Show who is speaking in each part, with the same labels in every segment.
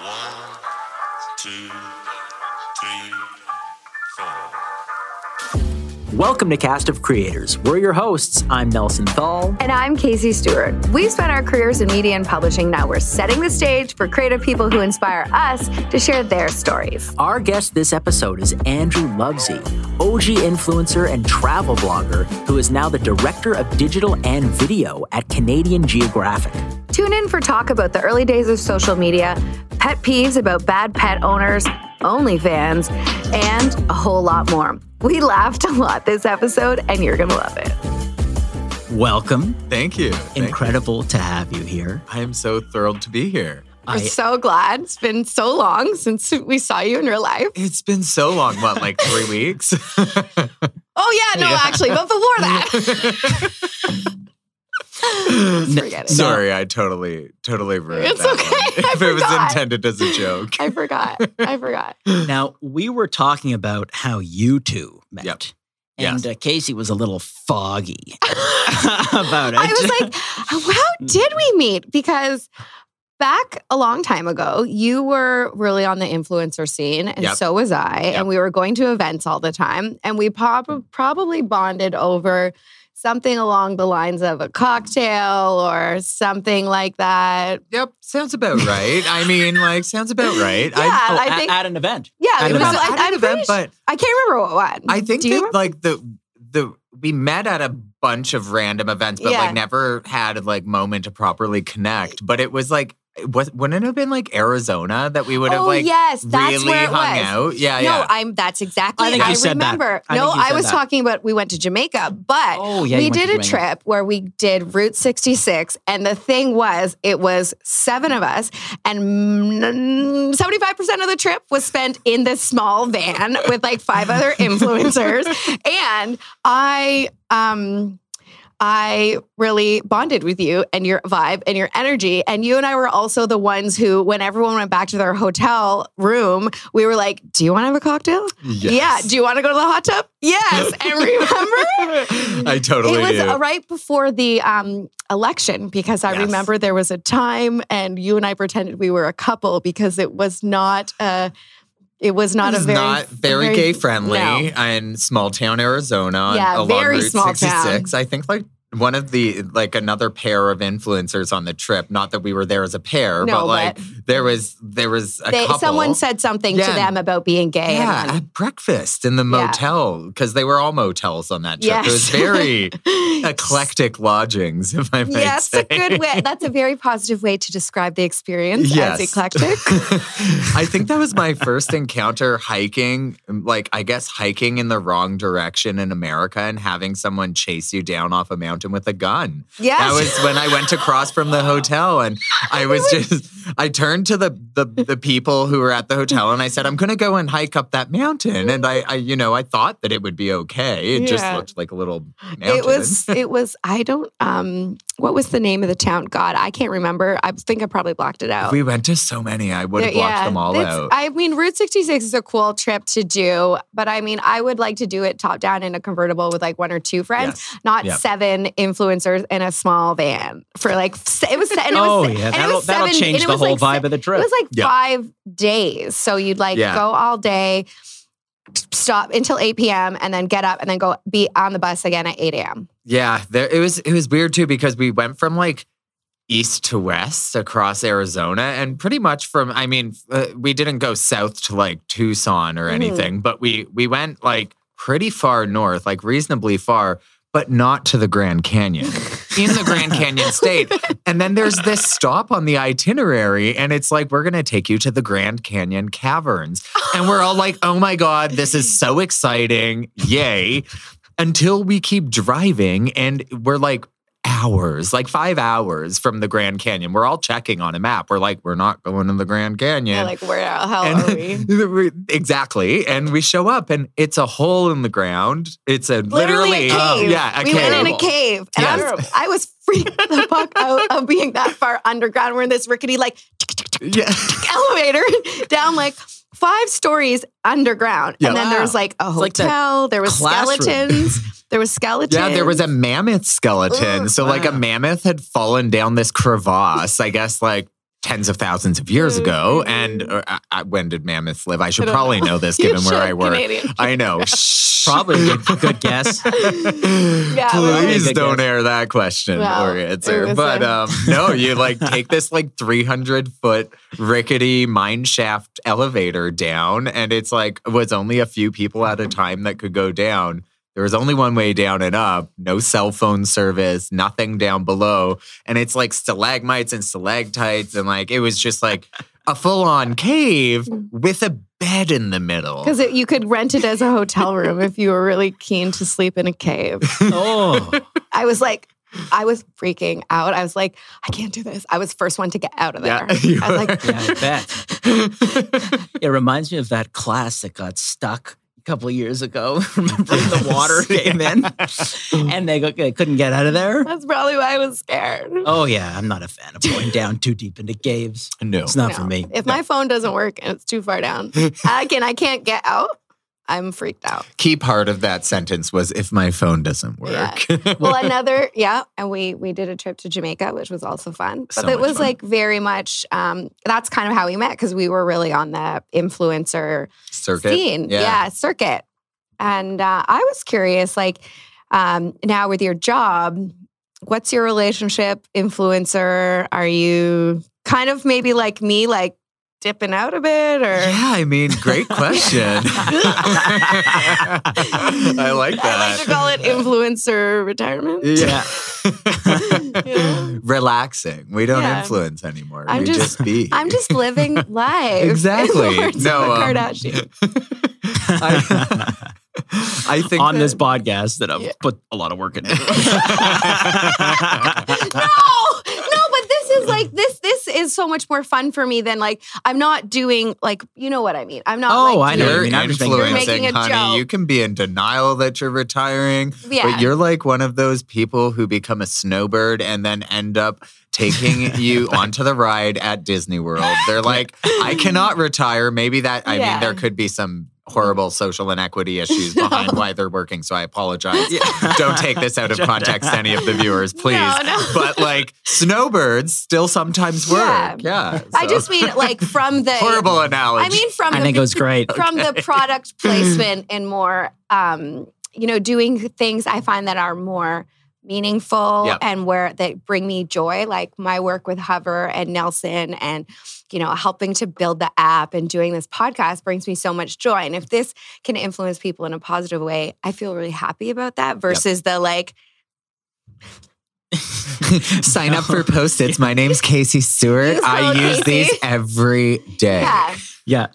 Speaker 1: One, two, three, four.
Speaker 2: Welcome to Cast of Creators. We're your hosts. I'm Nelson Thal.
Speaker 3: And I'm Casey Stewart. We've spent our careers in media and publishing. Now we're setting the stage for creative people who inspire us to share their stories.
Speaker 2: Our guest this episode is Andrew Lovesey, OG influencer and travel blogger who is now the director of digital and video at Canadian Geographic.
Speaker 3: Tune in for talk about the early days of social media, pet peeves about bad pet owners, OnlyFans, and a whole lot more. We laughed a lot this episode, and you're going to love it.
Speaker 2: Welcome.
Speaker 4: Thank you. Thank
Speaker 2: Incredible to have you here.
Speaker 4: you. I am so thrilled to be here.
Speaker 3: We're so glad. It's been so long since we saw you in real life.
Speaker 4: It's been so long, what, like three weeks?
Speaker 3: Oh, yeah, no,
Speaker 4: Yeah.
Speaker 3: actually, but before that,
Speaker 2: No-
Speaker 3: forget it.
Speaker 4: Sorry, I totally, totally ruined
Speaker 3: It's
Speaker 4: that
Speaker 3: okay,
Speaker 4: one.
Speaker 3: I
Speaker 4: if it was
Speaker 3: forgot.
Speaker 4: intended as a joke.
Speaker 3: I forgot. I forgot.
Speaker 2: Now, we were talking about how you two met.
Speaker 4: Yep.
Speaker 2: And
Speaker 4: Yes.
Speaker 2: uh, Casey was a little foggy about it.
Speaker 3: I was like, how did we meet? Because back a long time ago, you were really on the influencer scene, and
Speaker 4: Yep.
Speaker 3: so was I.
Speaker 4: Yep. Mm.
Speaker 3: And we were going to events all the time, and we prob- probably bonded over something along the lines of a cocktail or something like that.
Speaker 4: Yep, sounds about right. I mean, like, sounds about right.
Speaker 3: Yeah,
Speaker 2: Oh,
Speaker 3: I
Speaker 2: at-
Speaker 3: think-
Speaker 2: at an event.
Speaker 3: Yeah,
Speaker 4: I,
Speaker 3: it
Speaker 4: I
Speaker 3: was.
Speaker 4: was at
Speaker 3: I, I'm
Speaker 4: an event,
Speaker 3: pretty su-
Speaker 4: but
Speaker 3: I can't remember what one.
Speaker 4: I think
Speaker 3: Do
Speaker 4: that
Speaker 3: you remember?
Speaker 4: like the the we met at a bunch of random events, but
Speaker 3: Yeah.
Speaker 4: like never had like moment to properly connect. But it was like, was, wouldn't it have been like Arizona that we would have
Speaker 3: oh
Speaker 4: like
Speaker 3: yes, that's
Speaker 4: really
Speaker 3: where it
Speaker 4: hung
Speaker 3: was.
Speaker 4: out? Yeah,
Speaker 3: no,
Speaker 4: yeah.
Speaker 3: I'm. That's exactly.
Speaker 2: I think you said that.
Speaker 3: remember.
Speaker 2: I
Speaker 3: No,
Speaker 2: think you
Speaker 3: I
Speaker 2: said
Speaker 3: was
Speaker 2: that.
Speaker 3: talking about we went to Jamaica, but
Speaker 2: Oh, yeah. you
Speaker 3: we
Speaker 2: went to
Speaker 3: did a
Speaker 2: Jamaica.
Speaker 3: trip where we did Route 66, and the thing was, it was seven of us, and mm, 75% of the trip was spent in this small van with like five other influencers. And I, um, I really bonded with you and your vibe and your energy. And you and I were also the ones who, when everyone went back to their hotel room, we were like, Do you want to have a cocktail? Yeah. Do you want to go to the hot tub? Yes. And remember,
Speaker 4: I totally
Speaker 3: it was
Speaker 4: do.
Speaker 3: uh, right before the um, election because I
Speaker 4: Yes.
Speaker 3: remember there was a time and you and I pretended we were a couple because it was not a, it was not
Speaker 4: It's
Speaker 3: a very
Speaker 4: not very,
Speaker 3: very-
Speaker 4: gay friendly
Speaker 3: no.
Speaker 4: in small town Arizona.
Speaker 3: Yeah,
Speaker 4: along
Speaker 3: very
Speaker 4: Route
Speaker 3: small town.
Speaker 4: 66. I think like one of the like another pair of influencers on the trip. Not that we were there as a pair,
Speaker 3: No,
Speaker 4: but like there was there was a
Speaker 3: They,
Speaker 4: couple.
Speaker 3: someone said something to
Speaker 4: Yeah.
Speaker 3: them about being gay.
Speaker 4: yeah,
Speaker 3: And,
Speaker 4: at breakfast in the motel because they were all motels on that trip. It was
Speaker 3: Yes.
Speaker 4: very eclectic lodgings, if I may
Speaker 3: yeah, that's
Speaker 4: say.
Speaker 3: a good way. That's a very positive way to describe the experience
Speaker 4: Yes.
Speaker 3: as eclectic.
Speaker 4: I think that was my first encounter hiking, like I guess hiking in the wrong direction in America and having someone chase you down off a mountain with a gun.
Speaker 3: Yes.
Speaker 4: That was when I went to cross from the hotel and I was just I turned to the the, the people who were at the hotel and I said, I'm gonna go and hike up that mountain. And I, I you know, I thought that it would be okay. It just
Speaker 3: Yeah.
Speaker 4: looked like a little mountain.
Speaker 3: It was. It was. I don't. Um. What was the name of the town? God, I can't remember. I think I probably blocked it out.
Speaker 4: we went to so many, I would have
Speaker 3: There-
Speaker 4: blocked them all
Speaker 3: that's-
Speaker 4: out.
Speaker 3: I mean, Route 66 is a cool trip to do, but I mean, I would like to do it top down in a convertible with like one or two friends,
Speaker 4: Yes.
Speaker 3: not
Speaker 4: Yep.
Speaker 3: seven influencers in a small van for like se- it was. se- And it was
Speaker 2: oh,
Speaker 3: se-
Speaker 2: yeah.
Speaker 3: and it
Speaker 2: That'll,
Speaker 3: was
Speaker 2: that'll
Speaker 3: seven-
Speaker 2: change
Speaker 3: and it
Speaker 2: the
Speaker 3: was
Speaker 2: whole
Speaker 3: like se-
Speaker 2: vibe of the trip.
Speaker 3: it was like
Speaker 4: Yeah.
Speaker 3: five days. So you'd like
Speaker 4: Yeah.
Speaker 3: go all day, stop until 8 p.m., and then get up and then go be on the bus again at 8 a.m.
Speaker 4: Yeah, there, it was it was weird too because we went from like east to west across Arizona and pretty much from I mean uh, we didn't go south to like Tucson or
Speaker 3: Mhm.
Speaker 4: anything, but we we went like pretty far north, like reasonably far, but not to the Grand Canyon. In the Grand Canyon state. And then there's this stop on the itinerary and it's like we're going to take you to the Grand Canyon caverns. And we're all like, "Oh my god, this is so exciting. Yay." until we keep driving and we're like hours, like five hours from the Grand Canyon. We're all checking on a map. We're like, we're not going to the Grand
Speaker 3: You're
Speaker 4: Canyon.
Speaker 3: Like, where the hell are we?
Speaker 4: and we- exactly. And we show up and it's a hole in the ground. It's a literally, um, oh,
Speaker 3: a cave.
Speaker 4: yeah, a
Speaker 3: we
Speaker 4: cave.
Speaker 3: went in a cave, and I
Speaker 4: Yes.
Speaker 3: was- I was freaked the fuck out of being that far underground. We're in this rickety like
Speaker 4: Yeah.
Speaker 3: elevator down like five stories underground,
Speaker 4: Yeah.
Speaker 3: and then there was
Speaker 2: Wow.
Speaker 3: like a
Speaker 2: like the
Speaker 3: hotel. there was
Speaker 2: classroom.
Speaker 3: skeletons. There was skeletons.
Speaker 4: Yeah, there was a mammoth skeleton.
Speaker 3: Ooh,
Speaker 4: so, like, a
Speaker 2: wow.
Speaker 4: mammoth had fallen down this crevasse, I guess, like tens of thousands of years ago. And uh, I- I- when did mammoths live? I should probably know this given where I work.
Speaker 3: Canadian.
Speaker 4: I know. Shh.
Speaker 5: Probably a good, good guess.
Speaker 3: Yeah, well,
Speaker 4: Please
Speaker 5: Good
Speaker 4: don't
Speaker 5: guess.
Speaker 4: air that question
Speaker 3: Well,
Speaker 4: or answer.
Speaker 3: it was
Speaker 4: But
Speaker 3: a-
Speaker 4: um, no, you like take this like 300 foot rickety mine shaft elevator down, and it's like was only a few people at a time that could go down. There was only one way down and up, no cell phone service, nothing down below. And it's like stalagmites and stalactites. And like, it was just like a full on cave with a bed in the middle.
Speaker 3: Because you could rent it as a hotel room if you were really keen to sleep in a cave.
Speaker 5: Oh,
Speaker 3: I was like, I was freaking out. I was like, I can't do this. I was first one to get out of
Speaker 4: Yeah,
Speaker 3: there.
Speaker 4: you
Speaker 3: I was like,
Speaker 5: yeah, I bet. It reminds me of that class that got stuck a couple of years ago. Remember the water came in and they, go- they couldn't get out of there?
Speaker 3: that's probably why I was scared.
Speaker 5: Oh, yeah, I'm not a fan of going down too deep into caves.
Speaker 4: no.
Speaker 5: It's not for
Speaker 3: No.
Speaker 5: me.
Speaker 3: If my phone doesn't work and it's too far down, again, I can't get out. I'm freaked out.
Speaker 4: key part of that sentence was if my phone doesn't work.
Speaker 3: Well, another, yeah, and we we did a trip to Jamaica, which was also fun. But
Speaker 4: So much
Speaker 3: it was
Speaker 4: fun.
Speaker 3: like very much. Um, that's kind of how we met because we were really on the influencer
Speaker 4: Circuit.
Speaker 3: scene. Yeah. circuit. And uh, I was curious, like, um, now with your job, what's your relationship influencer? Are you kind of maybe like me, like dipping out a bit or?
Speaker 4: Yeah, I mean, great question. I like
Speaker 3: I like to
Speaker 4: that.
Speaker 3: call it influencer retirement.
Speaker 4: yeah.
Speaker 3: Yeah.
Speaker 4: Relaxing. We don't
Speaker 3: Yeah.
Speaker 4: influence anymore.
Speaker 3: I'm
Speaker 4: we
Speaker 3: just-
Speaker 4: just, be.
Speaker 3: I'm just living life. in the
Speaker 4: Exactly.
Speaker 3: words
Speaker 4: No,
Speaker 3: of a
Speaker 4: um,
Speaker 3: Kardashian.
Speaker 4: I, I think
Speaker 5: On
Speaker 4: that-
Speaker 5: this podcast that I've
Speaker 3: Yeah.
Speaker 5: put a lot of work into.
Speaker 3: no, no, but this is like this. This is so much more fun for me than like I'm not doing like you know what I mean. I'm not.
Speaker 5: Oh,
Speaker 3: like,
Speaker 5: I know what
Speaker 4: You're
Speaker 5: you mean. I'm just making- You're
Speaker 4: influencing,
Speaker 3: making a
Speaker 4: honey.
Speaker 3: joke.
Speaker 4: You can be in denial that you're retiring,
Speaker 3: Yeah.
Speaker 4: but you're like one of those people who become a snowbird and then end up taking you onto the ride at Disney World. They're like, I cannot retire. Maybe that, I
Speaker 3: Yeah.
Speaker 4: mean, there could be some horrible social inequity issues behind why they're working. So I apologize. Don't take this out of context, any of the viewers, please.
Speaker 3: no.
Speaker 4: But like, snowbirds still sometimes work. Yeah.
Speaker 3: I
Speaker 4: so-
Speaker 3: just mean like from the
Speaker 4: horrible analogy.
Speaker 3: I mean from
Speaker 5: I
Speaker 3: the,
Speaker 5: think it was great.
Speaker 3: from the product placement and more. Um, you know, doing things I find that are more meaningful
Speaker 4: Yep.
Speaker 3: and where that bring me joy, like my work with Hover and Nelson and you know, helping to build the app and doing this podcast brings me so much joy. And if this can influence people in a positive way, I feel really happy about that versus the like,
Speaker 4: Sign up for post its. My name's Casey Stewart.
Speaker 3: Use
Speaker 4: I
Speaker 3: code
Speaker 4: use
Speaker 3: Casey.
Speaker 4: these every day.
Speaker 3: yeah,
Speaker 5: Yeah.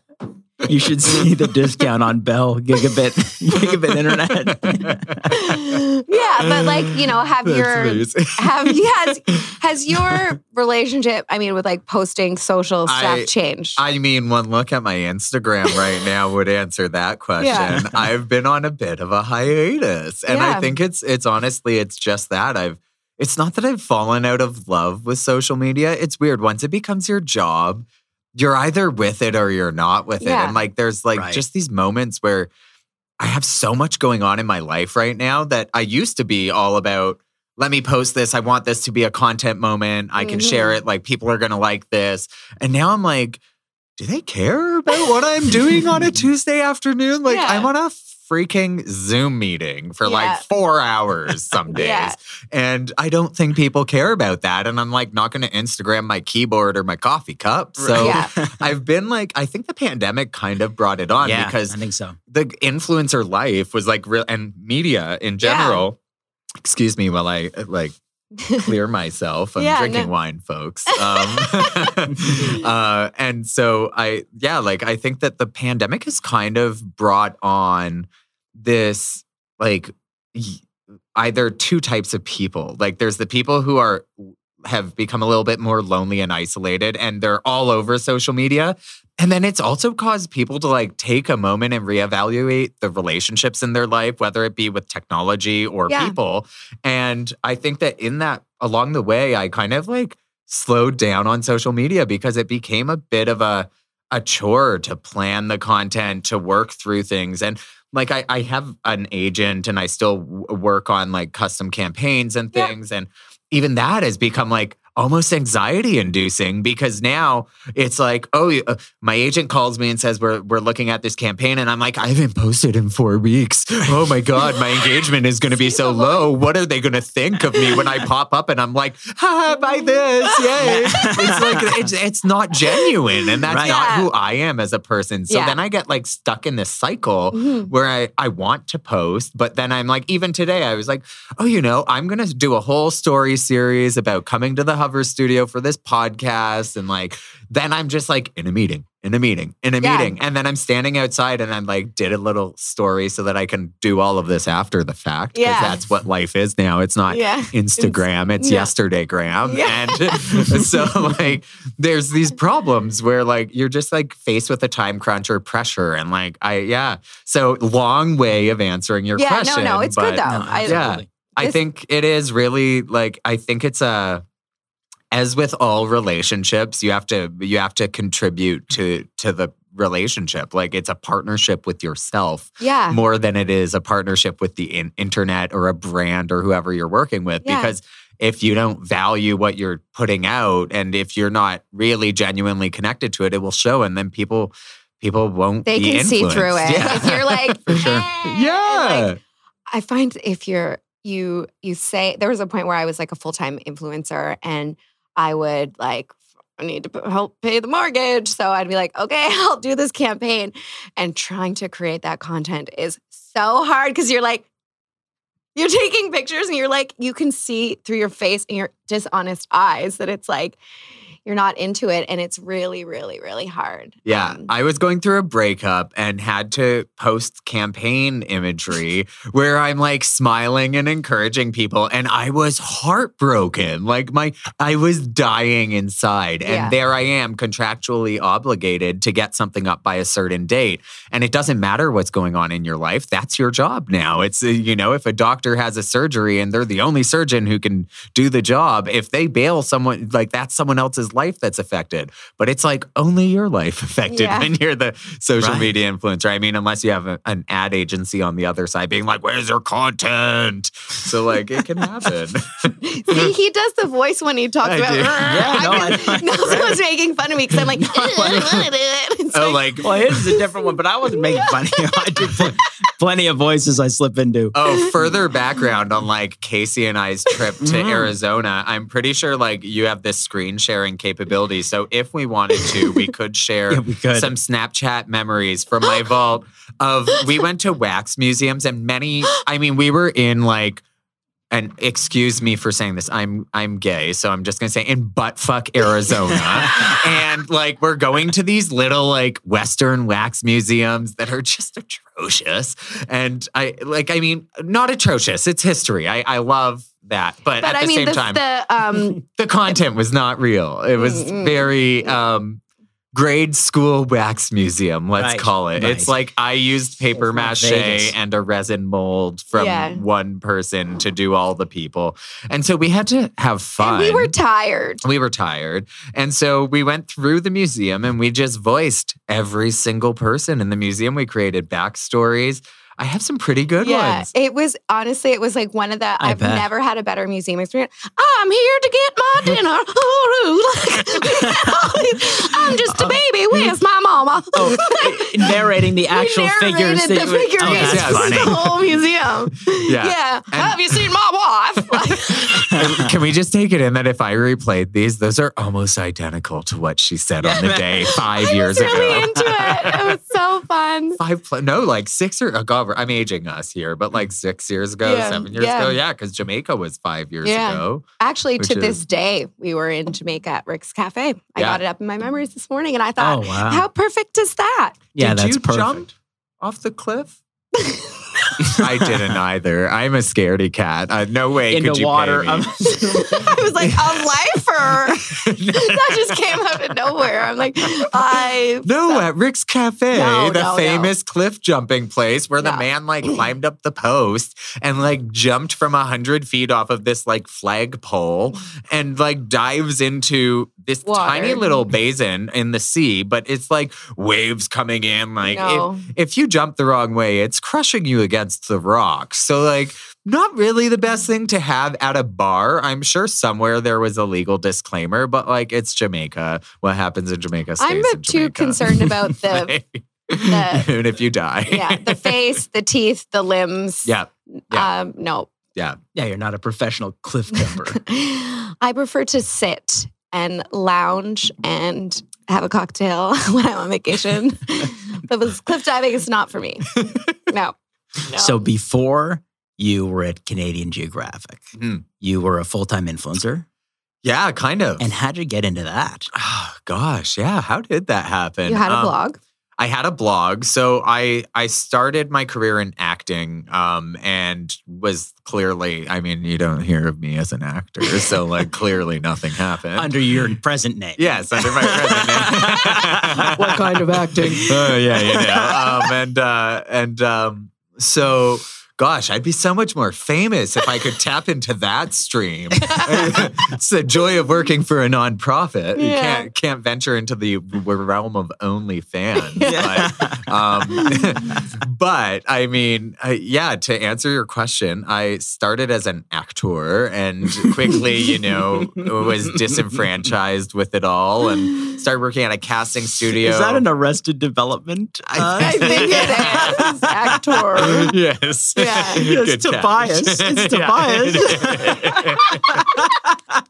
Speaker 5: You should see the discount on Bell gigabit gigabit internet.
Speaker 3: yeah, but like, you know, have your have has has your relationship i mean with like posting social stuff
Speaker 4: I-
Speaker 3: changed
Speaker 4: I mean, one look at my Instagram right now would answer that question.
Speaker 3: Yeah.
Speaker 4: I've been on a bit of a hiatus, and
Speaker 3: Yeah.
Speaker 4: I think it's it's honestly it's just that I've. It's not that I've fallen out of love with social media. It's weird. Once it becomes your job, you're either with it or you're not with
Speaker 3: Yeah.
Speaker 4: it. And like, there's like
Speaker 5: Right.
Speaker 4: just these moments where I have so much going on in my life right now that I used to be all about let me post this. I want this to be a content moment. I can
Speaker 3: Mhm.
Speaker 4: share it. Like people are going to like this. And now I'm like, do they care about what I'm doing on a Tuesday afternoon? Like
Speaker 3: Yeah.
Speaker 4: I'm on a freaking Zoom meeting for
Speaker 3: Yeah.
Speaker 4: like four hours some days.
Speaker 3: Yeah.
Speaker 4: And I don't think people care about that. And I'm like not going to Instagram my keyboard or my coffee cup. So
Speaker 3: yeah
Speaker 4: I've been like, I think the pandemic kind of brought it on
Speaker 5: yeah,
Speaker 4: because
Speaker 5: I think so.
Speaker 4: the influencer life was like real and media in
Speaker 3: Yeah.
Speaker 4: general. Excuse me while I uh, like clear myself. I'm
Speaker 3: Yeah,
Speaker 4: drinking
Speaker 3: no.
Speaker 4: wine, folks. Um, uh, and so I, yeah, like I think that the pandemic has kind of brought on this like y- either two types of people. Like there's the people who are have become a little bit more lonely and isolated and they're all over social media. And then it's also caused people to like take a moment and reevaluate the relationships in their life, whether it be with technology or
Speaker 3: Yeah.
Speaker 4: people. And I think that in that along the way, I kind of like slowed down on social media because it became a bit of a a chore to plan the content, to work through things. And like I, I have an agent and I still w- work on like custom campaigns and
Speaker 3: Yeah.
Speaker 4: things. And even that has become like almost anxiety inducing because now it's like, oh, you- uh, my agent calls me and says we're we're looking at this campaign, and I'm like, I haven't posted in four weeks. Oh my god, my engagement is going to be so low. What are they going to think of me when I pop up and I'm like, ha, buy this, yay! It's like it's it's not genuine, and that's
Speaker 5: Right.
Speaker 4: not
Speaker 3: Yeah.
Speaker 4: who I am as a person. So
Speaker 3: Yeah.
Speaker 4: then I get like stuck in this cycle
Speaker 3: Mhm.
Speaker 4: where I, I want to post, but then I'm like, even today, I was like, oh, you know, I'm going to do a whole story series about coming to the Hover Studio for this podcast. And like, then I'm just like in a meeting, in a meeting, in a
Speaker 3: Yeah.
Speaker 4: meeting. And then I'm standing outside and I'm like, did a little story so that I can do all of this after the fact. Because
Speaker 3: Yeah.
Speaker 4: that's what life is now. It's not
Speaker 3: Yeah.
Speaker 4: Instagram. It's,
Speaker 3: yeah.
Speaker 4: yesterday gram.
Speaker 3: Yeah.
Speaker 4: And so like there's these problems where like you're just like faced with a time crunch or pressure. And like I yeah. So long way of answering your
Speaker 3: Yeah, no,
Speaker 4: question.
Speaker 3: no, it's
Speaker 4: but
Speaker 3: good though.
Speaker 5: No,
Speaker 3: Oh, I-
Speaker 5: absolutely.
Speaker 4: I
Speaker 3: This-
Speaker 4: think it is really like I think it's a as with all relationships, you have to you have to contribute to to the relationship. Like it's a partnership with yourself
Speaker 3: Yeah.
Speaker 4: more than it is a partnership with the in- internet or a brand or whoever you're working with.
Speaker 3: Yeah.
Speaker 4: Because if you don't value what you're putting out and if you're not really genuinely connected to it, it will show, and then people people won't.
Speaker 3: They
Speaker 4: be
Speaker 3: can see through it.
Speaker 4: influenced. Yeah.
Speaker 3: If you're like,
Speaker 4: For sure.
Speaker 3: "Eh,"
Speaker 4: yeah.
Speaker 3: like, I find if you're you you say there was a point where I was like a full time influencer and I would like I need to p- help pay the mortgage, so I'd be like, okay, I'll do this campaign, and trying to create that content is so hard because you're like. You're taking pictures and you're like, you can see through your face and your dishonest eyes that it's like you're not into it. And it's really, really, really hard.
Speaker 4: Yeah,
Speaker 3: Um,
Speaker 4: I was going through a breakup and had to post campaign imagery where I'm like smiling and encouraging people and I was heartbroken. Like my I was dying inside and
Speaker 3: Yeah.
Speaker 4: there I am contractually obligated to get something up by a certain date and it doesn't matter what's going on in your life. That's your job now. It's uh, you know, if a doctor has a surgery and they're the only surgeon who can do the job, if they bail someone like that's someone else's life that's affected but it's like only your life affected
Speaker 3: Yeah.
Speaker 4: when you're the social
Speaker 5: Right.
Speaker 4: media influencer. I mean, unless you have a- an ad agency on the other side being like, where's your content? So, like, it can happen.
Speaker 3: See, he does the voice when he talks
Speaker 4: Mm-hmm. I
Speaker 3: about.
Speaker 4: do.
Speaker 5: Yeah, no,
Speaker 3: I
Speaker 5: I-
Speaker 3: was, Nelson was making fun of me because I'm like, It's
Speaker 4: oh, like,
Speaker 5: Well, his is a different one, but I wasn't making fun of you. I do pl- plenty of voices I slip into.
Speaker 4: oh, further background on like Casey and I's trip to
Speaker 5: Mhm.
Speaker 4: Arizona. I'm pretty sure like you have this screen sharing capability. So, if we wanted to, we could share
Speaker 5: Yeah, we could.
Speaker 4: some Snapchat memories from my vault of we went to wax museums and many I mean we were in like and excuse me for saying this I'm I'm gay so I'm just going to say in buttfuck Arizona and like we're going to these little like western wax museums that are just atrocious and I like I mean not atrocious it's history I I love that but,
Speaker 3: but
Speaker 4: at
Speaker 3: I
Speaker 4: the
Speaker 3: mean,
Speaker 4: same
Speaker 3: the,
Speaker 4: time
Speaker 3: the um,
Speaker 4: the content was not real. It was
Speaker 3: Mm-mm.
Speaker 4: very um grade school wax museum, let's
Speaker 5: Right,
Speaker 4: call
Speaker 5: right.
Speaker 4: it. It's like I used paper
Speaker 5: It's not
Speaker 4: mache
Speaker 5: Vegas.
Speaker 4: and a resin mold from
Speaker 3: Yeah.
Speaker 4: one person to do all the people. And so we had to have fun.
Speaker 3: and we were tired.
Speaker 4: We were tired. And so we went through the museum and we just voiced every single person in the museum. We created backstories. I have some pretty good
Speaker 3: yeah,
Speaker 4: ones.
Speaker 3: it was honestly, it was like one of the. I have
Speaker 5: bet.
Speaker 3: never had a better museum experience. I'm here to get my dinner. Oh, I'm just
Speaker 4: Uh-huh.
Speaker 3: a baby.
Speaker 4: Mm-hmm.
Speaker 3: Where's my mama?
Speaker 5: Oh, narrating the actual
Speaker 3: we narrated
Speaker 5: figures.
Speaker 3: the
Speaker 5: that you would-
Speaker 3: figurines
Speaker 5: Oh, that's
Speaker 4: Yeah.
Speaker 5: funny.
Speaker 3: to the whole museum.
Speaker 4: Yeah. And-
Speaker 3: Have you seen my wife? Like,
Speaker 4: Can we just take it in that if I replayed these, those are almost identical to what she said on the day five years
Speaker 3: really
Speaker 4: ago.
Speaker 3: into it. It was so fun.
Speaker 4: Five, pl- no, like six or oh God, I'm aging us here, but like six years ago,
Speaker 3: Yeah,
Speaker 4: seven years
Speaker 3: yeah.
Speaker 4: ago, yeah, because Jamaica was five years
Speaker 3: Yeah.
Speaker 4: ago.
Speaker 3: Actually,
Speaker 4: Which
Speaker 3: to this
Speaker 4: is-
Speaker 3: day, we were in Jamaica at Rick's Cafe. I
Speaker 4: Yeah.
Speaker 3: got it up in my memories this morning, and I
Speaker 5: Oh,
Speaker 3: thought,
Speaker 5: wow.
Speaker 3: how perfect is that?
Speaker 5: yeah,
Speaker 4: Did
Speaker 5: that's
Speaker 4: you
Speaker 5: perfect.
Speaker 4: jump off the cliff? I didn't either. I'm a scaredy cat. Uh, no way
Speaker 5: Into
Speaker 4: could you
Speaker 5: water.
Speaker 4: Pay me.
Speaker 3: I was like, a lifer. that just came out of nowhere. I'm like, I.
Speaker 4: No, at Rick's Cafe,
Speaker 3: No,
Speaker 4: the
Speaker 3: no, no.
Speaker 4: famous cliff jumping place where the
Speaker 3: No.
Speaker 4: man like climbed up the post and like jumped from a hundred feet off of this like flagpole and like dives into this
Speaker 3: Water.
Speaker 4: tiny little basin in the sea, but it's like waves coming in. Like
Speaker 3: No.
Speaker 4: if, if you jump the wrong way, it's crushing you against the rocks. So like not really the best thing to have at a bar. I'm sure somewhere there was a legal disclaimer, but like it's Jamaica. What happens in Jamaica stays
Speaker 3: I'm
Speaker 4: in
Speaker 3: a- too
Speaker 4: Jamaica.
Speaker 3: concerned about the
Speaker 4: Like, Even if you die.
Speaker 3: yeah the face, the teeth, the limbs.
Speaker 4: yeah. yeah.
Speaker 3: Um, no,
Speaker 5: Yeah, you're not a professional cliff jumper.
Speaker 3: I prefer to sit and lounge and have a cocktail when I'm on vacation. but with cliff diving is not for me. No. No.
Speaker 5: So before you were at Canadian Geographic,
Speaker 4: Mhm.
Speaker 5: you were a full time influencer.
Speaker 4: Yeah, kind of.
Speaker 5: And how'd you get into that?
Speaker 4: Oh gosh, yeah. How did that happen?
Speaker 3: you had a
Speaker 4: Um,
Speaker 3: blog.
Speaker 4: I had a blog, so I I started my career in acting, um, and was clearly. I mean, you don't hear of me as an actor, so like clearly nothing happened.
Speaker 5: Under your present name.
Speaker 4: yes, under my present name.
Speaker 5: What kind of acting?
Speaker 4: Oh yeah, you know. Um, and uh, and um, so. Gosh, I'd be so much more famous if I could tap into that stream. it's the joy of working for a nonprofit. You
Speaker 3: Yeah.
Speaker 4: can't can't venture into the realm of OnlyFans.
Speaker 5: Yeah.
Speaker 4: But, um, but I mean, uh, yeah. To answer your question, I started as an actor and quickly, you know, was disenfranchised with it all and started working at a casting studio.
Speaker 5: Is that an arrested development? uh,
Speaker 4: I
Speaker 3: I think it is. Actor.
Speaker 4: yes.
Speaker 3: Yeah.
Speaker 5: It's
Speaker 4: Good catch.
Speaker 5: Tobias. It's
Speaker 4: Yeah.
Speaker 5: Tobias.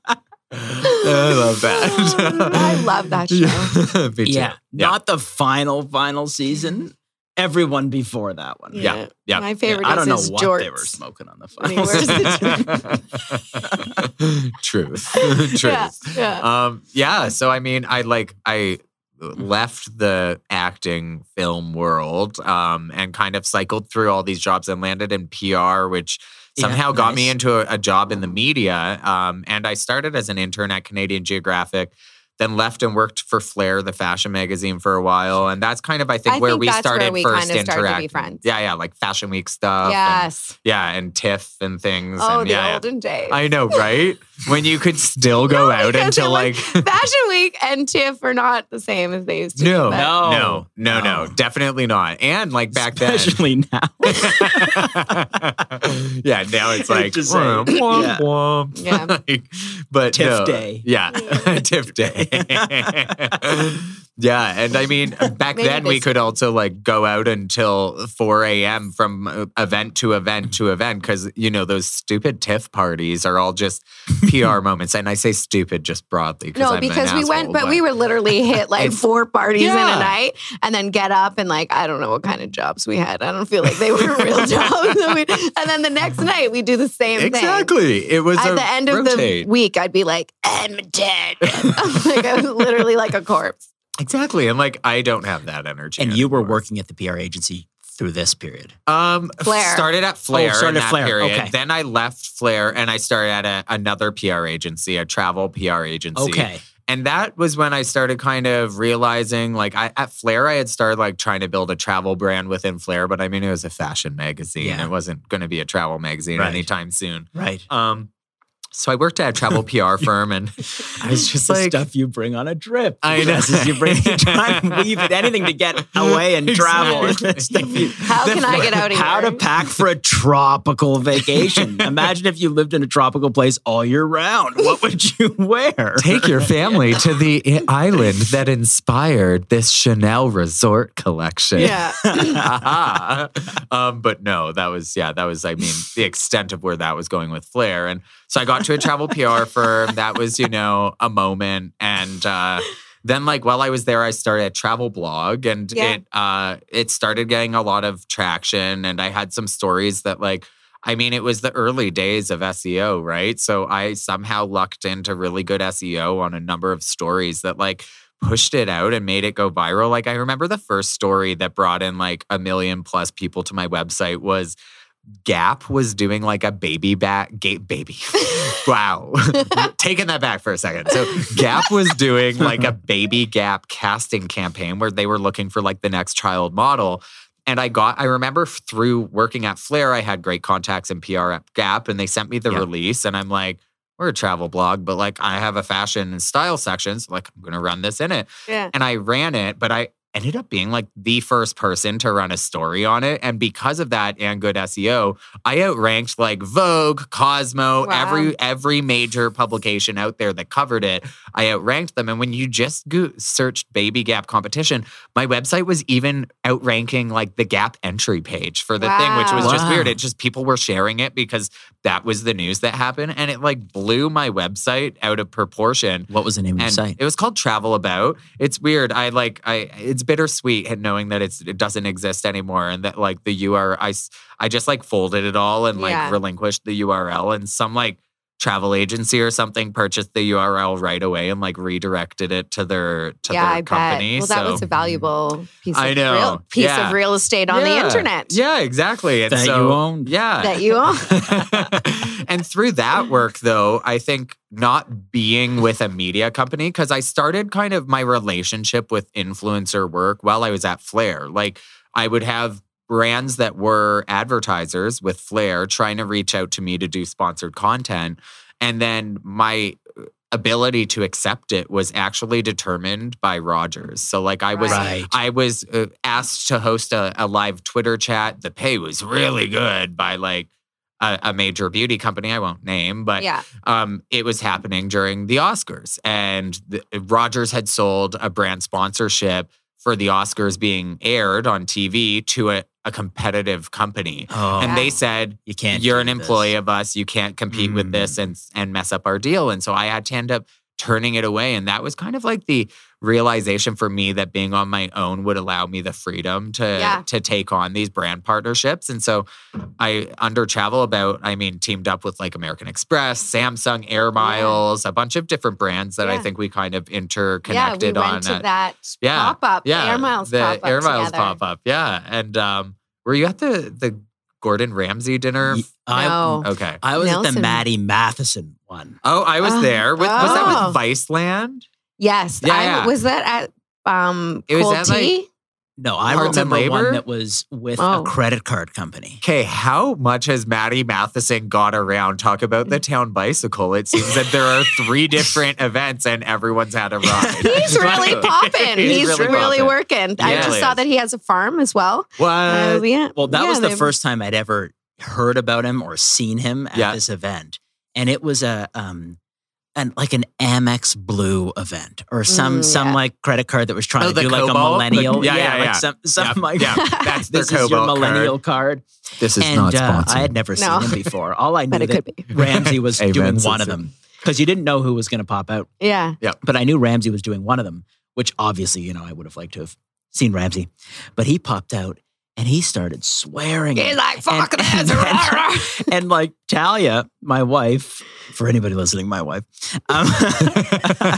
Speaker 4: I love that.
Speaker 3: I love that show.
Speaker 4: Me too.
Speaker 5: yeah,
Speaker 4: Yeah.
Speaker 5: Not the final, final season. Everyone before that one.
Speaker 4: Yeah. Yeah.
Speaker 3: My favorite
Speaker 5: I
Speaker 3: is
Speaker 5: don't know
Speaker 3: his
Speaker 5: what
Speaker 3: jorts.
Speaker 5: they were smoking on the
Speaker 3: When he
Speaker 5: final
Speaker 3: wears
Speaker 5: season.
Speaker 3: his jorts.
Speaker 4: Truth. Truth.
Speaker 3: Yeah, yeah.
Speaker 4: Um, yeah. So I mean, I like I left the acting film world um, and kind of cycled through all these jobs and landed in PR, which
Speaker 5: Yeah,
Speaker 4: somehow got me
Speaker 5: nice.
Speaker 4: into a, a job in the media. Um, and I started as an intern at Canadian Geographic. Then left and worked for Flair, the fashion magazine, for a while, and that's kind of I think
Speaker 3: I
Speaker 4: where
Speaker 3: think
Speaker 4: we
Speaker 3: that's where
Speaker 4: started
Speaker 3: we
Speaker 4: first
Speaker 3: kinda started to be
Speaker 4: interacting.
Speaker 3: friends.
Speaker 4: Yeah, yeah, like Fashion Week stuff. and-
Speaker 3: Yes.
Speaker 4: yeah, and TIFF and things.
Speaker 3: Oh,
Speaker 4: and
Speaker 3: the
Speaker 4: yeah, yeah.
Speaker 3: olden days.
Speaker 4: I know, right? when you could still go out
Speaker 3: because
Speaker 4: until
Speaker 3: it
Speaker 4: like.
Speaker 3: was- Fashion Week and TIFF are not the same as they used to. be,
Speaker 4: No,
Speaker 3: but-
Speaker 5: No.
Speaker 4: no, no, no,
Speaker 5: No.
Speaker 4: definitely not. And like back
Speaker 5: Especially now.
Speaker 4: then, yeah. Now it's like,
Speaker 5: Just
Speaker 4: womp,
Speaker 5: saying.
Speaker 4: womp,
Speaker 5: Yeah.
Speaker 4: womp.
Speaker 3: Yeah.
Speaker 4: Like, but
Speaker 5: Tiff
Speaker 4: no.
Speaker 5: day.
Speaker 4: yeah, tiff day, yeah. And I mean, uh, back
Speaker 3: Maybe
Speaker 4: then we
Speaker 3: this-
Speaker 4: could also like go out until four a.m. from uh, event to event to event because you know those stupid tiff parties are all just PR moments, and I say stupid just broadly.
Speaker 3: No,
Speaker 4: I'm an
Speaker 3: because we went,
Speaker 4: asshole,
Speaker 3: but we were literally hit like four parties in
Speaker 4: Yeah.
Speaker 3: a night and then get up and like, I don't know what kind of jobs we had. I don't feel like they were real jobs. And, we- and then the next night we do the same thing.
Speaker 4: Exactly. It was
Speaker 3: At
Speaker 4: a
Speaker 3: the end
Speaker 4: rotate.
Speaker 3: of the week, I'd be like, I'm dead. like, I was literally like a corpse.
Speaker 4: exactly, and like I don't have that energy.
Speaker 5: and you were
Speaker 4: anymore.
Speaker 5: working at the PR agency through this period.
Speaker 4: Um,
Speaker 3: Flair.
Speaker 4: started at Flair.
Speaker 5: Oh, started
Speaker 4: in
Speaker 5: at
Speaker 4: that
Speaker 5: Flair,
Speaker 4: Period.
Speaker 5: okay.
Speaker 4: Then I left Flair and I started at a, another PR agency, a travel PR agency.
Speaker 5: Okay.
Speaker 4: And that was when I started kind of realizing, like, I at Flair, I had started like trying to build a travel brand within Flair, but I mean, it was a fashion magazine.
Speaker 5: Yeah.
Speaker 4: It wasn't going to be a travel magazine
Speaker 5: Right.
Speaker 4: anytime soon.
Speaker 5: Right.
Speaker 4: Um, so I worked at a travel PR firm, and I was just
Speaker 5: the
Speaker 4: like,
Speaker 5: stuff you bring on a trip.
Speaker 4: I
Speaker 5: You
Speaker 4: know.
Speaker 5: guys, is you bring you try and weave it, anything to get away and travel.
Speaker 4: Exactly.
Speaker 5: Stuff you-
Speaker 3: How can I get out of
Speaker 5: How
Speaker 3: here?
Speaker 5: to pack for a tropical vacation. Imagine if you lived in a tropical place all year round. What would you wear?
Speaker 4: Take your family to the i- island that inspired this Chanel resort collection.
Speaker 3: Yeah.
Speaker 4: Aha. um, but no, that was, yeah, that was, I mean, the extent of where that was going with Flair. And so I got to a travel PR firm. That was, you know, a moment. And, uh, then like while I was there, I started a travel blog and
Speaker 3: Yeah.
Speaker 4: it uh it started getting a lot of traction and I had some stories that like I mean, it was the early days of SEO, right? So I somehow lucked into really good SEO on a number of stories that like pushed it out and made it go viral. Like I remember the first story that brought in like a million plus people to my website was Gap was doing like a baby back gate baby. wow. Taking that back for a second. So Gap was doing like a baby Gap casting campaign where they were looking for like the next child model. And I got, I remember through working at Flair, I had great contacts in PR at Gap, and they sent me the
Speaker 5: Yeah.
Speaker 4: release. And I'm like, we're a travel blog, but like I have a fashion and style section. So like, I'm going to run this in it.
Speaker 3: Yeah.
Speaker 4: And I ran it, but I, ended up being like the first person to run a story on it. And because of that and good SEO, I outranked like Vogue, Cosmo,
Speaker 3: Wow.
Speaker 4: every every major publication out there that covered it. I outranked them. And when you just go- searched baby gap competition, my website was even outranking like the gap entry page for the thing, which was just
Speaker 5: Wow.
Speaker 4: weird. It just people were sharing it because that was the news that happened. And it like blew my website out of proportion.
Speaker 5: What was the name of your
Speaker 4: And
Speaker 5: site?
Speaker 4: it was called Travel About. It's weird. I like I it's bittersweet and knowing that it's it doesn't exist anymore and that like the URL I s- I just like folded it all and like
Speaker 3: Yeah.
Speaker 4: relinquished the URL and some like travel agency or something purchased the URL right away and like redirected it to their to
Speaker 3: yeah,
Speaker 4: their
Speaker 3: I
Speaker 4: company.
Speaker 3: bet. Well, that
Speaker 4: so mm.
Speaker 3: was a valuable piece. Of
Speaker 4: I know.
Speaker 3: Real, piece
Speaker 4: Yeah.
Speaker 3: of real estate on the
Speaker 4: Yeah.
Speaker 3: internet
Speaker 4: Yeah, exactly. And
Speaker 5: that
Speaker 4: so
Speaker 5: you owned.
Speaker 4: yeah.
Speaker 3: that you own.
Speaker 4: and through that work, though, I think not being with a media company, because I started kind of my relationship with influencer work while I was at Flair. Like, I would have brands that were advertisers with Flair trying to reach out to me to do sponsored content. And then my ability to accept it was actually determined by Rogers. So like I was
Speaker 5: Right.
Speaker 4: I was uh, asked to host a, a live Twitter chat. The pay was really good by like a, a major beauty company I won't name, but
Speaker 3: Yeah.
Speaker 4: um, it was happening during the Oscars, and the, Rogers had sold a brand sponsorship for the Oscars being aired on TV to a, a competitive company,
Speaker 5: Oh,
Speaker 4: and
Speaker 3: Yeah.
Speaker 4: they said
Speaker 5: you can't.
Speaker 4: you're
Speaker 5: do
Speaker 4: an
Speaker 5: this.
Speaker 4: employee of us. You can't compete with this
Speaker 3: Mm.
Speaker 4: and and mess up our deal. And so I had to end up turning it away. And that was kind of like the realization for me that being on my own would allow me the freedom to
Speaker 3: Yeah.
Speaker 4: to take on these brand partnerships. And so I under travel about, I mean, teamed up with like American Express, Samsung Air Miles, a bunch of different brands that I
Speaker 3: Yeah.
Speaker 4: think we kind of
Speaker 3: Yeah, we
Speaker 4: interconnected
Speaker 3: went
Speaker 4: on
Speaker 3: to
Speaker 4: at-
Speaker 3: that pop up.
Speaker 4: yeah,
Speaker 3: Air miles
Speaker 4: the
Speaker 3: pop up.
Speaker 4: Air Miles
Speaker 3: together.
Speaker 4: pop up. Yeah, and um, were you at the the Gordon Ramsay dinner?
Speaker 5: Y- I,
Speaker 3: No.
Speaker 4: Okay.
Speaker 5: I was at
Speaker 3: Nelson.
Speaker 5: the Maddie Matheson one.
Speaker 4: Oh, I was
Speaker 3: Oh.
Speaker 4: there. With, Was that
Speaker 3: Oh.
Speaker 4: with Viceland?
Speaker 3: Yes.
Speaker 4: Yeah,
Speaker 3: I,
Speaker 4: yeah.
Speaker 3: Was that at um,
Speaker 4: It was
Speaker 3: Cold
Speaker 4: at, like-
Speaker 3: Tea?
Speaker 5: No, I
Speaker 4: Arts and
Speaker 5: remember
Speaker 4: Labor?
Speaker 5: one that was with
Speaker 3: Oh.
Speaker 5: a credit card company.
Speaker 4: Okay, how much has Maddie Matheson got around? Talk about
Speaker 3: Mm.
Speaker 4: the town bicycle. It seems that there are three different events and everyone's had a ride.
Speaker 3: He's really popping. He's,
Speaker 4: He's
Speaker 3: really,
Speaker 4: really poppin'.
Speaker 3: working. I
Speaker 4: Yeah.
Speaker 3: just saw that he has a farm as well. Uh,
Speaker 4: What?
Speaker 3: yeah.
Speaker 5: Well, that
Speaker 3: Yeah,
Speaker 5: was the
Speaker 3: they-
Speaker 5: first time I'd ever heard about him or seen him at
Speaker 4: Yeah.
Speaker 5: this event, and it was a um, an like an Amex Blue event or some
Speaker 3: Mm,
Speaker 5: some
Speaker 3: yeah.
Speaker 5: like credit card that was trying
Speaker 4: Oh,
Speaker 5: to
Speaker 4: the
Speaker 5: do like
Speaker 4: Cobalt?
Speaker 5: a
Speaker 4: The-
Speaker 5: millennial,
Speaker 4: yeah, yeah,
Speaker 5: like
Speaker 4: yeah.
Speaker 5: some
Speaker 3: Oh
Speaker 5: some like
Speaker 4: yeah, that's their
Speaker 5: this is your
Speaker 4: Cobalt
Speaker 5: millennial
Speaker 4: card.
Speaker 5: card.
Speaker 4: This is
Speaker 5: and
Speaker 4: not
Speaker 5: uh,
Speaker 4: sponsored.
Speaker 5: I had never
Speaker 3: No.
Speaker 5: seen him before. All I knew
Speaker 3: But it could
Speaker 5: that
Speaker 3: be.
Speaker 5: Ramsey was
Speaker 4: Amen,
Speaker 5: doing one of
Speaker 4: sister.
Speaker 5: them because you didn't know who was going to pop out,
Speaker 3: Yeah.
Speaker 5: but I knew Ramsey was doing one of them, which obviously you know I would have liked to have seen Ramsey, but he popped out and he started swearing.
Speaker 3: He's like,
Speaker 5: And-
Speaker 3: fuck this.
Speaker 5: and- and like Talia, my wife, for anybody listening, my wife, um,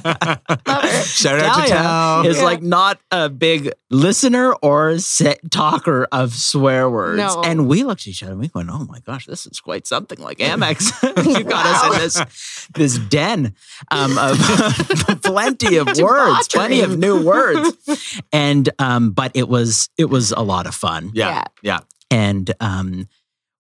Speaker 4: Shout out
Speaker 5: Dahlia
Speaker 4: to Tal.
Speaker 5: is
Speaker 3: Yeah.
Speaker 5: like not a big listener or set talker of swear words.
Speaker 3: No.
Speaker 5: And we looked at each other and we went, oh my gosh, this is quite something like Amex. you got us in this, this den um, of plenty of words, plenty of new words. And, um, but it was, it was a lot of fun
Speaker 4: Yeah, yeah.
Speaker 5: and um,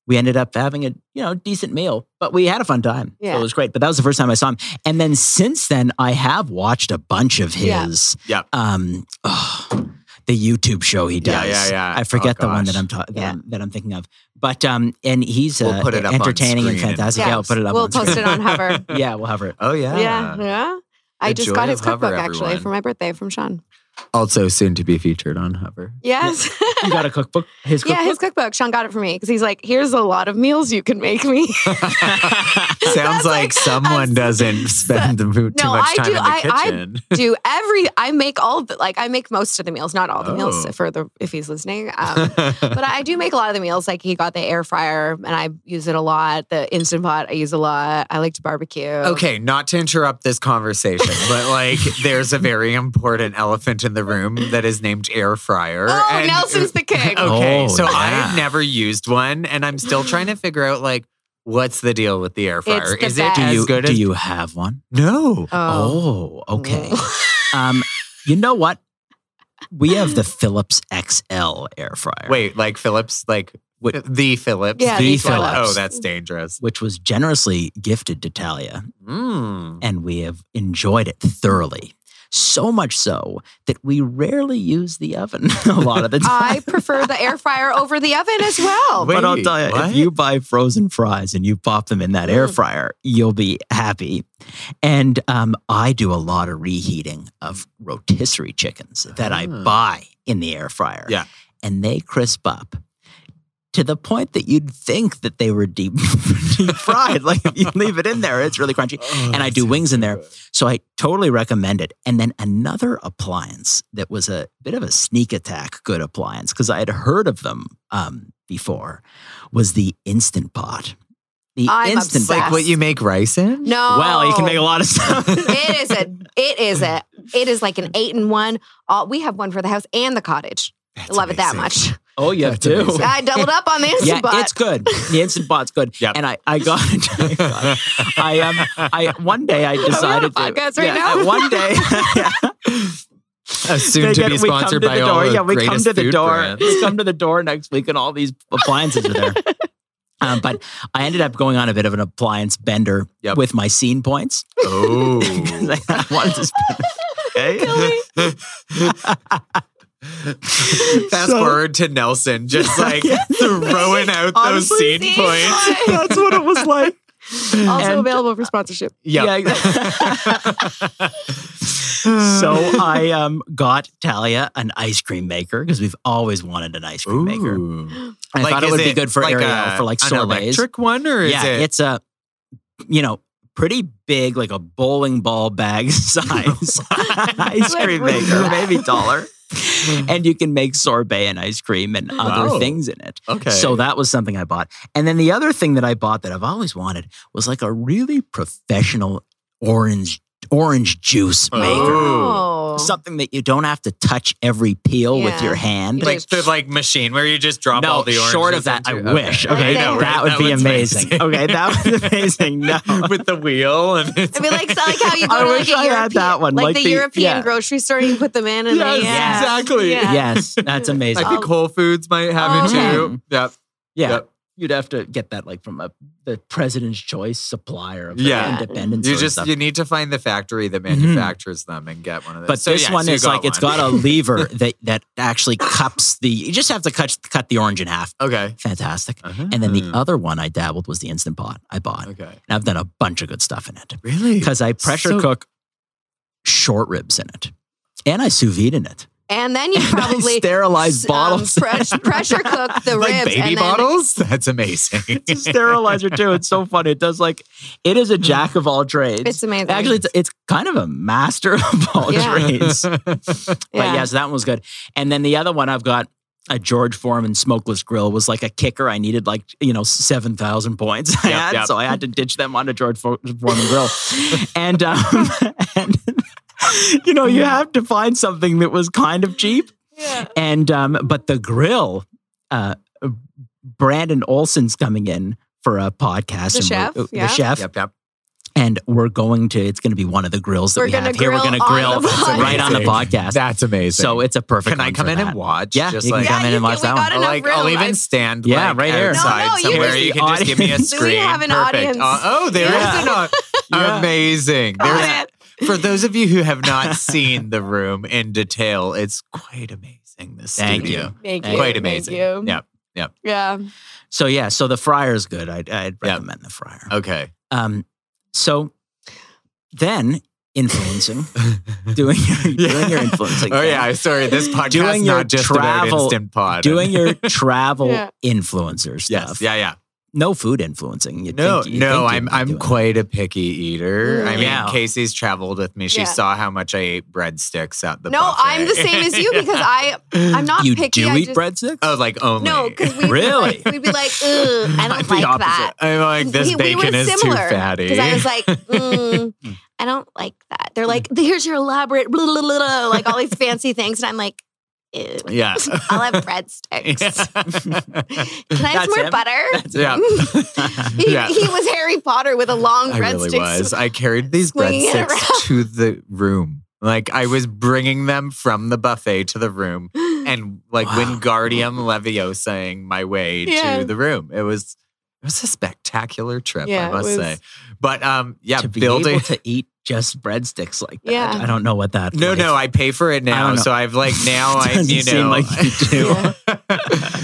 Speaker 5: we ended up having a you know decent meal, but we had a fun time.
Speaker 3: Yeah.
Speaker 5: So it was great. But that was the first time I saw him, and then since then I have watched a bunch of
Speaker 3: Yeah.
Speaker 5: his.
Speaker 4: Yeah.
Speaker 5: Um. oh, the YouTube show he
Speaker 4: Yeah,
Speaker 5: does.
Speaker 4: yeah, yeah.
Speaker 5: I forget
Speaker 4: Oh,
Speaker 5: the one that
Speaker 4: gosh.
Speaker 5: I'm, ta- that,
Speaker 3: Yeah.
Speaker 5: I'm that I'm thinking of, but um, and he's
Speaker 4: We'll
Speaker 5: uh,
Speaker 4: put it up on
Speaker 5: entertaining and
Speaker 4: screen.
Speaker 5: fantastic.
Speaker 3: Yeah.
Speaker 5: Yeah, we'll put it up.
Speaker 3: We'll
Speaker 5: on
Speaker 3: post
Speaker 5: screen.
Speaker 3: it on Hover.
Speaker 5: yeah, we'll hover it.
Speaker 4: Oh yeah.
Speaker 3: Yeah. Yeah. I
Speaker 4: The
Speaker 3: just
Speaker 4: joy
Speaker 3: got
Speaker 4: of
Speaker 3: his
Speaker 4: Hover,
Speaker 3: cookbook actually
Speaker 4: everyone.
Speaker 3: for my birthday from Sean.
Speaker 4: Also soon to be featured on Hover.
Speaker 3: Yes.
Speaker 5: You got a cookbook? His cookbook.
Speaker 3: yeah, his cookbook. Sean got it for me because he's like, here's a lot of meals you can make me.
Speaker 4: Sounds
Speaker 3: That's like-
Speaker 4: like someone
Speaker 3: I'm-
Speaker 4: doesn't spend the too
Speaker 3: No, I
Speaker 4: much time
Speaker 3: do-
Speaker 4: in the
Speaker 3: I- I-
Speaker 4: kitchen.
Speaker 3: Do every, I make all the, like, I make most of the meals, not all the meals
Speaker 4: Oh.
Speaker 3: for the, if he's listening. Um, but I do make a lot of the meals. Like, he got the air fryer and I use it a lot. The Instant Pot, I use a lot. I like to barbecue.
Speaker 4: Okay, not to interrupt this conversation, but like there's a very important elephant in the room that is named air fryer.
Speaker 3: Oh,
Speaker 4: and-
Speaker 3: Nelson's the king.
Speaker 4: Okay,
Speaker 5: Oh,
Speaker 4: so
Speaker 5: yeah.
Speaker 4: I've never used one and I'm still trying to figure out like what's the deal with the air fryer?
Speaker 3: the
Speaker 4: is it
Speaker 3: best.
Speaker 5: Do
Speaker 4: as
Speaker 5: you
Speaker 4: good
Speaker 5: do
Speaker 4: as
Speaker 5: you have one?
Speaker 4: No.
Speaker 3: Oh.
Speaker 5: Oh, okay. um, you know what? We have the Philips XL air fryer.
Speaker 4: Wait, like Phillips like
Speaker 5: Wait.
Speaker 4: the Phillips.
Speaker 3: Yeah,
Speaker 5: the
Speaker 4: Oh,
Speaker 5: Phillips.
Speaker 4: that's dangerous.
Speaker 5: Which was generously gifted to Talia,
Speaker 4: Mm.
Speaker 5: and we have enjoyed it thoroughly. So much so that we rarely use the oven a lot of the time.
Speaker 3: I prefer the air fryer over the oven as well.
Speaker 5: but I'll
Speaker 4: Wait,
Speaker 5: tell you,
Speaker 4: what? Mm.
Speaker 5: if you buy frozen fries and you pop them in that air fryer, you'll be happy. And um, I do a lot of reheating of rotisserie chickens that I
Speaker 4: Ah.
Speaker 5: buy in the air fryer.
Speaker 4: Yeah.
Speaker 5: And they crisp up to the point that you'd think that they were deep, deep fried. like if you leave it in there, it's really crunchy.
Speaker 4: Oh,
Speaker 5: and I do wings in there. So I totally recommend it. And then another appliance that was a bit of a sneak attack good appliance because I had heard of them um, before was the Instant Pot. The
Speaker 3: I'm
Speaker 5: Instant
Speaker 3: obsessed. Oh.
Speaker 4: Like what you make rice in?
Speaker 3: no.
Speaker 5: Well, you can make a lot of stuff.
Speaker 3: it is a it is a it is like an eight in one. All, we have one for the house and the cottage.
Speaker 4: That's
Speaker 3: Love it that
Speaker 4: amazing.
Speaker 3: much.
Speaker 5: oh, you
Speaker 4: That's amazing.
Speaker 3: I doubled up on the instant
Speaker 5: Yeah,
Speaker 3: pot.
Speaker 5: it's good. The Instant Pot's good.
Speaker 4: Yep.
Speaker 5: And I, I got it. I um, I one day
Speaker 3: Oh,
Speaker 5: I decided to
Speaker 3: podcast right
Speaker 5: yeah,
Speaker 3: now?
Speaker 5: One day,
Speaker 4: Uh, soon
Speaker 5: They
Speaker 4: to
Speaker 5: get-
Speaker 4: be
Speaker 5: we come
Speaker 4: sponsored
Speaker 5: to
Speaker 4: by
Speaker 5: the
Speaker 4: all
Speaker 5: door.
Speaker 4: the
Speaker 5: yeah, we come
Speaker 4: greatest
Speaker 5: to the
Speaker 4: food
Speaker 5: door.
Speaker 4: brands.
Speaker 5: We come to the door next week, and all these appliances are there. um, but I ended up going on a bit of an appliance bender
Speaker 4: Yep.
Speaker 5: with my scene points.
Speaker 4: Oh.
Speaker 5: I wanted to spend-
Speaker 4: Fast
Speaker 5: So-
Speaker 4: forward to Nelson just like throwing out those
Speaker 5: Honestly,
Speaker 4: seed
Speaker 3: seed
Speaker 4: points.
Speaker 3: points.
Speaker 5: That's what it was like.
Speaker 3: also
Speaker 5: And-
Speaker 3: available for sponsorship.
Speaker 4: Yeah.
Speaker 5: Yeah. so I um, got Talia an ice cream maker because we've always wanted an ice cream maker. I thought it
Speaker 4: is
Speaker 5: would be good for
Speaker 4: like
Speaker 5: Ariel
Speaker 4: a-
Speaker 5: for like
Speaker 4: an
Speaker 5: sorbets.
Speaker 4: electric one or is
Speaker 5: yeah,
Speaker 4: it?
Speaker 5: it's a you know pretty big, like a bowling ball bag size ice cream
Speaker 3: Like,
Speaker 5: maker,
Speaker 3: yeah.
Speaker 5: maybe taller. and you can make sorbet and ice cream and
Speaker 4: Wow.
Speaker 5: other things in it.
Speaker 4: okay.
Speaker 5: So that was something I bought. And then the other thing that I bought that I've always wanted was like a really professional orange orange juice
Speaker 4: Oh.
Speaker 5: maker.
Speaker 3: Oh.
Speaker 5: Something that you don't have to touch every peel with
Speaker 3: Yeah.
Speaker 5: your hand.
Speaker 3: You
Speaker 4: like the like machine where you just drop
Speaker 5: no,
Speaker 4: all the oranges.
Speaker 5: short of that, I
Speaker 4: into-
Speaker 5: wish.
Speaker 4: I
Speaker 5: Okay,
Speaker 3: know, right?
Speaker 5: that would
Speaker 4: That
Speaker 5: be
Speaker 4: one's
Speaker 5: amazing.
Speaker 4: amazing.
Speaker 5: Okay, that would be amazing. No.
Speaker 4: with the wheel and it's
Speaker 3: I mean, like, so like how you go
Speaker 5: I
Speaker 3: to like
Speaker 5: wish
Speaker 3: a
Speaker 5: I
Speaker 3: European,
Speaker 5: had that one,
Speaker 3: like,
Speaker 5: like
Speaker 3: the,
Speaker 5: the-
Speaker 3: European
Speaker 5: yeah.
Speaker 3: grocery store, you put them in and
Speaker 4: Yes,
Speaker 3: they, yeah.
Speaker 4: exactly.
Speaker 3: Yeah.
Speaker 5: Yes, that's amazing.
Speaker 4: I think Whole Foods might have it
Speaker 5: Oh.
Speaker 4: too. Yep.
Speaker 5: yeah.
Speaker 4: Yep.
Speaker 5: You'd have to get that like from a the president's choice supplier of
Speaker 4: Yeah.
Speaker 5: yeah. independence.
Speaker 4: You
Speaker 5: or
Speaker 4: just
Speaker 5: stuff. Mm-hmm.
Speaker 4: you need to find the factory that manufactures them and get one of those.
Speaker 5: But
Speaker 4: So,
Speaker 5: this
Speaker 4: yeah,
Speaker 5: one
Speaker 4: so you
Speaker 5: is like it's
Speaker 4: one.
Speaker 5: got a lever that that actually cups the. You just have to cut cut the orange in half.
Speaker 4: okay. Uh-huh.
Speaker 5: Fantastic. And then the other one I dabbled was the instant pot I bought, and
Speaker 4: Mm. okay.
Speaker 5: I've done a bunch of good stuff in it
Speaker 4: Really?
Speaker 5: because I pressure
Speaker 4: So-
Speaker 5: cook short ribs in it, and I sous vide in it,
Speaker 3: And then you
Speaker 5: And I
Speaker 3: probably
Speaker 5: sterilize
Speaker 3: um,
Speaker 5: bottles.
Speaker 3: press- pressure cook the
Speaker 4: Like
Speaker 3: ribs.
Speaker 4: baby
Speaker 3: and then,
Speaker 4: bottles? That's amazing.
Speaker 5: it's a sterilizer too. It's so funny. It does like it is a jack of all trades.
Speaker 3: It's amazing.
Speaker 5: Actually, it's, it's kind of a master of all
Speaker 3: Yeah.
Speaker 5: trades.
Speaker 3: Yeah.
Speaker 5: But yes, that one was good. And then the other one I've got a George Foreman smokeless grill was like a kicker. I needed like you know seven thousand points. I
Speaker 4: Yep,
Speaker 5: had,
Speaker 4: yep.
Speaker 5: so I had to ditch them on a George Fo- Foreman grill. and um, and you know you have to find something that was kind of cheap.
Speaker 3: Yeah.
Speaker 5: And um, but the grill, uh, Brandon Olson's coming in for a podcast.
Speaker 3: The
Speaker 5: and we're- uh,
Speaker 3: chef, yeah.
Speaker 5: The chef
Speaker 4: yep, yep.
Speaker 5: and we're going to it's going to be one of the grills that
Speaker 3: We're
Speaker 5: we
Speaker 3: gonna
Speaker 5: have here we're
Speaker 3: grill
Speaker 5: going to
Speaker 3: on
Speaker 5: grill
Speaker 3: the podcast.
Speaker 5: right on the podcast
Speaker 4: That's amazing.
Speaker 5: so it's a perfect
Speaker 4: Can I
Speaker 5: one
Speaker 4: come
Speaker 5: for
Speaker 4: in
Speaker 5: that.
Speaker 4: and watch?
Speaker 5: yeah
Speaker 4: Just
Speaker 5: you can
Speaker 4: like
Speaker 5: come in
Speaker 3: Yeah,
Speaker 5: and
Speaker 3: you
Speaker 5: watch that
Speaker 3: can- we
Speaker 5: one.
Speaker 3: got enough
Speaker 4: like I'll
Speaker 3: room.
Speaker 4: even
Speaker 3: I-
Speaker 4: stand
Speaker 5: Yeah,
Speaker 4: like,
Speaker 5: right here. No,
Speaker 4: outside
Speaker 3: no, you
Speaker 4: somewhere.
Speaker 3: can-
Speaker 4: You can just give me a
Speaker 3: Do we
Speaker 4: screen.
Speaker 3: have an
Speaker 4: Perfect.
Speaker 3: audience?
Speaker 4: Uh, oh, there is
Speaker 3: Yeah.
Speaker 4: an audience.
Speaker 5: Yeah.
Speaker 4: Amazing.
Speaker 3: Got
Speaker 4: There's-
Speaker 3: it.
Speaker 4: for those of you who have not seen the room in detail, it's quite amazing. This
Speaker 5: Thank
Speaker 4: studio.
Speaker 3: Thank you.
Speaker 5: Hey,
Speaker 4: Quite
Speaker 3: Thank
Speaker 4: amazing.
Speaker 3: you.
Speaker 4: Yeah.
Speaker 3: Yeah.
Speaker 5: so yeah so the fryer is good i'd, I'd
Speaker 4: Yeah.
Speaker 5: recommend the fryer
Speaker 4: Okay.
Speaker 5: um so then influencing doing your, doing your influencing
Speaker 4: Oh
Speaker 5: thing.
Speaker 4: yeah, sorry. This podcast
Speaker 5: Doing your
Speaker 4: not just about
Speaker 5: travel-
Speaker 4: instant pod.
Speaker 5: doing your travel
Speaker 3: Yeah.
Speaker 5: influencer
Speaker 4: yes,
Speaker 5: stuff
Speaker 4: yeah, yeah.
Speaker 5: no food influencing you
Speaker 4: No,
Speaker 5: think, you
Speaker 4: no,
Speaker 5: think
Speaker 4: I'm
Speaker 5: you'd be
Speaker 4: I'm
Speaker 5: doing Mm,
Speaker 4: quite a picky eater. I mean,
Speaker 5: Yeah.
Speaker 4: Casey's traveled with me. She
Speaker 3: Yeah.
Speaker 4: saw how much I ate breadsticks at the
Speaker 3: No,
Speaker 4: buffet.
Speaker 3: I'm the same as you because I I'm
Speaker 5: that.
Speaker 3: not
Speaker 5: you
Speaker 3: picky.
Speaker 5: do
Speaker 3: I
Speaker 5: eat
Speaker 3: just,
Speaker 5: breadsticks
Speaker 4: oh, like only
Speaker 3: No, because we
Speaker 5: Really?
Speaker 3: like, we'd be like, Ugh, I
Speaker 5: I'm
Speaker 3: don't
Speaker 5: the
Speaker 3: like
Speaker 5: opposite.
Speaker 3: that.
Speaker 4: I'm like this
Speaker 3: we,
Speaker 4: bacon
Speaker 3: we were
Speaker 4: is too
Speaker 3: similar,
Speaker 4: fatty.
Speaker 3: Because I was like, mm, I don't like that. They're like, here's your elaborate, blah, blah, blah, blah, like all these fancy things, and I'm like, ew.
Speaker 4: yeah.
Speaker 3: I'll have breadsticks. Can I have
Speaker 5: That's
Speaker 3: some more
Speaker 5: him.
Speaker 3: butter?
Speaker 4: yeah.
Speaker 3: He,
Speaker 4: Yeah.
Speaker 3: he was Harry Potter with a long
Speaker 4: I
Speaker 3: breadsticks.
Speaker 4: really was. I carried these
Speaker 3: swinging it
Speaker 4: breadsticks to the room. Like I was bringing them from the buffet to the room and like
Speaker 5: Wow.
Speaker 4: Wingardium Leviosaing my way
Speaker 3: Yeah.
Speaker 4: to the room. It was it was a spectacular trip,
Speaker 3: Yeah,
Speaker 4: I
Speaker 3: it
Speaker 4: must
Speaker 3: was-
Speaker 4: say. But um yeah,
Speaker 5: to be
Speaker 4: building
Speaker 5: able to eat just breadsticks like that.
Speaker 3: Yeah.
Speaker 5: I don't know what that.
Speaker 4: No, no, I pay for it now.
Speaker 5: don't know.
Speaker 4: so I've like now I
Speaker 5: Doesn't
Speaker 4: you know
Speaker 5: seem like you do.
Speaker 3: Yeah.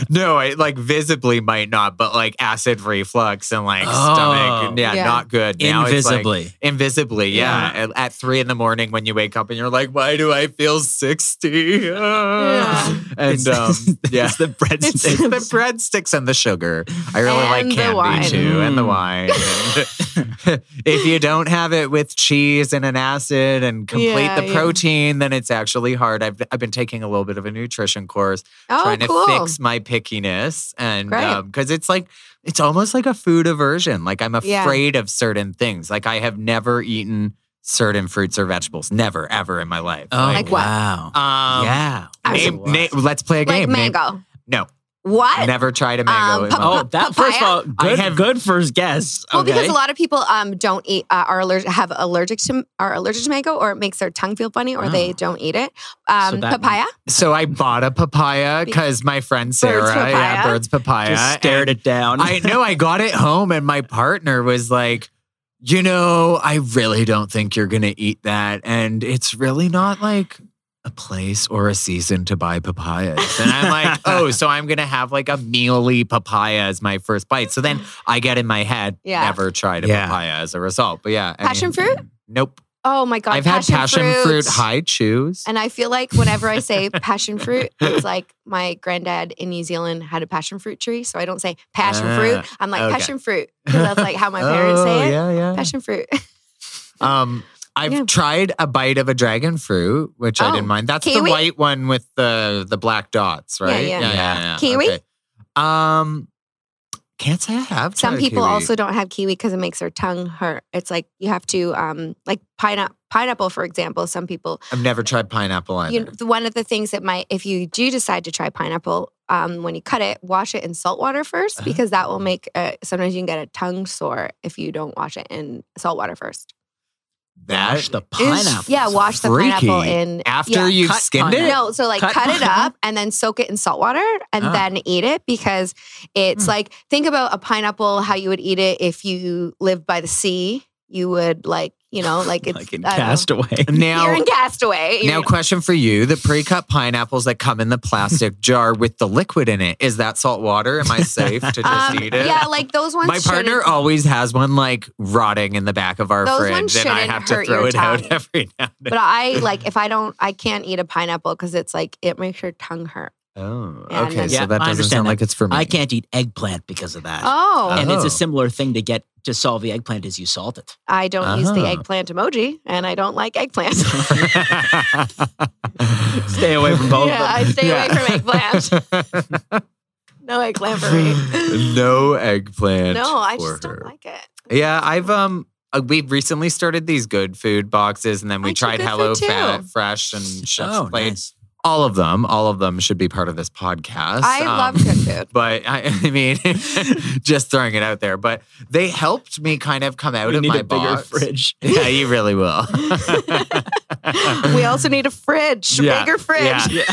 Speaker 4: no, I like visibly might not, but like acid reflux and like
Speaker 5: Oh.
Speaker 4: stomach, yeah,
Speaker 3: Yeah.
Speaker 4: not good. Now
Speaker 5: Invisibly.
Speaker 4: it's like, invisibly, yeah. At, at three in the morning when you wake up and you're like, why do I feel sixty?
Speaker 3: Yeah.
Speaker 4: And um, yeah,
Speaker 5: it's the
Speaker 4: it's
Speaker 5: breadsticks.
Speaker 4: the breadsticks and the sugar. I really
Speaker 3: And
Speaker 4: like
Speaker 3: the
Speaker 4: candy
Speaker 3: wine.
Speaker 4: too, and the
Speaker 5: Mm.
Speaker 4: wine. And if you don't have it with cheese and an acid and complete
Speaker 3: Yeah,
Speaker 4: the
Speaker 3: yeah.
Speaker 4: protein, then it's actually hard. I've I've been taking a little bit of a nutrition course,
Speaker 3: Oh,
Speaker 4: trying
Speaker 3: cool.
Speaker 4: to fix my pickiness, and
Speaker 3: Great.
Speaker 4: because it's like it's almost like a food aversion. Like I'm
Speaker 3: Yeah.
Speaker 4: afraid of certain things. Like I have never eaten certain fruits or vegetables, never ever in my life.
Speaker 5: oh
Speaker 3: Like what?
Speaker 5: wow!
Speaker 4: um,
Speaker 5: yeah.
Speaker 4: Name, name, let's play a
Speaker 3: like
Speaker 4: game. Name-
Speaker 3: mango.
Speaker 4: no,
Speaker 3: What?
Speaker 4: Never tried a mango.
Speaker 3: Um,
Speaker 4: in my
Speaker 3: pa-
Speaker 4: life.
Speaker 5: Oh, that first of
Speaker 3: Papaya?
Speaker 5: all,
Speaker 4: I
Speaker 5: good,
Speaker 4: have-
Speaker 5: good first guess.
Speaker 3: Well,
Speaker 5: okay.
Speaker 3: because a lot of people um, don't eat uh, are allergic have allergic to are allergic to mango, or it makes their tongue feel funny, or they
Speaker 5: Oh.
Speaker 3: don't eat it. Um,
Speaker 5: that
Speaker 3: papaya.
Speaker 4: so I bought a papaya because my friend Sarah, yeah,
Speaker 3: papaya?
Speaker 4: birds papaya.
Speaker 5: just stared
Speaker 4: and
Speaker 5: it down.
Speaker 4: I know I got it home, and my partner was like, "You know, I really don't think you're gonna eat that, and it's really not like." A place or a season to buy papayas. And I'm like, oh, so I'm going to have like a mealy papaya as my first bite. So then I get in my head,
Speaker 3: Yeah.
Speaker 4: never tried a
Speaker 5: Yeah.
Speaker 4: papaya as a result. But yeah. I
Speaker 3: Passion
Speaker 4: mean,
Speaker 3: fruit?
Speaker 4: Nope.
Speaker 3: Oh my god!
Speaker 4: I've had passion fruit, high chews.
Speaker 3: And I feel like whenever I say passion fruit, it's like my granddad in New Zealand had a passion fruit tree. So I don't say passion
Speaker 4: Ah,
Speaker 3: fruit. I'm like
Speaker 4: okay.
Speaker 3: passion fruit. 'Cause that's like how my parents
Speaker 4: oh,
Speaker 3: say it.
Speaker 4: Yeah, yeah.
Speaker 3: Passion fruit.
Speaker 4: Um, I've
Speaker 3: Yeah.
Speaker 4: tried a bite of a dragon fruit, which I
Speaker 3: Oh,
Speaker 4: didn't mind. That's the
Speaker 3: kiwi?
Speaker 4: white one with the the black dots,
Speaker 3: Yeah,
Speaker 4: right?
Speaker 3: yeah.
Speaker 5: Yeah.
Speaker 3: Kiwi?
Speaker 4: okay. Um, can't say I have.
Speaker 3: Some
Speaker 4: tried
Speaker 3: people
Speaker 4: kiwi.
Speaker 3: also don't have kiwi because it makes their tongue hurt. It's like you have to um like pineapple pineapple for example. Some people
Speaker 4: I've never tried pineapple either.
Speaker 3: you, one of the things that might, if you do decide to try pineapple, um, when you cut it, wash it in salt water
Speaker 4: Uh-huh.
Speaker 3: first because that will make. Uh, sometimes you can get a tongue sore if you don't wash it in salt water first.
Speaker 4: that
Speaker 5: Wash the
Speaker 4: is
Speaker 5: pineapple.
Speaker 3: Yeah, wash the pineapple
Speaker 4: freaky.
Speaker 3: in
Speaker 4: after
Speaker 3: yeah.
Speaker 4: you've
Speaker 5: Cut
Speaker 4: skinned it.
Speaker 5: pineapple.
Speaker 3: No, so like
Speaker 5: Cut
Speaker 3: cut, it
Speaker 5: pineapple?
Speaker 3: up and then soak it in salt water and
Speaker 5: Ah.
Speaker 3: then eat it because it's
Speaker 4: Mm.
Speaker 5: Hmm.
Speaker 3: like think about a pineapple how you would eat it if you lived by the sea. You would like you know like it's
Speaker 5: like in
Speaker 3: I don't know.
Speaker 5: Castaway.
Speaker 3: You're
Speaker 4: Now,
Speaker 3: in Castaway. You're-
Speaker 4: now, question for you: the pre-cut pineapples that come in the plastic jar with the liquid in it is that salt water? Am I safe to just
Speaker 3: um,
Speaker 4: eat it?
Speaker 3: yeah, like those ones.
Speaker 4: My
Speaker 3: shouldn't-
Speaker 4: partner always has one like rotting in the back of our
Speaker 3: Those
Speaker 4: fridge,
Speaker 3: ones
Speaker 4: and I
Speaker 3: shouldn't
Speaker 4: have to
Speaker 3: hurt
Speaker 4: throw
Speaker 3: your
Speaker 4: it out
Speaker 3: tongue.
Speaker 4: every now and then.
Speaker 3: But I like if I don't, I can't eat a pineapple because it's like it makes your tongue hurt.
Speaker 4: Oh,
Speaker 3: Yeah,
Speaker 4: okay.
Speaker 3: no.
Speaker 5: Yeah,
Speaker 4: so that
Speaker 5: I
Speaker 4: doesn't
Speaker 5: understand
Speaker 4: sound
Speaker 5: that.
Speaker 4: like it's for me.
Speaker 5: I can't eat eggplant because of that.
Speaker 3: Oh,
Speaker 5: And it's
Speaker 4: Oh.
Speaker 5: a similar thing to get to solve the eggplant is you salt it.
Speaker 3: I don't use
Speaker 4: Oh.
Speaker 3: the eggplant emoji, and I don't like eggplant.
Speaker 5: Stay away from both.
Speaker 3: yeah, I stay away from eggplant. No eggplant for me.
Speaker 4: no eggplant.
Speaker 3: no, I
Speaker 4: for
Speaker 3: just don't
Speaker 4: her.
Speaker 3: like it.
Speaker 4: Yeah, I've um. uh, We recently started these good food boxes, and then we
Speaker 3: I do
Speaker 4: tried
Speaker 3: good
Speaker 4: Hello
Speaker 3: food, too.
Speaker 4: Fat, Fresh, and Chef's
Speaker 5: Oh,
Speaker 4: Plate.
Speaker 5: nice.
Speaker 4: All of them, all of them should be part of this podcast.
Speaker 3: I
Speaker 4: Um,
Speaker 3: love good food.
Speaker 4: but I, I mean, just throwing it out there. But they helped me kind of come out
Speaker 5: We
Speaker 4: of
Speaker 5: need
Speaker 4: my
Speaker 5: a bigger
Speaker 4: box.
Speaker 5: fridge.
Speaker 4: Yeah, you really will.
Speaker 3: We also need a fridge,
Speaker 4: Yeah,
Speaker 3: bigger fridge.
Speaker 4: yeah.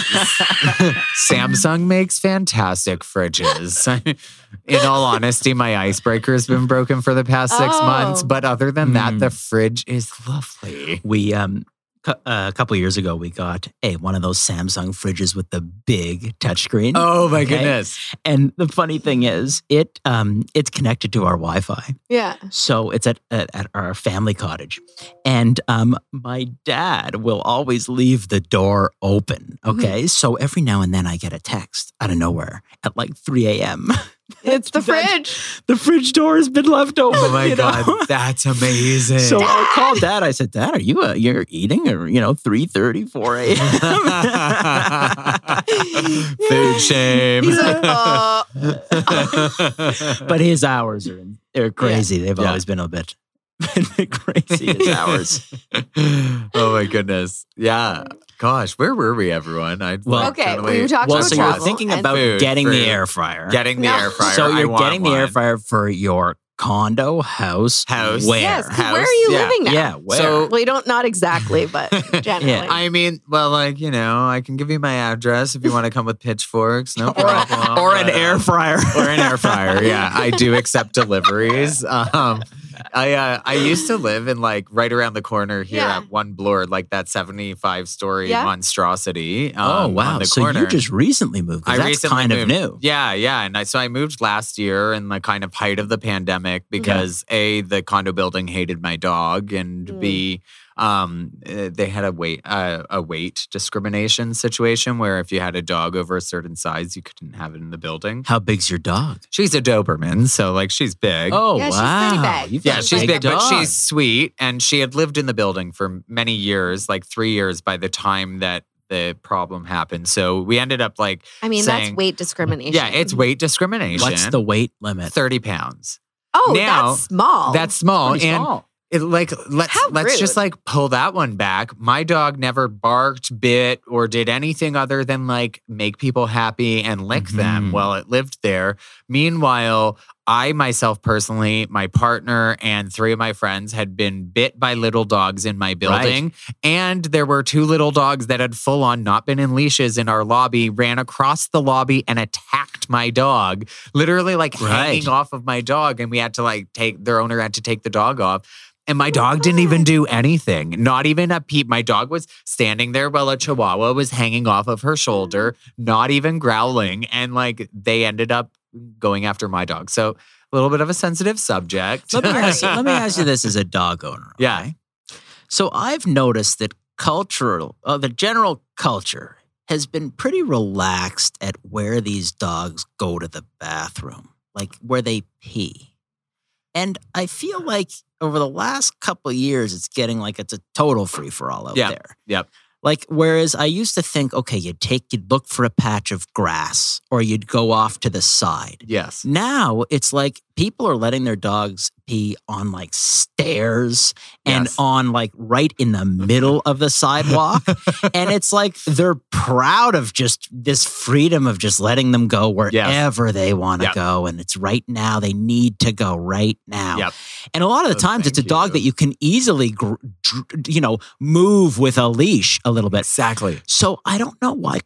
Speaker 4: Samsung makes fantastic fridges. In all honesty, my icebreaker has been broken for the past six
Speaker 3: Oh.
Speaker 4: months. But other than that,
Speaker 5: Mm.
Speaker 4: the fridge is lovely.
Speaker 5: We um cou- uh, a couple years ago we got a one of those Samsung fridges with the big touchscreen.
Speaker 4: Oh my
Speaker 5: Okay.
Speaker 4: goodness.
Speaker 5: And the funny thing is, it um it's connected to our Wi-Fi.
Speaker 3: Yeah.
Speaker 5: So it's at, at, at our family cottage. And um, my dad will always leave the door open.
Speaker 3: Mm-hmm.
Speaker 5: Okay. So every now and then I get a text out of nowhere at like 3 a.m.
Speaker 3: It's the
Speaker 5: That-
Speaker 3: fridge.
Speaker 5: the fridge door has been left open.
Speaker 4: Oh my
Speaker 5: you know?
Speaker 4: God. That's amazing.
Speaker 5: So I called dad. I said, Dad, are you uh, you're eating or you know, 3 4 a.m.
Speaker 4: Food shame.
Speaker 3: He's like, uh,
Speaker 5: but his hours are in, they're crazy. They've
Speaker 4: Yeah.
Speaker 5: always been a bit, bit crazy his hours.
Speaker 4: oh my goodness. Yeah. Gosh, where were we, everyone? I
Speaker 5: Well-
Speaker 3: Okay,
Speaker 4: totally-
Speaker 3: we were talking
Speaker 5: Well,
Speaker 3: about
Speaker 5: so you're
Speaker 3: travel
Speaker 5: thinking
Speaker 3: and
Speaker 5: about
Speaker 4: food
Speaker 5: getting
Speaker 4: for-
Speaker 5: the air fryer.
Speaker 4: getting the
Speaker 3: No.
Speaker 4: air fryer.
Speaker 5: So
Speaker 4: I
Speaker 5: you're
Speaker 4: want
Speaker 5: getting the air
Speaker 4: one.
Speaker 5: fryer for your condo, house,
Speaker 4: House.
Speaker 5: where?
Speaker 3: yes. 'cause Where are
Speaker 4: House?
Speaker 3: you
Speaker 4: Yeah.
Speaker 3: living now?
Speaker 5: Yeah, where?
Speaker 4: So-
Speaker 3: Well, you don't not exactly, but generally.
Speaker 4: I mean, well, like you know, I can give you my address if you want to come with pitchforks. No problem.
Speaker 5: or an
Speaker 4: But, uh,
Speaker 5: air fryer.
Speaker 4: or an air fryer. Yeah, I do accept deliveries. Um, I uh, I used to live in like right around the corner here
Speaker 3: Yeah.
Speaker 4: at One Bloor, like that seventy five story
Speaker 3: Yeah.
Speaker 4: monstrosity. um,
Speaker 5: oh wow!
Speaker 4: on the
Speaker 5: So
Speaker 4: corner.
Speaker 5: you just recently moved. 'cause
Speaker 4: I
Speaker 5: that's
Speaker 4: recently
Speaker 5: kind of
Speaker 4: moved.
Speaker 5: new.
Speaker 4: Yeah, yeah. And I, so I moved last year in the kind of height of the pandemic because A, the condo building hated my dog, and
Speaker 3: Mm.
Speaker 4: B, um, uh, they had a weight uh, a weight discrimination situation where if you had a dog over a certain size, you couldn't have it in the building.
Speaker 5: How big's your dog?
Speaker 4: She's a Doberman, so like she's big.
Speaker 5: Oh
Speaker 3: Yeah, she's
Speaker 5: wow!
Speaker 3: pretty big.
Speaker 5: You've got
Speaker 4: Yeah,
Speaker 5: a
Speaker 3: She's
Speaker 4: she's
Speaker 3: like
Speaker 4: big,
Speaker 3: a
Speaker 4: but
Speaker 5: dog.
Speaker 4: she's sweet, and she had lived in the building for many years, like three years, by the time that the problem happened. So we ended up like,
Speaker 3: I mean,
Speaker 4: saying-
Speaker 3: that's weight discrimination.
Speaker 4: yeah, it's weight discrimination.
Speaker 5: What's the weight limit?
Speaker 4: thirty pounds?
Speaker 3: Oh,
Speaker 4: now,
Speaker 3: that's small.
Speaker 4: That's small,
Speaker 5: Pretty
Speaker 4: and
Speaker 5: small.
Speaker 4: it, like let's
Speaker 3: How
Speaker 4: let's just
Speaker 3: rude.
Speaker 4: like pull that one back. My dog never barked, bit, or did anything other than like make people happy and lick them
Speaker 5: Mhm.
Speaker 4: while it lived there. Meanwhile, I myself personally, my partner, and three of my friends had been bit by little dogs in my building. And there were two little dogs that had full on not been in leashes in our lobby, ran across the lobby and attacked my dog, literally like
Speaker 5: Right.
Speaker 4: hanging off of my dog. And we had to like take their owner had to take the dog off. And my dog didn't even do anything, not even a peep. My dog was standing there while a chihuahua was hanging off of her shoulder, not even growling. And like they ended up going after my dog. So a little bit of a sensitive subject.
Speaker 5: Let me, ask, let me ask you this as a dog owner.
Speaker 4: Yeah.
Speaker 5: okay? So I've noticed that cultural, uh, the general culture has been pretty relaxed at where these dogs go to the bathroom, like where they pee. And I feel like over the last couple of years, it's getting like it's a total free for all out
Speaker 4: Yep,
Speaker 5: there.
Speaker 4: yep.
Speaker 5: Like, whereas I used to think, okay, you'd take, you'd look for a patch of grass or you'd go off to the side.
Speaker 4: yes.
Speaker 5: Now it's like people are letting their dogs pee on like stairs and
Speaker 4: Yes.
Speaker 5: on like right in the middle of the sidewalk. and it's like they're proud of just this freedom of just letting them go wherever they want to
Speaker 4: Yep.
Speaker 5: go. And it's right now. They need to go right now.
Speaker 4: Yep.
Speaker 5: And a lot of the
Speaker 4: Oh,
Speaker 5: times it's a
Speaker 4: thank
Speaker 5: dog
Speaker 4: you.
Speaker 5: that you can easily, gr- dr- you know, move with a leash a little bit.
Speaker 4: Exactly.
Speaker 5: So I don't know why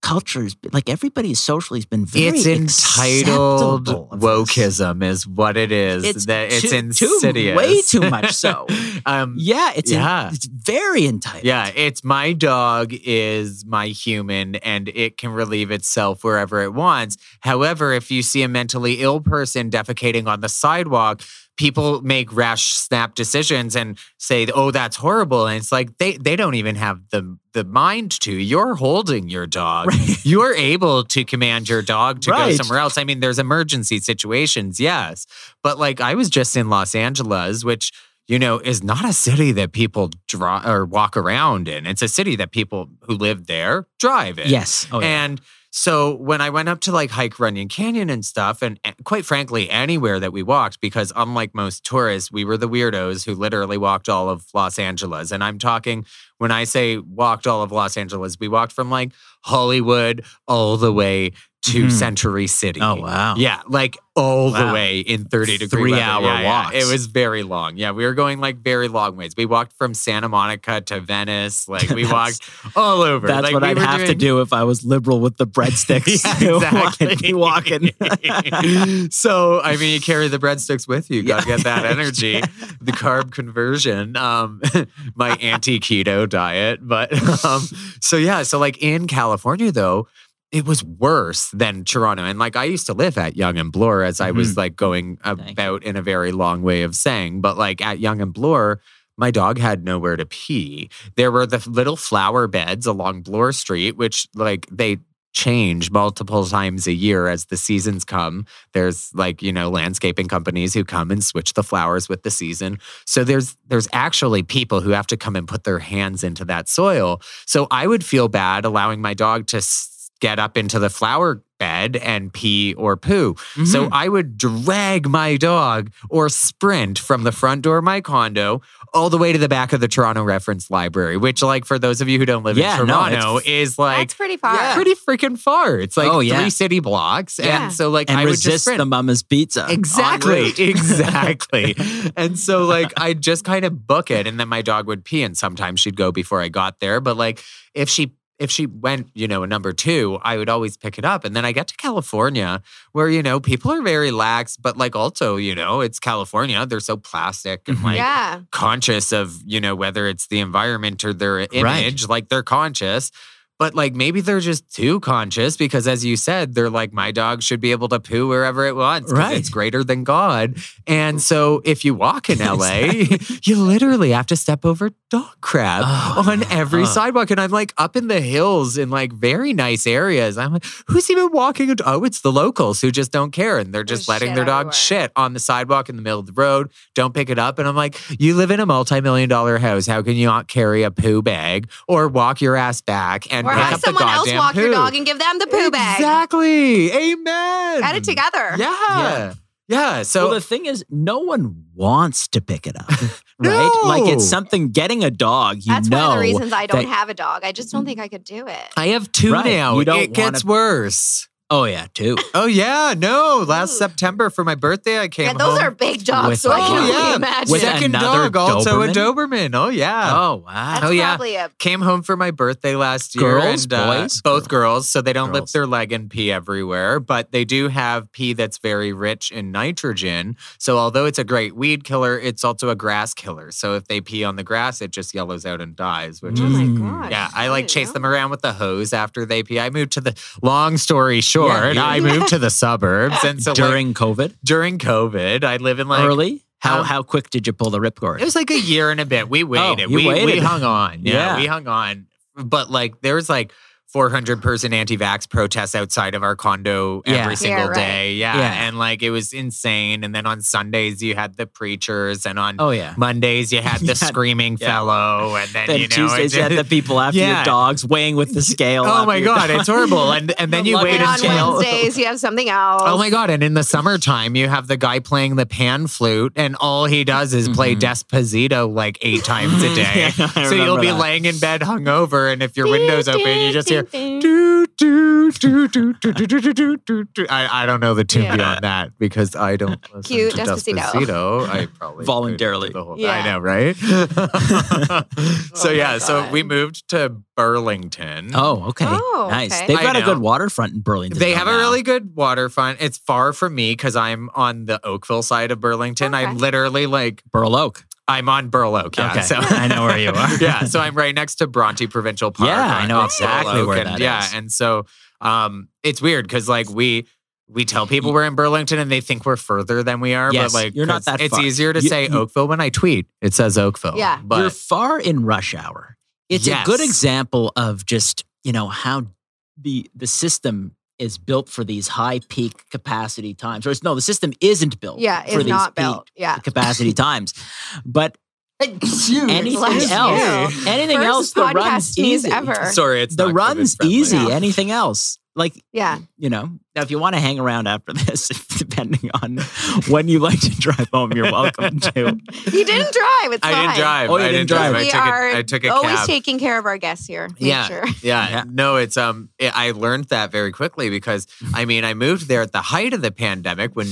Speaker 5: cultures like everybody's socially has been very
Speaker 4: It's entitled
Speaker 5: acceptable of this.
Speaker 4: wokeism, is what it is.
Speaker 5: It's
Speaker 4: that it's
Speaker 5: too- too-
Speaker 4: insidious.
Speaker 5: way too much so.
Speaker 4: um,
Speaker 5: Yeah, it's en-
Speaker 4: Yeah.
Speaker 5: it's very entitled.
Speaker 4: yeah, it's my dog is my human and it can relieve itself wherever it wants. However, if you see a mentally ill person defecating on the sidewalk, people make rash snap decisions and say, "Oh, that's horrible." And it's like they they don't even have the the mind to. You're holding your dog.
Speaker 5: Right.
Speaker 4: You're able to command your dog to go
Speaker 5: Right.
Speaker 4: somewhere else. I mean, there's emergency situations, yes. But like I was just in Los Angeles, which you know, is not a city that people draw or walk around in. It's a city that people who live there drive in.
Speaker 5: Yes. Oh, yeah.
Speaker 4: And so when I went up to like hike Runyon Canyon and stuff, and and quite frankly, anywhere that we walked, because unlike most tourists, we were the weirdos who literally walked all of Los Angeles. And I'm talking when I say walked all of Los Angeles, we walked from like Hollywood all the way to
Speaker 5: Mhm.
Speaker 4: Century City.
Speaker 5: oh wow.
Speaker 4: Yeah, like all the
Speaker 5: Wow.
Speaker 4: way in 30 degree
Speaker 5: Three
Speaker 4: weather.
Speaker 5: hour
Speaker 4: Yeah, yeah.
Speaker 5: walks.
Speaker 4: It was very long. Yeah, we were going like very long ways. We walked from Santa Monica to Venice. Like we
Speaker 5: That's-
Speaker 4: walked all over.
Speaker 5: That's
Speaker 4: Like,
Speaker 5: what
Speaker 4: we
Speaker 5: I'd
Speaker 4: were
Speaker 5: have to
Speaker 4: doing-
Speaker 5: do if I was liberal with the breadsticks.
Speaker 4: Yeah,
Speaker 5: I'd be walking.
Speaker 4: so I mean, you carry the breadsticks with you. Got to
Speaker 5: Yeah.
Speaker 4: get that energy, the carb conversion, um, my anti keto diet. But um, so yeah, so like in California though. It was worse than Toronto. And like I used to live at Young and Bloor, as I was like going
Speaker 5: you.
Speaker 4: about in a very long way of saying, but like at Young and Bloor, my dog had nowhere to pee. There were the little flower beds along Bloor Street, which like they change multiple times a year as the seasons come. There's like, you know, landscaping companies who come and switch the flowers with the season. So there's there's actually people who have to come and put their hands into that soil. So I would feel bad allowing my dog to s- get up into the flower bed and pee or poo.
Speaker 5: Mm-hmm.
Speaker 4: So I would drag my dog or sprint from the front door of my condo all the way to the back of the Toronto Reference Library, which, like, for those of you who don't live
Speaker 5: Yeah,
Speaker 4: in
Speaker 5: no, it's-
Speaker 4: Toronto, is like
Speaker 3: that's pretty far.
Speaker 4: pretty freaking far. It's like
Speaker 5: Oh, yeah.
Speaker 4: three city blocks,
Speaker 3: Yeah.
Speaker 4: and so like
Speaker 5: and
Speaker 4: I would just
Speaker 5: resist
Speaker 4: sprint.
Speaker 5: the mama's pizza. en
Speaker 4: Exactly.
Speaker 5: route.
Speaker 4: Exactly. and so like I just kind of book it and then my dog would pee and sometimes she'd go before I got there. But like if she if she went, you know, a number two, I would always pick it up. And then I get to California where, you know, people are very lax, but like also, you know, it's California. They're so plastic and
Speaker 5: Mhm.
Speaker 4: like
Speaker 3: yeah.
Speaker 4: conscious of, you know, whether it's the environment or their image, like they're conscious. But like maybe they're just too conscious because as you said, they're like, my dog should be able to poo wherever it wants. 'cause It's
Speaker 5: Right.
Speaker 4: greater than God. And so if you walk in LA, you literally have to step over dog crap
Speaker 5: Oh,
Speaker 4: on
Speaker 5: yeah.
Speaker 4: every
Speaker 5: Oh.
Speaker 4: sidewalk. And I'm like up in the hills in like very nice areas. I'm like, who's even walking? a d- Oh, it's the locals who just don't care. And they're
Speaker 3: There's
Speaker 4: just letting
Speaker 3: shit
Speaker 4: their dog
Speaker 3: everywhere.
Speaker 4: shit on the sidewalk in the middle of the road. Don't pick it up. And I'm like, you live in a multi million dollar house. How can you not carry a poo bag or walk your ass back and
Speaker 3: Or
Speaker 4: pick
Speaker 3: have
Speaker 4: up the
Speaker 3: someone else
Speaker 4: goddamn
Speaker 3: walk
Speaker 4: poo?
Speaker 3: your dog and give them the poo bag.
Speaker 4: Exactly. Amen.
Speaker 3: Got it together.
Speaker 4: Mm. Yeah. Yeah.
Speaker 5: Yeah.
Speaker 4: So
Speaker 5: well, the thing is, no one wants to pick it up, right?
Speaker 4: No.
Speaker 5: Like it's something. Getting a dog, you
Speaker 3: That's
Speaker 5: know,
Speaker 3: one of the reasons I don't
Speaker 5: that-
Speaker 3: have a dog. I
Speaker 4: Mm.
Speaker 3: just don't think I could do it.
Speaker 4: I have two
Speaker 5: Right.
Speaker 4: now.
Speaker 5: You don't
Speaker 4: it gets worse.
Speaker 5: Oh yeah, too.
Speaker 4: Oh yeah, no. Last
Speaker 3: Ooh.
Speaker 4: September for my birthday, I came.
Speaker 3: Yeah, those
Speaker 4: home.
Speaker 3: are big dogs,
Speaker 5: With
Speaker 3: so I
Speaker 5: like-
Speaker 3: can
Speaker 5: Oh,
Speaker 3: only
Speaker 4: yeah.
Speaker 3: imagine.
Speaker 5: With
Speaker 4: second
Speaker 5: another
Speaker 4: dog, also a Doberman. Oh yeah.
Speaker 5: oh wow.
Speaker 3: That's
Speaker 4: oh, yeah.
Speaker 3: probably a
Speaker 4: Came home for my birthday last year.
Speaker 5: Girls,
Speaker 4: and, uh,
Speaker 5: boys?
Speaker 4: both girls, so they don't lip
Speaker 5: Girls.
Speaker 4: their leg and pee everywhere. But they do have pee that's very rich in nitrogen. So although it's a great weed killer, it's also a grass killer. So if they pee on the grass, it just yellows out and dies, which
Speaker 3: Oh
Speaker 4: is
Speaker 3: my
Speaker 5: Mm.
Speaker 3: god.
Speaker 4: yeah, I like chase them around with the hose after they pee. I moved to the long story
Speaker 5: yeah.
Speaker 4: short, I moved to the suburbs. And so during,
Speaker 5: During COVID,
Speaker 4: during COVID, I live in like
Speaker 5: early. How
Speaker 4: um,
Speaker 5: how quick did you pull the ripcord?
Speaker 4: it was like a year and a bit. We waited.
Speaker 5: Oh, you
Speaker 4: we we
Speaker 5: waited.
Speaker 4: hung on. Yeah,
Speaker 5: Yeah.
Speaker 4: we hung on. But like there was like 400 person anti-vax protests outside of our condo
Speaker 5: Yeah.
Speaker 4: every
Speaker 5: Yeah,
Speaker 4: single
Speaker 3: right.
Speaker 4: day. Yeah.
Speaker 5: Yeah.
Speaker 4: and like it was insane. And then on Sundays you had the preachers, and on
Speaker 5: oh yeah.
Speaker 4: Mondays you had the
Speaker 5: Yeah.
Speaker 4: screaming
Speaker 5: Yeah.
Speaker 4: fellow, and then,
Speaker 5: Then
Speaker 4: you know
Speaker 5: Tuesdays,
Speaker 4: it
Speaker 5: you had the
Speaker 4: just-
Speaker 5: people after
Speaker 4: Yeah.
Speaker 5: your dogs weighing with the scale.
Speaker 4: Oh
Speaker 5: after
Speaker 4: my
Speaker 5: your
Speaker 4: god,
Speaker 5: dog.
Speaker 4: it's horrible. And and then
Speaker 5: The
Speaker 4: you
Speaker 5: luck
Speaker 4: wait
Speaker 3: And on
Speaker 5: Wednesday.
Speaker 4: until
Speaker 3: Wednesdays, you have something else.
Speaker 4: Oh my god! And in the summertime, you have the guy playing the pan flute, and all he does is play
Speaker 5: Mhm.
Speaker 4: Desposito like eight times a day.
Speaker 5: Yeah, I
Speaker 4: so you'll
Speaker 5: remember
Speaker 4: be
Speaker 5: that.
Speaker 4: laying in bed hungover, and if your window's open, you just hear
Speaker 3: Dude.
Speaker 4: do do do do do do do do do do. do. I I don't know the tune
Speaker 3: Yeah.
Speaker 4: beyond that because I don't listen
Speaker 3: Cute
Speaker 4: to
Speaker 3: Despacito.
Speaker 4: Despacito. I probably
Speaker 5: Voluntarily.
Speaker 4: couldn't do the whole-
Speaker 3: Yeah.
Speaker 4: I know, right? so
Speaker 3: Oh my
Speaker 4: yeah, so
Speaker 3: God.
Speaker 4: we moved to Burlington.
Speaker 5: Oh, okay.
Speaker 3: Oh,
Speaker 5: nice.
Speaker 3: okay.
Speaker 5: They've
Speaker 4: I
Speaker 5: got a
Speaker 4: know.
Speaker 5: good waterfront in Burlington.
Speaker 4: They
Speaker 5: though
Speaker 4: have a
Speaker 5: now.
Speaker 4: really good waterfront. It's far from me because I'm on the Oakville side of Burlington.
Speaker 3: Okay.
Speaker 4: I'm literally like
Speaker 5: Burl Oak.
Speaker 4: I'm on Burl Oak. Yeah,
Speaker 5: Okay.
Speaker 4: so
Speaker 5: I know where you are.
Speaker 4: yeah, so I'm right next to Bronte Provincial Park.
Speaker 5: Yeah, I
Speaker 4: on-
Speaker 5: know
Speaker 4: on Burl
Speaker 5: exactly
Speaker 4: Oak,
Speaker 5: where
Speaker 4: and,
Speaker 5: that
Speaker 4: yeah,
Speaker 5: is.
Speaker 4: and so um, it's weird because like we we tell people we're in Burlington and they think we're further than we are.
Speaker 5: Yes,
Speaker 4: but like
Speaker 5: you're not
Speaker 4: 'cause
Speaker 5: that
Speaker 4: It's
Speaker 5: far.
Speaker 4: easier to
Speaker 5: You-
Speaker 4: say
Speaker 5: you-
Speaker 4: Oakville when I tweet. It says Oakville.
Speaker 3: Yeah.
Speaker 4: but
Speaker 5: you're far in rush hour. It's a good
Speaker 4: Yes.
Speaker 5: example of just you know how the the system is built for these high peak capacity times. Or it's, no, the system isn't built.
Speaker 3: Yeah,
Speaker 5: for
Speaker 3: it's
Speaker 5: these
Speaker 3: not
Speaker 5: peak
Speaker 3: built. Yeah.
Speaker 5: capacity times. But anything
Speaker 3: Bless
Speaker 5: else,
Speaker 4: you.
Speaker 5: anything
Speaker 3: First
Speaker 5: else, the
Speaker 3: podcast
Speaker 5: run's
Speaker 3: sneeze
Speaker 5: easy.
Speaker 3: ever.
Speaker 4: sorry, it's
Speaker 5: The
Speaker 4: not
Speaker 5: run's
Speaker 4: COVID-friendly.
Speaker 5: easy. eh?
Speaker 3: No.
Speaker 5: Anything else, like
Speaker 3: Yeah.
Speaker 5: you know, now if you want to hang around after this, depending on when you like to drive home, you're welcome to.
Speaker 3: You didn't drive. It's
Speaker 4: I
Speaker 3: fine.
Speaker 4: didn't drive.
Speaker 5: Oh, you
Speaker 4: I
Speaker 5: didn't drive.
Speaker 4: I
Speaker 3: We
Speaker 4: took
Speaker 3: are
Speaker 4: a, I took a
Speaker 3: Always
Speaker 4: cab.
Speaker 3: taking care of our guests here. Make
Speaker 4: Yeah.
Speaker 3: sure.
Speaker 4: Yeah,
Speaker 5: Yeah.
Speaker 4: no, it's um, i I learned that very quickly because I mean, I moved there at the height of the pandemic when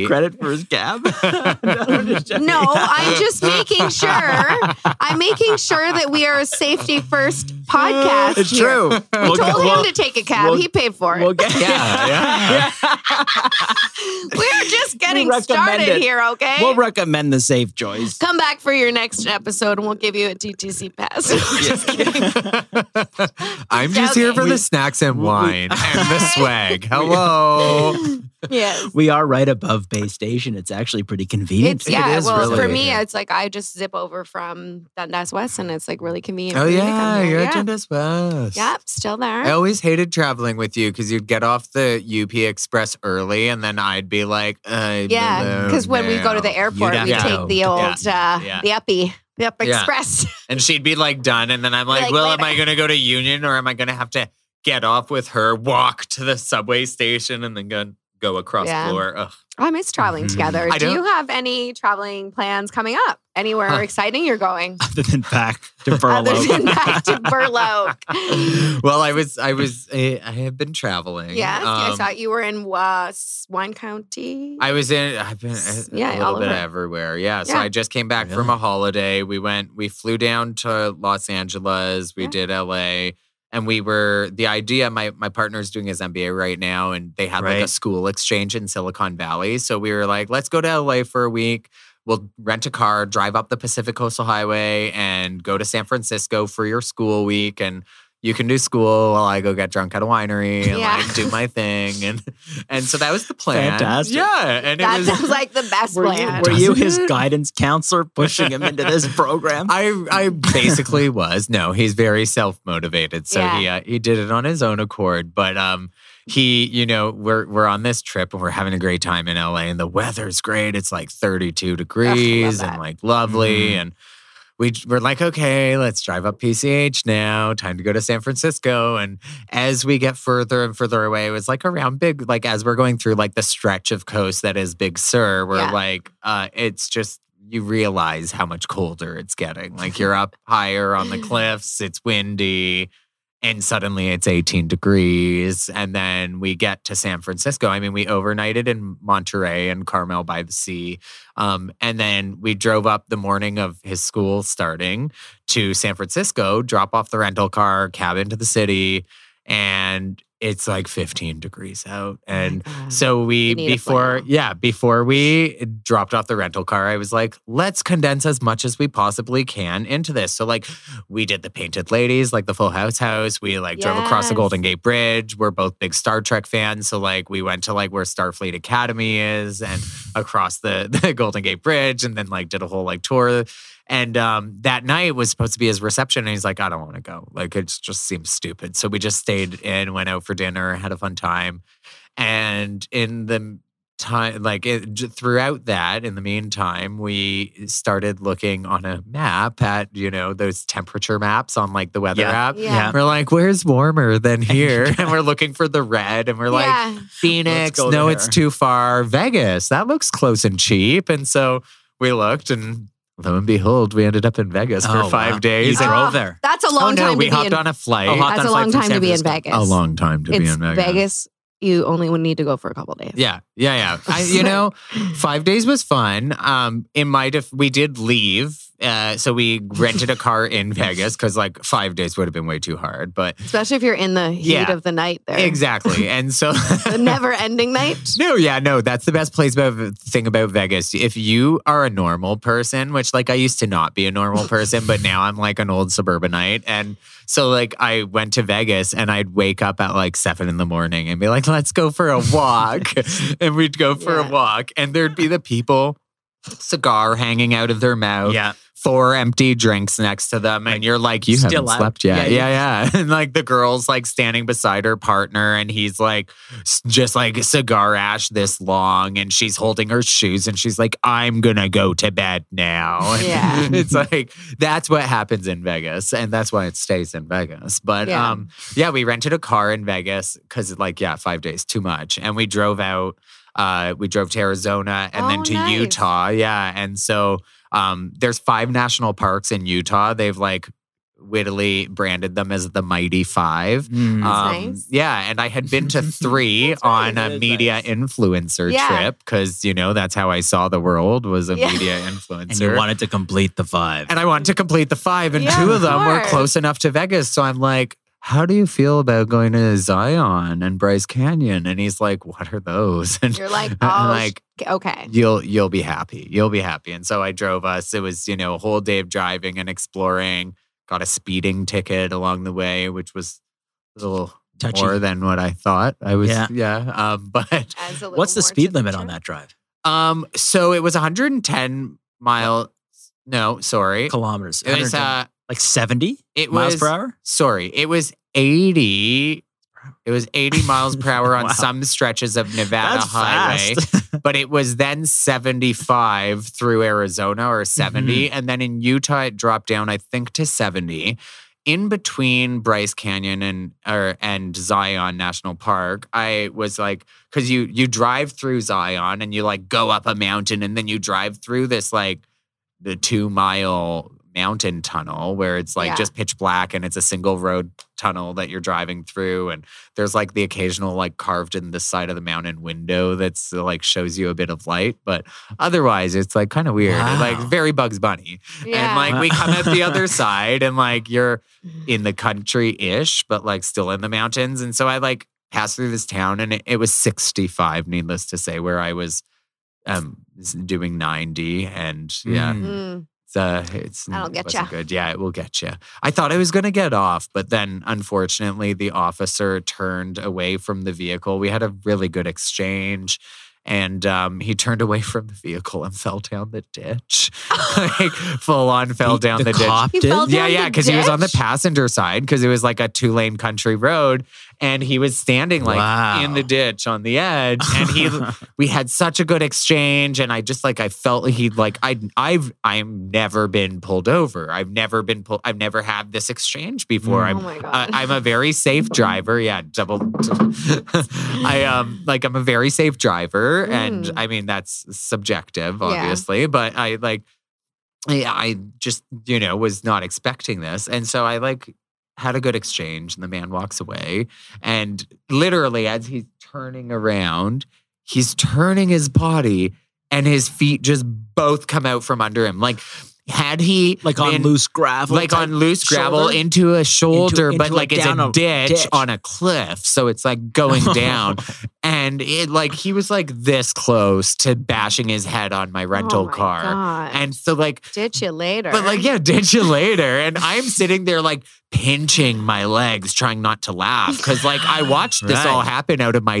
Speaker 5: Take credit for his cab. no, I'm just joking.
Speaker 3: No, I'm just making sure. I'm making sure that we are a safety first podcast.
Speaker 5: It's
Speaker 3: here.
Speaker 5: true.
Speaker 3: We told him to take a cab.
Speaker 5: we'll-
Speaker 3: he paid for it.
Speaker 5: We'll get,
Speaker 4: Yeah, yeah.
Speaker 3: We're just getting
Speaker 5: recommend
Speaker 3: started
Speaker 5: it.
Speaker 3: here, okay?
Speaker 5: We'll recommend the safe choice.
Speaker 3: Come back for your next episode and we'll give you a TTC pass. Just kidding.
Speaker 4: I'm just here for
Speaker 5: We-
Speaker 4: the snacks and
Speaker 5: we-
Speaker 4: wine and the swag. Hello.
Speaker 3: yes.
Speaker 5: We are right above Bay Station. It's actually pretty convenient.
Speaker 3: It's yeah.
Speaker 4: is
Speaker 3: well,
Speaker 4: really
Speaker 3: for me,
Speaker 4: good.
Speaker 3: it's like I just zip over from Dundas West, and it's like really convenient.
Speaker 4: oh
Speaker 3: for me to come
Speaker 4: yeah,
Speaker 3: here.
Speaker 4: you're
Speaker 3: yeah.
Speaker 4: at Dundas West.
Speaker 3: Yep, still there.
Speaker 4: I always hated traveling with you because you'd get off the UP Express early, and then I'd be like, uh,
Speaker 3: yeah, because when we go to the airport,
Speaker 5: have
Speaker 3: we
Speaker 4: to
Speaker 3: take
Speaker 5: go.
Speaker 3: the old uh,
Speaker 4: yeah.
Speaker 3: the uppy. The Up
Speaker 4: Yeah.
Speaker 3: Express.
Speaker 4: And she'd be like done. And then I'm like,
Speaker 3: Like,
Speaker 4: well,
Speaker 3: wait
Speaker 4: am
Speaker 3: a-
Speaker 4: I going to go to Union or am I going to have to get off with her, walk to the subway station, and then go, go across
Speaker 3: Yeah.
Speaker 4: floor? Ugh.
Speaker 3: Oh, I miss traveling
Speaker 5: Mhm.
Speaker 3: together.
Speaker 4: Mm-hmm. I
Speaker 3: Do
Speaker 4: don't-
Speaker 3: you have any traveling plans coming up? Anywhere
Speaker 4: Huh.
Speaker 3: exciting you're going?
Speaker 5: Other than back to
Speaker 3: Other
Speaker 5: Burloak.
Speaker 3: than back to Burloak.
Speaker 4: well, I was, I was, I, I have been traveling.
Speaker 3: yes, I
Speaker 4: Um,
Speaker 3: saw you were in uh, Wine County.
Speaker 4: I was in. I've been a,
Speaker 3: S-
Speaker 4: a
Speaker 3: yeah, all
Speaker 4: little bit
Speaker 3: over.
Speaker 4: everywhere. Yeah. So
Speaker 3: Yeah.
Speaker 4: I just came back from
Speaker 5: Really?
Speaker 4: a holiday. We went. We flew down to Los Angeles. We
Speaker 3: Yeah.
Speaker 4: did L.A. and we were the idea my my partner's doing his MBA right now and they had like a
Speaker 5: Right.
Speaker 4: school exchange in Silicon Valley. So we were like, let's go to LA for a week. We'll rent a car, drive up the Pacific Coastal Highway and go to San Francisco for your school week and you can do school while I go get drunk at a winery and
Speaker 3: Yeah.
Speaker 4: like do my thing and and so that was the plan.
Speaker 5: Fantastic.
Speaker 4: Yeah, and
Speaker 3: That
Speaker 4: it was
Speaker 3: sounds like the best
Speaker 5: Were you,
Speaker 3: plan.
Speaker 5: were you
Speaker 4: Doesn't
Speaker 5: his
Speaker 4: it?
Speaker 5: guidance counselor pushing him into this program?
Speaker 4: I I basically was. No, he's very self motivated, so
Speaker 3: Yeah.
Speaker 4: he uh, he did it on his own accord. But um, he you know we're we're on this trip and we're having a great time in LA and the weather's great. It's like thirty two degrees and
Speaker 3: that. Mm-hmm.
Speaker 4: like lovely
Speaker 5: Mhm.
Speaker 4: and. We, we're like, okay, let's drive up PCH now. Time to go to San Francisco. And as we get further and further away, it was like around Big, like as we're going through like the stretch of coast that is Big Sur, where
Speaker 3: Yeah.
Speaker 4: like uh, it's just you realize how much colder it's getting. Like you're up higher on the cliffs, it's windy, and suddenly it's 18 degrees. And then we get to San Francisco. I mean, we overnighted in Monterey and Carmel by the Sea. Um, and then we drove up the morning of his school starting to San Francisco, drop off the rental car, cab into the city, and it's like 15 degrees out. And so we
Speaker 3: You need a
Speaker 4: before
Speaker 3: flannel.
Speaker 4: yeah, before we dropped off the rental car, I was like, let's condense as much as we possibly can into this. So like we did the Painted Ladies, like the Full House house. We like drove across the
Speaker 3: Yes.
Speaker 4: Golden Gate Bridge. We're both big Star Trek fans, so like we went to like where Starfleet Academy is and across the, the Golden Gate Bridge and then like did a whole like tour. And um, that night was supposed to be his reception, and he's like, "I don't want to go. Like it just seems stupid." So we just stayed in, went out for dinner, had a fun time, and in the time, like it, j- throughout that, in the meantime, we started looking on a map at you know those temperature maps on like the weather
Speaker 5: Yeah.
Speaker 4: app.
Speaker 3: Yeah. Yeah.
Speaker 4: We're like, "Where's warmer than here?" and we're looking for the red, and we're like,
Speaker 3: yeah.
Speaker 4: Phoenix.
Speaker 5: go
Speaker 4: No,
Speaker 5: there.
Speaker 4: it's too far. Vegas. That looks close and cheap. And so we looked, and lo and behold, we ended up in Vegas
Speaker 5: Oh,
Speaker 4: for
Speaker 5: wow.
Speaker 4: five days.
Speaker 5: You
Speaker 4: And-
Speaker 5: drove there.
Speaker 3: That's a
Speaker 4: oh
Speaker 3: long
Speaker 4: no,
Speaker 3: time
Speaker 4: we
Speaker 3: to be
Speaker 4: hopped
Speaker 3: in.
Speaker 4: on a flight.
Speaker 5: Oh, hopped
Speaker 3: That's
Speaker 5: on
Speaker 3: a
Speaker 5: flight
Speaker 3: long
Speaker 5: from
Speaker 3: time
Speaker 5: San
Speaker 3: to be in
Speaker 5: Francisco.
Speaker 3: Vegas.
Speaker 4: a long time to be
Speaker 3: It's
Speaker 4: in Vegas.
Speaker 3: Vegas. You only would need to go for a couple days.
Speaker 4: Yeah, yeah, yeah. I, you know, five days was fun. Um, in my def- we did leave, uh, so we rented a car in Vegas because like five days would have been way too hard. But
Speaker 3: Especially if you're in the heat
Speaker 4: Yeah.
Speaker 3: of the night there.
Speaker 4: exactly, and so
Speaker 3: The never ending night.
Speaker 4: No, yeah, no. That's the best place about thing about Vegas. If you are a normal person, which like I used to not be a normal person, but now I'm like an old suburbanite, and so like I went to Vegas and I'd wake up at like seven in the morning and be like, "Let's go for a walk," and we'd go for
Speaker 3: Yeah.
Speaker 4: a walk, and there'd be the people, cigar hanging out of their mouth,
Speaker 5: Yeah.
Speaker 4: four empty drinks next to them, and you're like, you
Speaker 5: still
Speaker 4: haven't
Speaker 5: out.
Speaker 4: slept yet.
Speaker 5: Yeah,
Speaker 4: Yeah, yeah, And like the girl's like standing beside her partner, and he's like s- just like cigar ash this long, and she's holding her shoes, and she's like, I'm gonna go to bed now. And
Speaker 3: Yeah.
Speaker 4: it's like that's what happens in Vegas, and that's why it stays in Vegas. But
Speaker 3: Yeah.
Speaker 4: um, yeah, we rented a car in Vegas because like yeah, five days too much, and we drove out. Uh, we drove to Arizona and
Speaker 3: Oh,
Speaker 4: then to
Speaker 3: nice.
Speaker 4: Utah. Yeah, and so um, there's five national parks in Utah. They've like wittily branded them as the Mighty Five.
Speaker 5: Mm.
Speaker 4: Um,
Speaker 3: That's nice.
Speaker 4: Yeah, and I had been to three
Speaker 5: right,
Speaker 4: on
Speaker 5: it
Speaker 4: a
Speaker 5: is
Speaker 4: media
Speaker 5: nice.
Speaker 4: influencer
Speaker 3: Yeah.
Speaker 4: trip because you know that's how I saw the world was a
Speaker 3: Yeah.
Speaker 4: media
Speaker 5: and
Speaker 4: influencer.
Speaker 5: you wanted to complete the five.
Speaker 4: And I wanted to complete the five, and
Speaker 3: Yeah,
Speaker 4: two
Speaker 3: of
Speaker 4: of them were
Speaker 3: course.
Speaker 4: close enough to Vegas. So I'm like, how do you feel about going to Zion and Bryce Canyon? And he's like, what are those? And
Speaker 3: You're like, oh,
Speaker 4: I'm like,
Speaker 3: sh- okay.
Speaker 4: you'll you'll be happy. You'll be happy. And so I drove us. It was, you know, a whole day of driving and exploring. Got a speeding ticket along the way, which was a little
Speaker 5: Touchy.
Speaker 4: more than what I thought. I was
Speaker 5: Yeah.
Speaker 4: yeah. Um, but
Speaker 3: Adds a little
Speaker 5: What's the
Speaker 3: more
Speaker 5: speed
Speaker 3: to
Speaker 5: limit on
Speaker 3: trip.
Speaker 5: that drive?
Speaker 4: um so it was 110 mile no, sorry.
Speaker 5: Kilometers.
Speaker 4: It was
Speaker 5: 110
Speaker 4: uh
Speaker 5: like 70
Speaker 4: it
Speaker 5: miles
Speaker 4: was
Speaker 5: per hour?
Speaker 4: sorry, it was 80 it was 80 miles per hour on
Speaker 5: Wow.
Speaker 4: some stretches of Nevada
Speaker 5: That's
Speaker 4: highway.
Speaker 5: fast.
Speaker 4: but it was then 75 through Arizona or 70. And then in Utah, it dropped down, I think, to 70. In between Bryce Canyon and or and Zion National Park, I was like, because you you drive through Zion and you like go up a mountain and then you drive through this like the two mile mountain tunnel where it's like
Speaker 3: Yeah.
Speaker 4: just pitch black and it's a single road tunnel that you're driving through. And there's like the occasional, like carved in the side of the mountain window that's uh, like shows you a bit of light. But otherwise, it's like kind of weird.
Speaker 5: Wow.
Speaker 4: Like very Bugs Bunny. And like we come at the other side and like you're in the country ish, but like still in the mountains. And so I like passed through this town and it, it was 65, needless to say, where I was um doing 90 and yeah
Speaker 5: Mm.
Speaker 3: Mm.
Speaker 4: it's uh it's
Speaker 3: That'll
Speaker 4: it
Speaker 3: get
Speaker 4: wasn't
Speaker 3: ya.
Speaker 4: good yeah it will get you i thought i was going to get off but then unfortunately the officer turned away from the vehicle we had a really good exchange and um, he turned away from the vehicle and fell down the ditch like full on fell
Speaker 5: The-
Speaker 4: down the,
Speaker 5: the
Speaker 4: ditch
Speaker 5: cop
Speaker 3: He
Speaker 5: did?
Speaker 3: fell
Speaker 4: yeah,
Speaker 3: down
Speaker 4: yeah,
Speaker 3: the
Speaker 4: because he was on the
Speaker 3: ditch?
Speaker 4: passenger side because it was like a two lane country road, and he was standing like in the
Speaker 5: Wow.
Speaker 4: ditch on the edge, and he we had such a good exchange, and I just like I felt he like I I've I'm never been pulled over, I've never been pulled, I've never had this exchange before.
Speaker 5: Mm.
Speaker 4: I'm
Speaker 3: oh my god.
Speaker 4: uh, I'm a very safe driver. Yeah, double. I um like I'm a very safe driver, and
Speaker 3: Mm.
Speaker 4: I mean that's subjective,
Speaker 3: Yeah.
Speaker 4: obviously. But I like, yeah, I just you know was not expecting this, and so I like had a good exchange, and the man walks away, and literally as he's turning around, he's turning his body, and his feet just both come out from under him, like. Had he
Speaker 5: like on
Speaker 4: been-
Speaker 5: loose gravel,
Speaker 4: like
Speaker 5: type
Speaker 4: on loose gravel
Speaker 5: shoulder?
Speaker 4: into a shoulder, but
Speaker 5: into a-
Speaker 4: like it's
Speaker 5: down
Speaker 4: a
Speaker 5: a
Speaker 4: ditch,
Speaker 5: ditch.
Speaker 4: on a cliff, so it's like going down. and it like he was like this close to bashing his head on my rental
Speaker 3: Oh my
Speaker 4: car,
Speaker 3: God.
Speaker 4: and so like.
Speaker 3: ditch you later.
Speaker 4: But like, yeah, ditch you later. And I'm sitting there like pinching my legs, trying not to laugh. Cause like I watched this all
Speaker 5: Right.
Speaker 4: happen out of my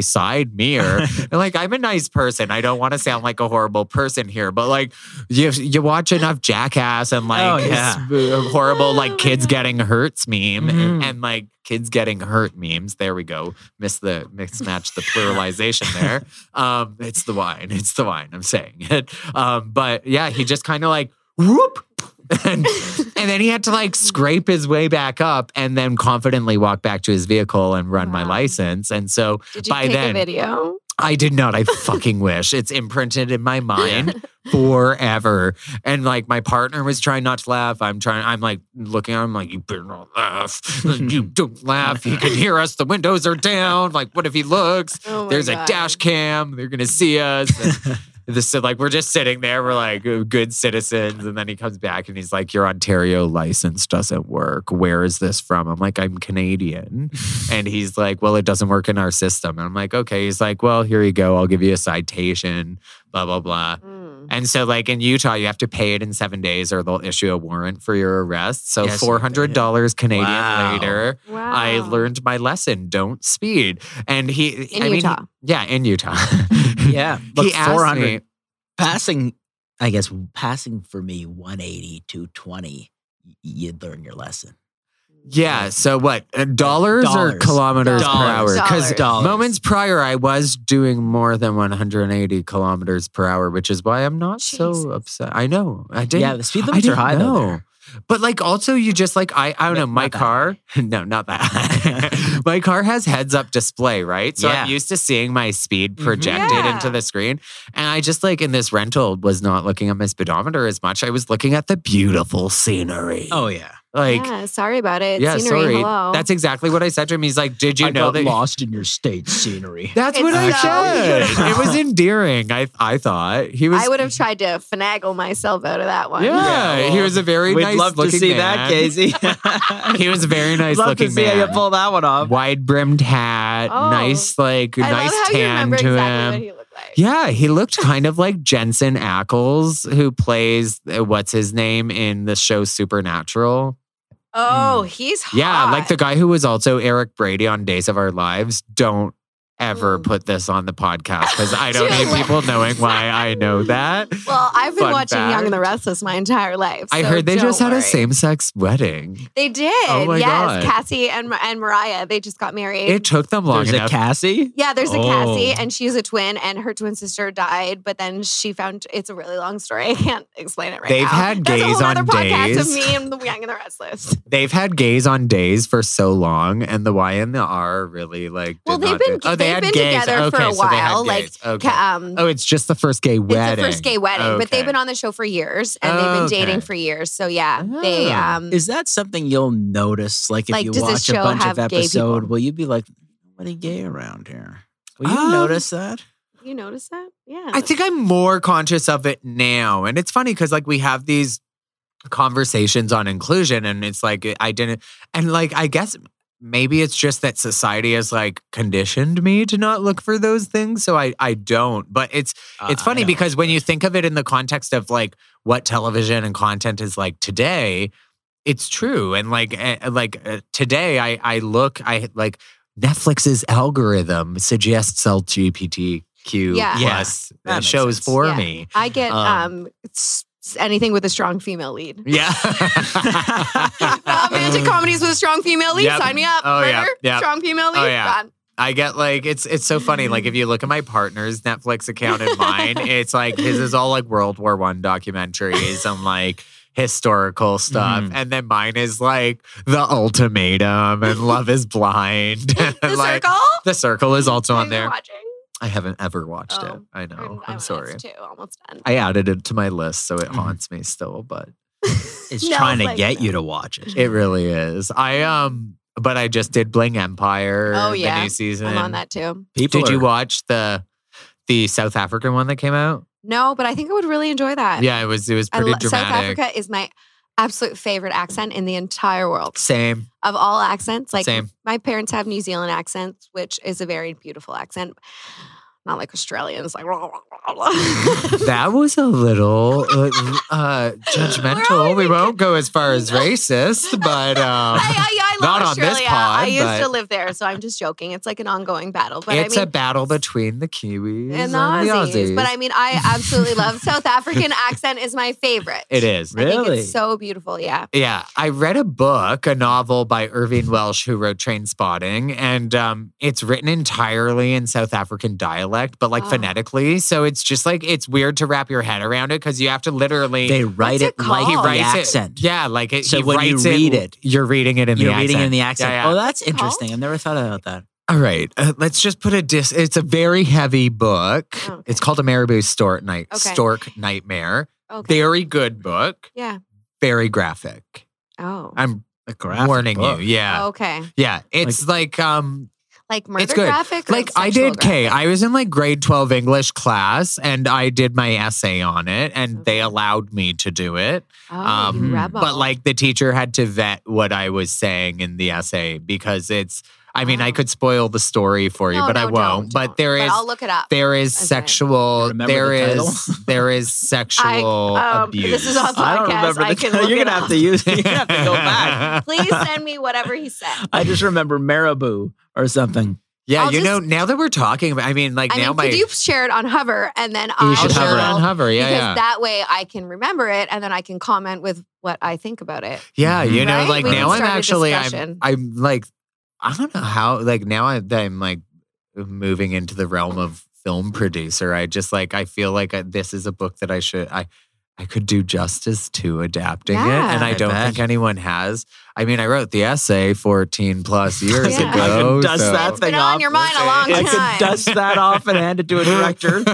Speaker 4: side mirror. and like I'm a nice person. I don't want to sound like a horrible person here, but like you you watch enough jackass and like
Speaker 5: Oh, yeah.
Speaker 4: s- horrible
Speaker 3: Oh,
Speaker 4: like kids getting hurts meme and,
Speaker 5: Mhm.
Speaker 4: and like kids getting hurt memes. There we go. Miss the mismatch the pluralization there. Um, it's the wine. It's the wine. I'm saying it. Um, but yeah, he just kind of like whoop. and, and then he had to like scrape his way back up and then confidently walk back to his vehicle and run my
Speaker 3: Wow.
Speaker 4: license. And so
Speaker 3: Did you
Speaker 4: by
Speaker 3: take
Speaker 4: then-
Speaker 3: a video?
Speaker 4: I did not. I fucking wish. It's imprinted in my mind forever. And like my partner was trying not to laugh. I'm trying, I'm like looking at him like, you better not laugh. you don't laugh. He can hear us. The windows are down. Like, what if he looks?
Speaker 3: Oh my
Speaker 4: There's a
Speaker 3: God.
Speaker 4: dash cam. They're going to see us. And This like we're just sitting there, we're like uh, good citizens, and then he comes back and he's like, "Your Ontario license doesn't work. Where is this from?" I'm like, "I'm Canadian," and he's like, "Well, it doesn't work in our system." And I'm like, "Okay." He's like, "Well, here you go. I'll give you a citation." Blah blah blah.
Speaker 3: Mm.
Speaker 4: And so, like in Utah, you have to pay it in seven days, or they'll issue a warrant for your arrest. So,
Speaker 5: Yes, you do, yeah.
Speaker 4: four hundred dollars Canadian
Speaker 5: Wow.
Speaker 4: later.
Speaker 3: Wow.
Speaker 4: I learned my lesson. Don't speed. And he,
Speaker 3: in
Speaker 4: I mean, he-
Speaker 3: Utah.
Speaker 4: yeah, in Utah.
Speaker 5: yeah, but
Speaker 4: he asked
Speaker 5: 400
Speaker 4: me,
Speaker 5: passing. I guess passing for me 180 to 20. You learn your lesson.
Speaker 4: yeah. So what? uh, Dollars,
Speaker 5: Dollars.
Speaker 4: or kilometers per hour?
Speaker 5: Dollars.
Speaker 4: Because
Speaker 5: Dollars.
Speaker 4: moments prior, I was doing more than 180 kilometers per hour, which is why I'm not
Speaker 3: Jesus.
Speaker 4: so upset. I know. I didn't.
Speaker 5: yeah, the speed limits
Speaker 4: I
Speaker 5: are high
Speaker 4: didn't
Speaker 5: though.
Speaker 4: know.
Speaker 5: there.
Speaker 4: But like, also, you just like I I don't
Speaker 5: No,
Speaker 4: know. My
Speaker 5: not that
Speaker 4: car, no, not that. my car has heads up display, right? So I'm
Speaker 5: Yeah. Mm-hmm.
Speaker 4: used to seeing my speed projected
Speaker 3: Yeah.
Speaker 4: into the screen, and I just like in this rental was not looking at my speedometer as much. I was looking at the beautiful scenery.
Speaker 5: Oh yeah,
Speaker 4: like.
Speaker 3: yeah, sorry about it.
Speaker 4: Yeah,
Speaker 3: Scenery,
Speaker 4: sorry.
Speaker 3: hello.
Speaker 4: That's exactly what I said to him. He's like, "Did you
Speaker 5: I
Speaker 4: know
Speaker 5: got
Speaker 4: that?"
Speaker 5: lost in your state scenery.
Speaker 4: That's
Speaker 3: It's
Speaker 4: what I
Speaker 3: so
Speaker 4: said. It was
Speaker 5: beautiful.
Speaker 4: endearing. I I thought he was.
Speaker 3: I would have tried to finagle myself out of that one.
Speaker 4: Yeah, he was a very
Speaker 5: We'd
Speaker 4: nice
Speaker 5: love to
Speaker 4: looking
Speaker 5: see
Speaker 4: man.
Speaker 5: that, Casey.
Speaker 4: He was a very nice
Speaker 5: love
Speaker 4: looking
Speaker 5: to see
Speaker 4: man.
Speaker 5: how you pull that one off.
Speaker 4: wide brimmed hat,
Speaker 3: Oh.
Speaker 4: nice like
Speaker 3: I
Speaker 4: nice
Speaker 3: love how you
Speaker 4: tan
Speaker 3: remember
Speaker 4: to
Speaker 3: exactly
Speaker 4: him.
Speaker 3: what he looked like.
Speaker 4: yeah, he looked kind of like Jensen Ackles, who plays uh, what's his name in the show Supernatural.
Speaker 3: Oh, he's hot.
Speaker 4: Yeah, like the guy who was also Eric Brady on Days of Our Lives. Don't ever
Speaker 3: Mm.
Speaker 4: put this on the podcast because I don't
Speaker 3: Too
Speaker 4: need
Speaker 3: late.
Speaker 4: people knowing why I know that.
Speaker 3: Well, I've been
Speaker 4: Fun
Speaker 3: watching Young and the
Speaker 4: fact.
Speaker 3: Restless my entire life.
Speaker 4: I
Speaker 3: so
Speaker 4: heard they
Speaker 3: don't
Speaker 4: just had
Speaker 3: worry.
Speaker 4: a same sex wedding.
Speaker 3: They did.
Speaker 4: Oh my
Speaker 3: yes,
Speaker 4: God.
Speaker 3: Cassie and and Mariah. They just got married.
Speaker 4: It took them long
Speaker 5: There's a
Speaker 4: enough.
Speaker 5: Cassie.
Speaker 3: yeah, there's a Cassie,
Speaker 5: Oh.
Speaker 3: and she's a twin, and her twin sister died, but then she found it's a really long story. I can't explain it right
Speaker 4: They've
Speaker 3: now.
Speaker 4: had
Speaker 3: That's a
Speaker 4: days
Speaker 3: whole other
Speaker 4: on
Speaker 3: podcast
Speaker 4: days.
Speaker 3: of me and the Young and the Restless.
Speaker 4: They've had gays on days for so long, and the Y and the R really like. Did
Speaker 3: Well, they've
Speaker 4: not
Speaker 3: been
Speaker 4: do- oh, they had
Speaker 3: been
Speaker 4: gays.
Speaker 3: together for
Speaker 4: Okay,
Speaker 3: a
Speaker 4: so they had
Speaker 3: while. like,
Speaker 4: gays. Okay.
Speaker 3: ca- um,
Speaker 4: Oh, it's just the first gay wedding.
Speaker 3: it's the first gay wedding, but they've
Speaker 4: Okay.
Speaker 3: been on the show for years and they've been dating
Speaker 4: Okay.
Speaker 3: for years. So yeah, they
Speaker 4: Oh.
Speaker 3: um,
Speaker 5: Is that something you'll notice? Like if
Speaker 3: Like,
Speaker 5: you
Speaker 3: does this
Speaker 5: watch a
Speaker 3: show
Speaker 5: bunch of
Speaker 3: have gay
Speaker 5: episode,
Speaker 3: people?
Speaker 5: will you be like, nobody gay around here? Will you
Speaker 4: Um,
Speaker 5: notice that?
Speaker 3: you notice that? Yeah,
Speaker 4: I think I'm more conscious of it now. And it's funny because like we have these conversations on inclusion and it's like I didn't and like I guess maybe it's just that society has like conditioned me to not look for those things. So I I don't. But it's it's
Speaker 5: Uh, I
Speaker 4: funny
Speaker 5: don't
Speaker 4: because
Speaker 5: know.
Speaker 4: when you think of it in the context of like what television and content is like today, it's true. And like eh, like uh, today, I I look I like Netflix's algorithm suggests LGBTQ
Speaker 3: Yeah.
Speaker 5: Yeah,
Speaker 4: plus
Speaker 5: that
Speaker 4: uh,
Speaker 5: makes
Speaker 4: shows
Speaker 5: sense.
Speaker 4: for
Speaker 3: Yeah.
Speaker 4: me.
Speaker 3: I get
Speaker 4: um,
Speaker 3: um, s- s- anything with a strong female lead. Oh,
Speaker 4: Yeah,
Speaker 3: Romantic comedies with a strong female lead.
Speaker 4: Yep.
Speaker 3: Sign me up.
Speaker 4: Oh, yeah.
Speaker 3: Murder,
Speaker 4: Yeah.
Speaker 3: Strong female lead.
Speaker 4: Oh, yeah.
Speaker 3: Done.
Speaker 4: I get like it's it's so funny. Like if you look at my partner's Netflix account and mine, it's like his is all like World War One documentaries and like historical stuff,
Speaker 3: Mm.
Speaker 5: Mhm.
Speaker 4: and then mine is like The Ultimatum and Love Is Blind.
Speaker 3: The
Speaker 4: and, like,
Speaker 3: circle.
Speaker 4: The Circle is also on
Speaker 3: Are you
Speaker 4: there.
Speaker 3: Watching.
Speaker 4: I haven't ever watched it.
Speaker 3: Oh,
Speaker 4: I know. I'm,
Speaker 3: on
Speaker 4: sorry.
Speaker 3: Too. Almost done.
Speaker 4: I added it to my list, so it
Speaker 3: Mm-hmm.
Speaker 5: Mhm.
Speaker 4: haunts me still, but
Speaker 5: it's
Speaker 3: No,
Speaker 5: trying to
Speaker 3: like-
Speaker 5: get you to watch it.
Speaker 4: it
Speaker 3: Mm-hmm.
Speaker 4: really is. I um, but I just did Bling Empire.
Speaker 3: Oh,
Speaker 4: the
Speaker 3: yeah.
Speaker 4: new season.
Speaker 3: I'm on that too.
Speaker 5: People
Speaker 4: Did you
Speaker 5: are-
Speaker 4: watch the the South African one that came out?
Speaker 3: No, but I think I would really enjoy that.
Speaker 4: Yeah, it was it was
Speaker 3: I
Speaker 4: pretty
Speaker 3: lo- South
Speaker 4: dramatic.
Speaker 3: Africa is my absolute favorite accent in the entire world.
Speaker 4: Same,
Speaker 3: of all accents. Like
Speaker 4: Same.
Speaker 3: my parents have New Zealand accents, which is a very beautiful accent. Not like Australians, like
Speaker 4: that was a little uh, uh, judgmental.
Speaker 3: always
Speaker 4: We
Speaker 3: in-
Speaker 4: won't go as far as racist, but um,
Speaker 3: I, I, I love
Speaker 4: Not on this
Speaker 3: Australia. I
Speaker 4: pod,
Speaker 3: used to
Speaker 4: but-
Speaker 3: live there, so I'm just joking. It's like an ongoing battle, but
Speaker 4: it's
Speaker 3: I
Speaker 4: a
Speaker 3: mean.
Speaker 4: battle between the Kiwis and,
Speaker 3: And the
Speaker 4: the
Speaker 3: Aussies,
Speaker 4: Aussies.
Speaker 3: but I mean, I absolutely love South African accent is my favorite.
Speaker 4: it is.
Speaker 3: I think
Speaker 5: Really?
Speaker 3: it's so beautiful. Yeah,
Speaker 4: Yeah, I read a book, a novel by Irving Welsh, who wrote Train Spotting, and um, it's written entirely in South African dialect, but like
Speaker 3: Wow.
Speaker 4: phonetically. So it's just like it's weird to wrap your head around it because you have to literally
Speaker 5: They write
Speaker 3: What's it
Speaker 5: it like
Speaker 3: called? He
Speaker 5: the
Speaker 4: writes it-
Speaker 5: accent.
Speaker 4: Yeah, like it,
Speaker 5: So
Speaker 4: he
Speaker 5: when you
Speaker 4: writes
Speaker 5: read it,
Speaker 4: you're reading it in
Speaker 5: You're
Speaker 4: the
Speaker 5: reading
Speaker 4: accent.
Speaker 5: in the accent.
Speaker 4: Yeah, yeah.
Speaker 5: Oh, that's
Speaker 3: it called?
Speaker 5: interesting. I've never thought about that.
Speaker 4: All right, uh, let's just put a dis. It's a very heavy book.
Speaker 3: Oh, okay.
Speaker 4: It's called a Marabou Stork Night
Speaker 3: Okay.
Speaker 4: Stork Nightmare.
Speaker 3: okay,
Speaker 4: Very good book.
Speaker 3: yeah.
Speaker 4: Very graphic.
Speaker 3: Oh,
Speaker 4: I'm
Speaker 5: A
Speaker 4: warning you. Yeah,
Speaker 3: okay.
Speaker 4: yeah. It's like um,
Speaker 3: Like murder
Speaker 4: good.
Speaker 3: graphic. or
Speaker 4: like I
Speaker 3: sexual
Speaker 4: did
Speaker 3: graphic?
Speaker 4: K. I was in like grade 12 English class and I did my essay on it and
Speaker 3: Okay.
Speaker 4: they allowed me to do it.
Speaker 3: Oh,
Speaker 4: Um,
Speaker 3: you rebel.
Speaker 4: But like the teacher had to vet what I was saying in the essay because it's I mean I
Speaker 3: Wow.
Speaker 4: could spoil the story for you
Speaker 3: No,
Speaker 4: but I
Speaker 3: no,
Speaker 4: won't.
Speaker 3: don't,
Speaker 4: but
Speaker 3: don't.
Speaker 4: there is
Speaker 3: I'll look it up.
Speaker 4: there is
Speaker 3: Okay.
Speaker 4: sexual
Speaker 5: Remember the
Speaker 4: there
Speaker 5: title?
Speaker 4: is there is sexual
Speaker 3: um,
Speaker 4: abuse.
Speaker 3: this is on
Speaker 5: I don't
Speaker 3: podcast,
Speaker 5: remember.
Speaker 3: I
Speaker 5: The,
Speaker 3: can look
Speaker 5: you're
Speaker 3: it
Speaker 5: gonna
Speaker 3: up.
Speaker 5: have to use. You're gonna have to go back.
Speaker 3: Please send me whatever he said.
Speaker 5: I just remember Marabou or something.
Speaker 4: Yeah,
Speaker 3: I'll
Speaker 4: you know
Speaker 3: just-
Speaker 4: now that we're talking about I mean like
Speaker 3: I
Speaker 4: now
Speaker 3: mean,
Speaker 4: my
Speaker 3: could you share it on Hover and then
Speaker 5: You
Speaker 3: I'll
Speaker 5: should
Speaker 3: share
Speaker 5: hover
Speaker 3: it
Speaker 5: it.
Speaker 4: on hover. Yeah,
Speaker 3: because
Speaker 4: yeah.
Speaker 3: that way I can remember it and then I can comment with what I think about it.
Speaker 4: Yeah, you know,
Speaker 3: Right?
Speaker 4: like
Speaker 3: We can
Speaker 4: now I'm
Speaker 3: start a
Speaker 4: actually I'm
Speaker 3: discussion.
Speaker 4: I'm like I don't know how like now I, that I'm like moving into the realm of film producer. I just like I feel like I, this is a book that I should I I could do justice to adapting it, and
Speaker 3: Yeah.
Speaker 4: I
Speaker 5: I
Speaker 4: don't
Speaker 5: bet.
Speaker 4: think anyone has. I I mean, I wrote the essay 14 plus years
Speaker 3: Yeah.
Speaker 5: I can
Speaker 4: ago.
Speaker 5: dust
Speaker 4: so-
Speaker 5: that
Speaker 3: It's been
Speaker 5: Thing
Speaker 3: on
Speaker 5: off,
Speaker 3: your mind a long
Speaker 5: I
Speaker 4: It's-
Speaker 5: could
Speaker 3: time.
Speaker 5: dust that off and hand it to a director.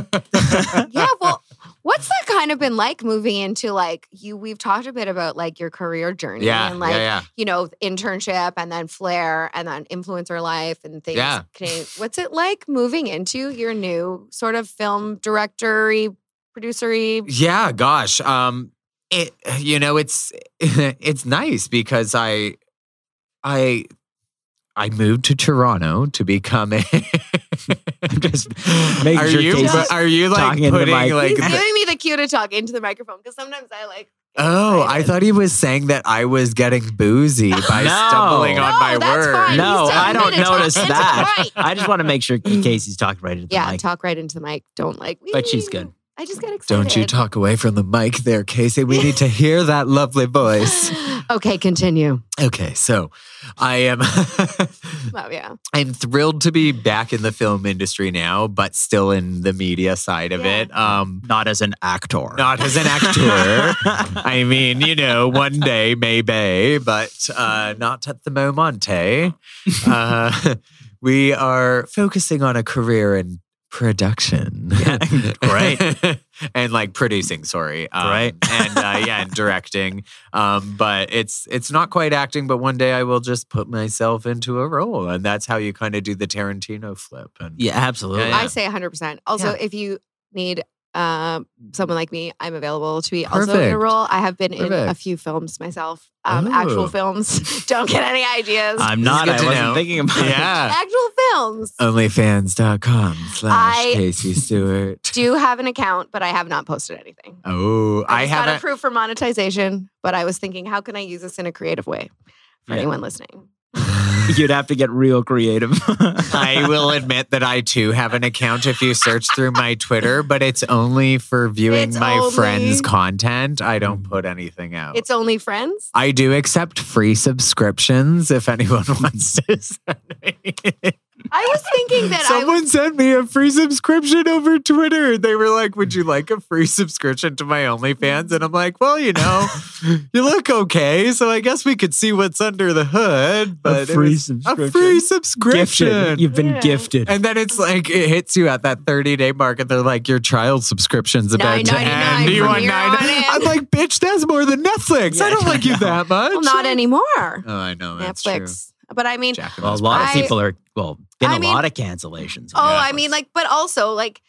Speaker 3: yeah, well, what's that kind of been like moving into like you? We've talked a bit about like your career journey
Speaker 4: Yeah,
Speaker 3: and
Speaker 4: yeah,
Speaker 3: like
Speaker 4: yeah.
Speaker 3: you know internship and then Flair and then influencer life and things.
Speaker 4: Yeah.
Speaker 3: Can- What's it like moving into your new sort of film directory, producery?
Speaker 4: Yeah, gosh. Um it you know, it's it's nice because I I I moved to Toronto to become a I'm just
Speaker 5: making
Speaker 4: are
Speaker 5: sure
Speaker 4: you,
Speaker 5: Casey's
Speaker 4: but Are you like
Speaker 5: talking into
Speaker 4: putting
Speaker 5: mic.
Speaker 4: like
Speaker 3: He's
Speaker 4: the-
Speaker 3: giving me the cue to talk into the microphone because sometimes I like. get
Speaker 4: Oh, I
Speaker 3: excited.
Speaker 4: thought he was saying that I was getting boozy by
Speaker 5: No.
Speaker 4: stumbling on
Speaker 3: No,
Speaker 4: my
Speaker 3: that's
Speaker 4: word.
Speaker 3: fine.
Speaker 5: No,
Speaker 3: He's
Speaker 5: I
Speaker 3: definitely
Speaker 5: don't
Speaker 3: gonna talk
Speaker 5: notice
Speaker 3: into the
Speaker 5: that.
Speaker 3: mic.
Speaker 5: I just want to make sure Casey's talking right into the
Speaker 3: Yeah,
Speaker 5: mic.
Speaker 3: talk right into the mic. Don't like.
Speaker 5: Oh But she's good.
Speaker 3: I just got excited.
Speaker 4: Don't you talk away from the mic there, Casey. We need to hear that lovely voice.
Speaker 3: okay, continue.
Speaker 4: Okay, so I am
Speaker 3: Oh yeah.
Speaker 4: I'm thrilled to be back in the film industry now, but still in the media side of
Speaker 3: Yeah.
Speaker 4: it. Um,
Speaker 5: Not as an actor.
Speaker 4: not as an actor. I mean, you know, one day maybe, but eh? uh, not at the moment. Uh, we are focusing on a career in production.
Speaker 5: right.
Speaker 4: and like producing, sorry. Um,
Speaker 5: Right.
Speaker 4: And uh, yeah, and directing. Um, but it's it's not quite acting, but one day I will just put myself into a role. And that's how you kind of do the Tarantino flip. And
Speaker 5: Yeah, absolutely.
Speaker 4: Yeah.
Speaker 3: I say 100%. Also,
Speaker 4: Yeah.
Speaker 3: if you need um, someone like me, I'm available to be also in
Speaker 4: Perfect.
Speaker 3: a role. I have been in a
Speaker 4: Perfect.
Speaker 3: few films myself, um,
Speaker 4: Ooh.
Speaker 3: actual films. Don't get any ideas.
Speaker 5: I'm
Speaker 4: This is
Speaker 5: not.
Speaker 4: good
Speaker 5: I
Speaker 4: to
Speaker 5: wasn't
Speaker 4: know.
Speaker 5: thinking about it.
Speaker 4: Yeah.
Speaker 3: actual films.
Speaker 4: Uh. Onlyfans.com slash
Speaker 3: I-
Speaker 4: Casey Stewart.
Speaker 3: Do have an account, but I have not posted anything.
Speaker 4: Oh, I,
Speaker 3: I, just got
Speaker 4: haven't.
Speaker 3: approved for monetization, but I was thinking, how can I use this in a creative way for
Speaker 5: Yeah.
Speaker 3: anyone listening?
Speaker 5: You'd have to get real creative.
Speaker 4: I will admit that I too have an account if you search through my Twitter, but it's only for viewing
Speaker 3: It's
Speaker 4: my
Speaker 3: only- Mm.
Speaker 4: friends' content. I don't put anything out.
Speaker 3: It's only friends.
Speaker 4: I do accept free subscriptions if anyone wants to send me.
Speaker 3: I was thinking that I was
Speaker 4: Someone sent me a free subscription over Twitter. They were like, Would you like a free subscription to my OnlyFans? And I'm like, Well, you know, you look okay. So I guess we could see what's under the hood. But it
Speaker 5: free
Speaker 4: was A
Speaker 5: subscription.
Speaker 4: free
Speaker 5: gifted.
Speaker 4: subscription.
Speaker 5: You've been
Speaker 3: Yeah.
Speaker 5: gifted.
Speaker 4: And then it's like it hits you at that 30 day mark, and they're like, Your child subscription's about to
Speaker 3: $9.99
Speaker 4: end.
Speaker 3: from
Speaker 4: want
Speaker 3: here
Speaker 4: nine-
Speaker 3: on in.
Speaker 4: I'm like, Bitch, that's more than Netflix. I
Speaker 5: Yeah,
Speaker 4: don't
Speaker 5: I
Speaker 4: like you that much.
Speaker 3: well, not
Speaker 4: I-
Speaker 3: anymore.
Speaker 4: Oh, I know. That's
Speaker 3: Netflix. But I mean,
Speaker 4: True. Jack and
Speaker 5: well, a
Speaker 4: those
Speaker 5: lot of
Speaker 3: I-
Speaker 5: people are well, been
Speaker 3: I
Speaker 5: a
Speaker 3: mean-
Speaker 5: lot of cancellations.
Speaker 3: oh,
Speaker 5: on
Speaker 3: I
Speaker 5: Netflix.
Speaker 3: mean, like, but also, like,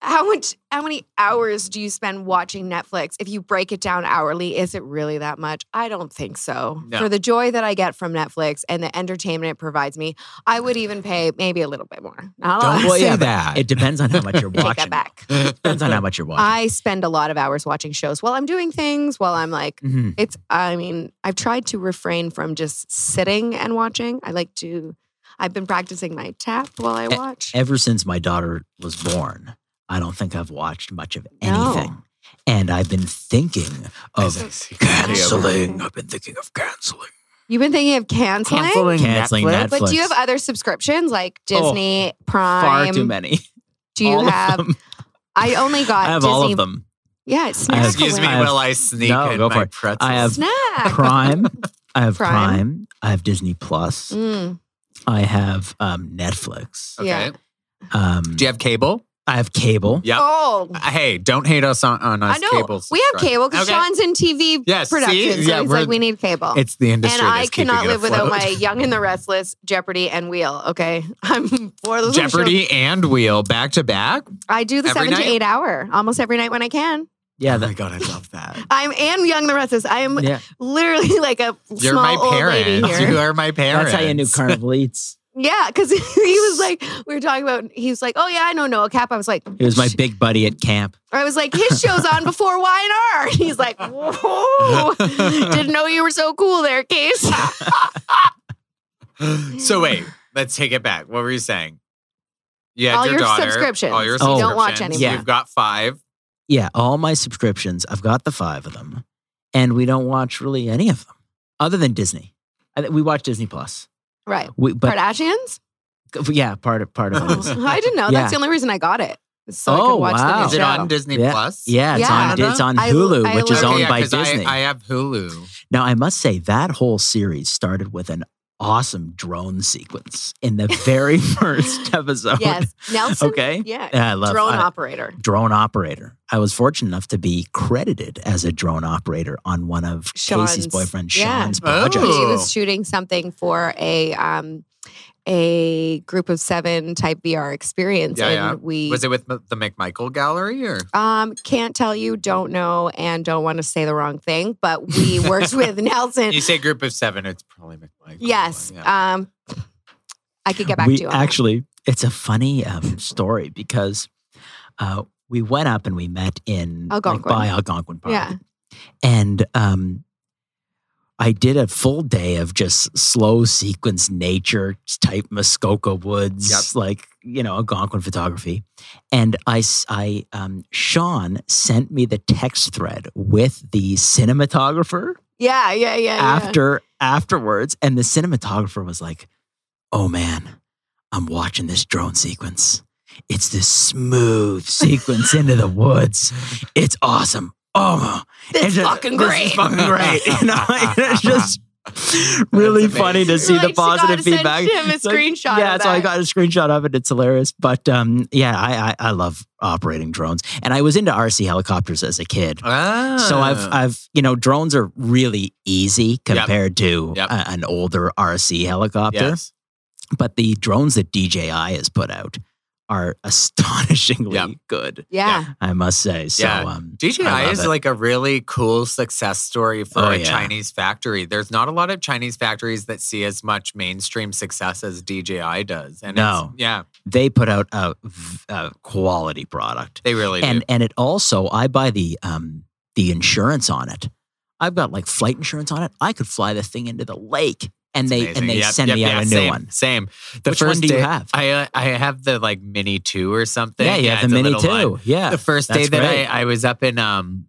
Speaker 3: how much, how many hours do you spend watching Netflix? If you break it down hourly, is it really that much? I don't think so.
Speaker 4: No.
Speaker 3: For the joy that I get from Netflix and the entertainment it provides me, I would even pay maybe a little bit more. Not a
Speaker 4: Don't
Speaker 3: lot.
Speaker 4: say
Speaker 5: but
Speaker 4: that.
Speaker 5: It depends on how much you're watching.
Speaker 3: Take that back.
Speaker 5: Depends on how much you're watching.
Speaker 3: I spend a lot of hours watching shows while I'm doing things, while I'm like,
Speaker 5: Mhm.
Speaker 3: it's, I mean, I've tried to refrain from just sitting and watching. I like to, I've been practicing my tap while I
Speaker 5: E-
Speaker 3: watch.
Speaker 5: Ever since my daughter was born, I don't think I've watched much of
Speaker 3: No.
Speaker 5: anything. And I've been thinking of canceling. I've been thinking of canceling.
Speaker 3: You've been thinking of canceling?
Speaker 5: Canceling
Speaker 4: Netflix?
Speaker 3: But do you
Speaker 5: Netflix.
Speaker 3: have other subscriptions like Disney, Prime?
Speaker 5: Far too many.
Speaker 3: Do you
Speaker 5: All of
Speaker 3: have?
Speaker 5: them.
Speaker 3: I only got
Speaker 5: I have
Speaker 3: Uh, Disney.
Speaker 5: all of them.
Speaker 3: Yeah, snack
Speaker 4: Excuse me
Speaker 5: I
Speaker 3: away.
Speaker 5: have-
Speaker 4: while I sneak
Speaker 5: No,
Speaker 4: in
Speaker 5: go for
Speaker 4: my
Speaker 5: it.
Speaker 4: pretzels.
Speaker 5: I have-
Speaker 3: snack.
Speaker 5: Prime. I have Prime.
Speaker 3: Prime.
Speaker 5: I have Disney Plus.
Speaker 3: Mm,
Speaker 5: I have um, Netflix.
Speaker 4: Okay.
Speaker 3: Yeah.
Speaker 5: Um,
Speaker 4: Do you have cable?
Speaker 5: I have cable.
Speaker 4: Yep. Uh,
Speaker 3: Oh,
Speaker 4: Hey, don't hate us on, on us
Speaker 3: I know.
Speaker 4: cable.
Speaker 3: we have
Speaker 4: subscribers.
Speaker 3: cable because
Speaker 4: Okay.
Speaker 3: Sean's in TV
Speaker 4: Yes, see?
Speaker 3: production, so
Speaker 4: Yeah,
Speaker 3: he's
Speaker 4: we're-
Speaker 3: like, we need cable.
Speaker 4: It's the industry.
Speaker 3: and I
Speaker 4: that's keeping
Speaker 3: cannot
Speaker 4: it
Speaker 3: live without
Speaker 4: afloat.
Speaker 3: my Young and the Restless, Jeopardy, and Wheel. Okay, I'm for the
Speaker 4: Jeopardy and Wheel back to back.
Speaker 3: I do the
Speaker 4: every
Speaker 3: seven
Speaker 4: night?
Speaker 3: to eight hour almost every night when I can.
Speaker 5: Yeah,
Speaker 4: oh my
Speaker 5: that,
Speaker 4: god, I love that.
Speaker 3: I'm and Young and the Restless. I am
Speaker 5: yeah.
Speaker 3: literally like a
Speaker 4: You're
Speaker 3: small
Speaker 4: my
Speaker 3: old lady
Speaker 4: parents.
Speaker 3: here.
Speaker 4: You are my parents.
Speaker 5: That's how you knew Carnival Eats.
Speaker 3: Yeah, because he was like, we were talking about. He was like, "Oh yeah, I know Noah Cap." I was like,
Speaker 5: It was my big buddy at camp.
Speaker 3: I was like, his show's on before Y and R. He's like, "Whoa, didn't know you were so cool there, Case."
Speaker 4: so wait, let's take it back. What were you saying? Yeah,
Speaker 3: All
Speaker 4: your,
Speaker 3: your
Speaker 4: daughter,
Speaker 3: subscriptions.
Speaker 4: All your
Speaker 5: Oh.
Speaker 3: You don't watch
Speaker 4: subscriptions.
Speaker 5: anymore.
Speaker 4: We've got five.
Speaker 5: Yeah, all my subscriptions. I've got the five of them, and we don't watch really any of them other than Disney. I, think we watch Disney Plus.
Speaker 3: right,
Speaker 5: We, but
Speaker 3: Kardashians.
Speaker 5: yeah, part of part of it is.
Speaker 3: I didn't know.
Speaker 5: Yeah.
Speaker 3: That's the only reason I got it. So I
Speaker 5: Oh,
Speaker 3: could watch
Speaker 5: wow.
Speaker 3: the new
Speaker 4: Is it
Speaker 3: show.
Speaker 4: on Disney
Speaker 5: Yeah.
Speaker 4: Plus?
Speaker 5: Yeah, it's on
Speaker 4: Yeah.
Speaker 5: it's on
Speaker 3: I-
Speaker 5: Hulu,
Speaker 3: I
Speaker 5: which is owned
Speaker 3: learned-
Speaker 4: Okay, Uh-huh. yeah,
Speaker 5: by
Speaker 4: 'cause
Speaker 5: Disney.
Speaker 4: I, I have Hulu.
Speaker 5: now I must say that whole series started with an awesome drone sequence in the very first episode.
Speaker 3: Yes, Nelson.
Speaker 5: Okay.
Speaker 3: Yeah,
Speaker 5: Yeah, I love
Speaker 3: drone
Speaker 5: I-
Speaker 3: operator.
Speaker 5: drone operator. I was fortunate enough to be credited as a drone operator on one of Casey's
Speaker 3: Sean's-
Speaker 5: boyfriend
Speaker 3: yeah.
Speaker 5: Sean's
Speaker 4: Oh.
Speaker 5: projects.
Speaker 3: He
Speaker 4: Oh.
Speaker 3: was shooting something for a um a group of seven type VR experience,
Speaker 4: Yeah,
Speaker 3: and
Speaker 4: yeah.
Speaker 3: we
Speaker 4: Was it with the McMichael Gallery or?
Speaker 3: Um, can't tell you, don't know, and don't want to say the wrong thing, but we worked with Nelson.
Speaker 4: You say group of seven, it's probably McMichael.
Speaker 3: Yes.
Speaker 4: Yeah.
Speaker 3: Um, I could get back
Speaker 5: we
Speaker 3: to you. on that.
Speaker 5: actually, it's a funny um, story because uh, we went up and we met in
Speaker 3: Algonquin.
Speaker 5: Like, by Algonquin Park,
Speaker 3: Yeah.
Speaker 5: and um, I did a full day of just slow sequence nature type Muskoka woods,
Speaker 4: Yep.
Speaker 5: like you know Algonquin photography, and I, s- I, um, Sean sent me the text thread with the cinematographer
Speaker 3: yeah, yeah, yeah, yeah.
Speaker 5: after afterwards and the cinematographer was like oh man i'm watching this drone sequence it's this smooth sequence into the woods it's awesome oh
Speaker 3: That's
Speaker 5: it's just-
Speaker 3: fucking
Speaker 5: this
Speaker 3: great.
Speaker 5: is fucking great you know like, it's just really
Speaker 4: amazing.
Speaker 5: funny to see
Speaker 3: Like,
Speaker 5: the
Speaker 3: she
Speaker 5: positive
Speaker 3: gotta send
Speaker 5: feedback.
Speaker 3: him a
Speaker 5: It's like-
Speaker 3: screenshot
Speaker 5: yeah,
Speaker 3: of
Speaker 5: so I
Speaker 3: that.
Speaker 5: got a screenshot of it. It's hilarious. But um, yeah, I, I I love operating drones, and I was into RC helicopters as a kid.
Speaker 4: Ah.
Speaker 5: So I've I've you know drones are really easy compared to
Speaker 4: Yep.
Speaker 5: a- an older RC helicopter,
Speaker 4: yes.
Speaker 5: but the drones that DJI has put out are astonishingly
Speaker 4: Yep.
Speaker 5: good.
Speaker 3: Yeah.
Speaker 5: I must say. So
Speaker 4: Yeah.
Speaker 5: um, I
Speaker 4: DJI
Speaker 5: love
Speaker 4: is
Speaker 5: it.
Speaker 4: like a really cool success story for
Speaker 5: Oh,
Speaker 4: a
Speaker 5: yeah.
Speaker 4: Chinese factory. There's not a lot of Chinese factories that see as much mainstream success as DJI does. And it's-
Speaker 5: No.
Speaker 4: yeah,
Speaker 5: they put out a, v- a quality product.
Speaker 4: they really
Speaker 5: and
Speaker 4: do.
Speaker 5: and it also I buy the um the insurance on it. I've got like flight insurance on it. I could fly the thing into the lake, and
Speaker 4: It's
Speaker 5: they
Speaker 4: amazing.
Speaker 5: and they
Speaker 4: Yep,
Speaker 5: send
Speaker 4: yep,
Speaker 5: me
Speaker 4: yeah,
Speaker 5: out a new
Speaker 4: same,
Speaker 5: one.
Speaker 4: Same. The
Speaker 5: Which
Speaker 4: first
Speaker 5: one do
Speaker 4: day-
Speaker 5: you have?
Speaker 4: I uh, I have the like mini two or something.
Speaker 5: yeah, you have the
Speaker 4: it's a
Speaker 5: mini
Speaker 4: little
Speaker 5: too.
Speaker 4: one.
Speaker 5: Yeah,
Speaker 4: The first day
Speaker 5: that's
Speaker 4: that I,
Speaker 5: great.
Speaker 4: I was up in um,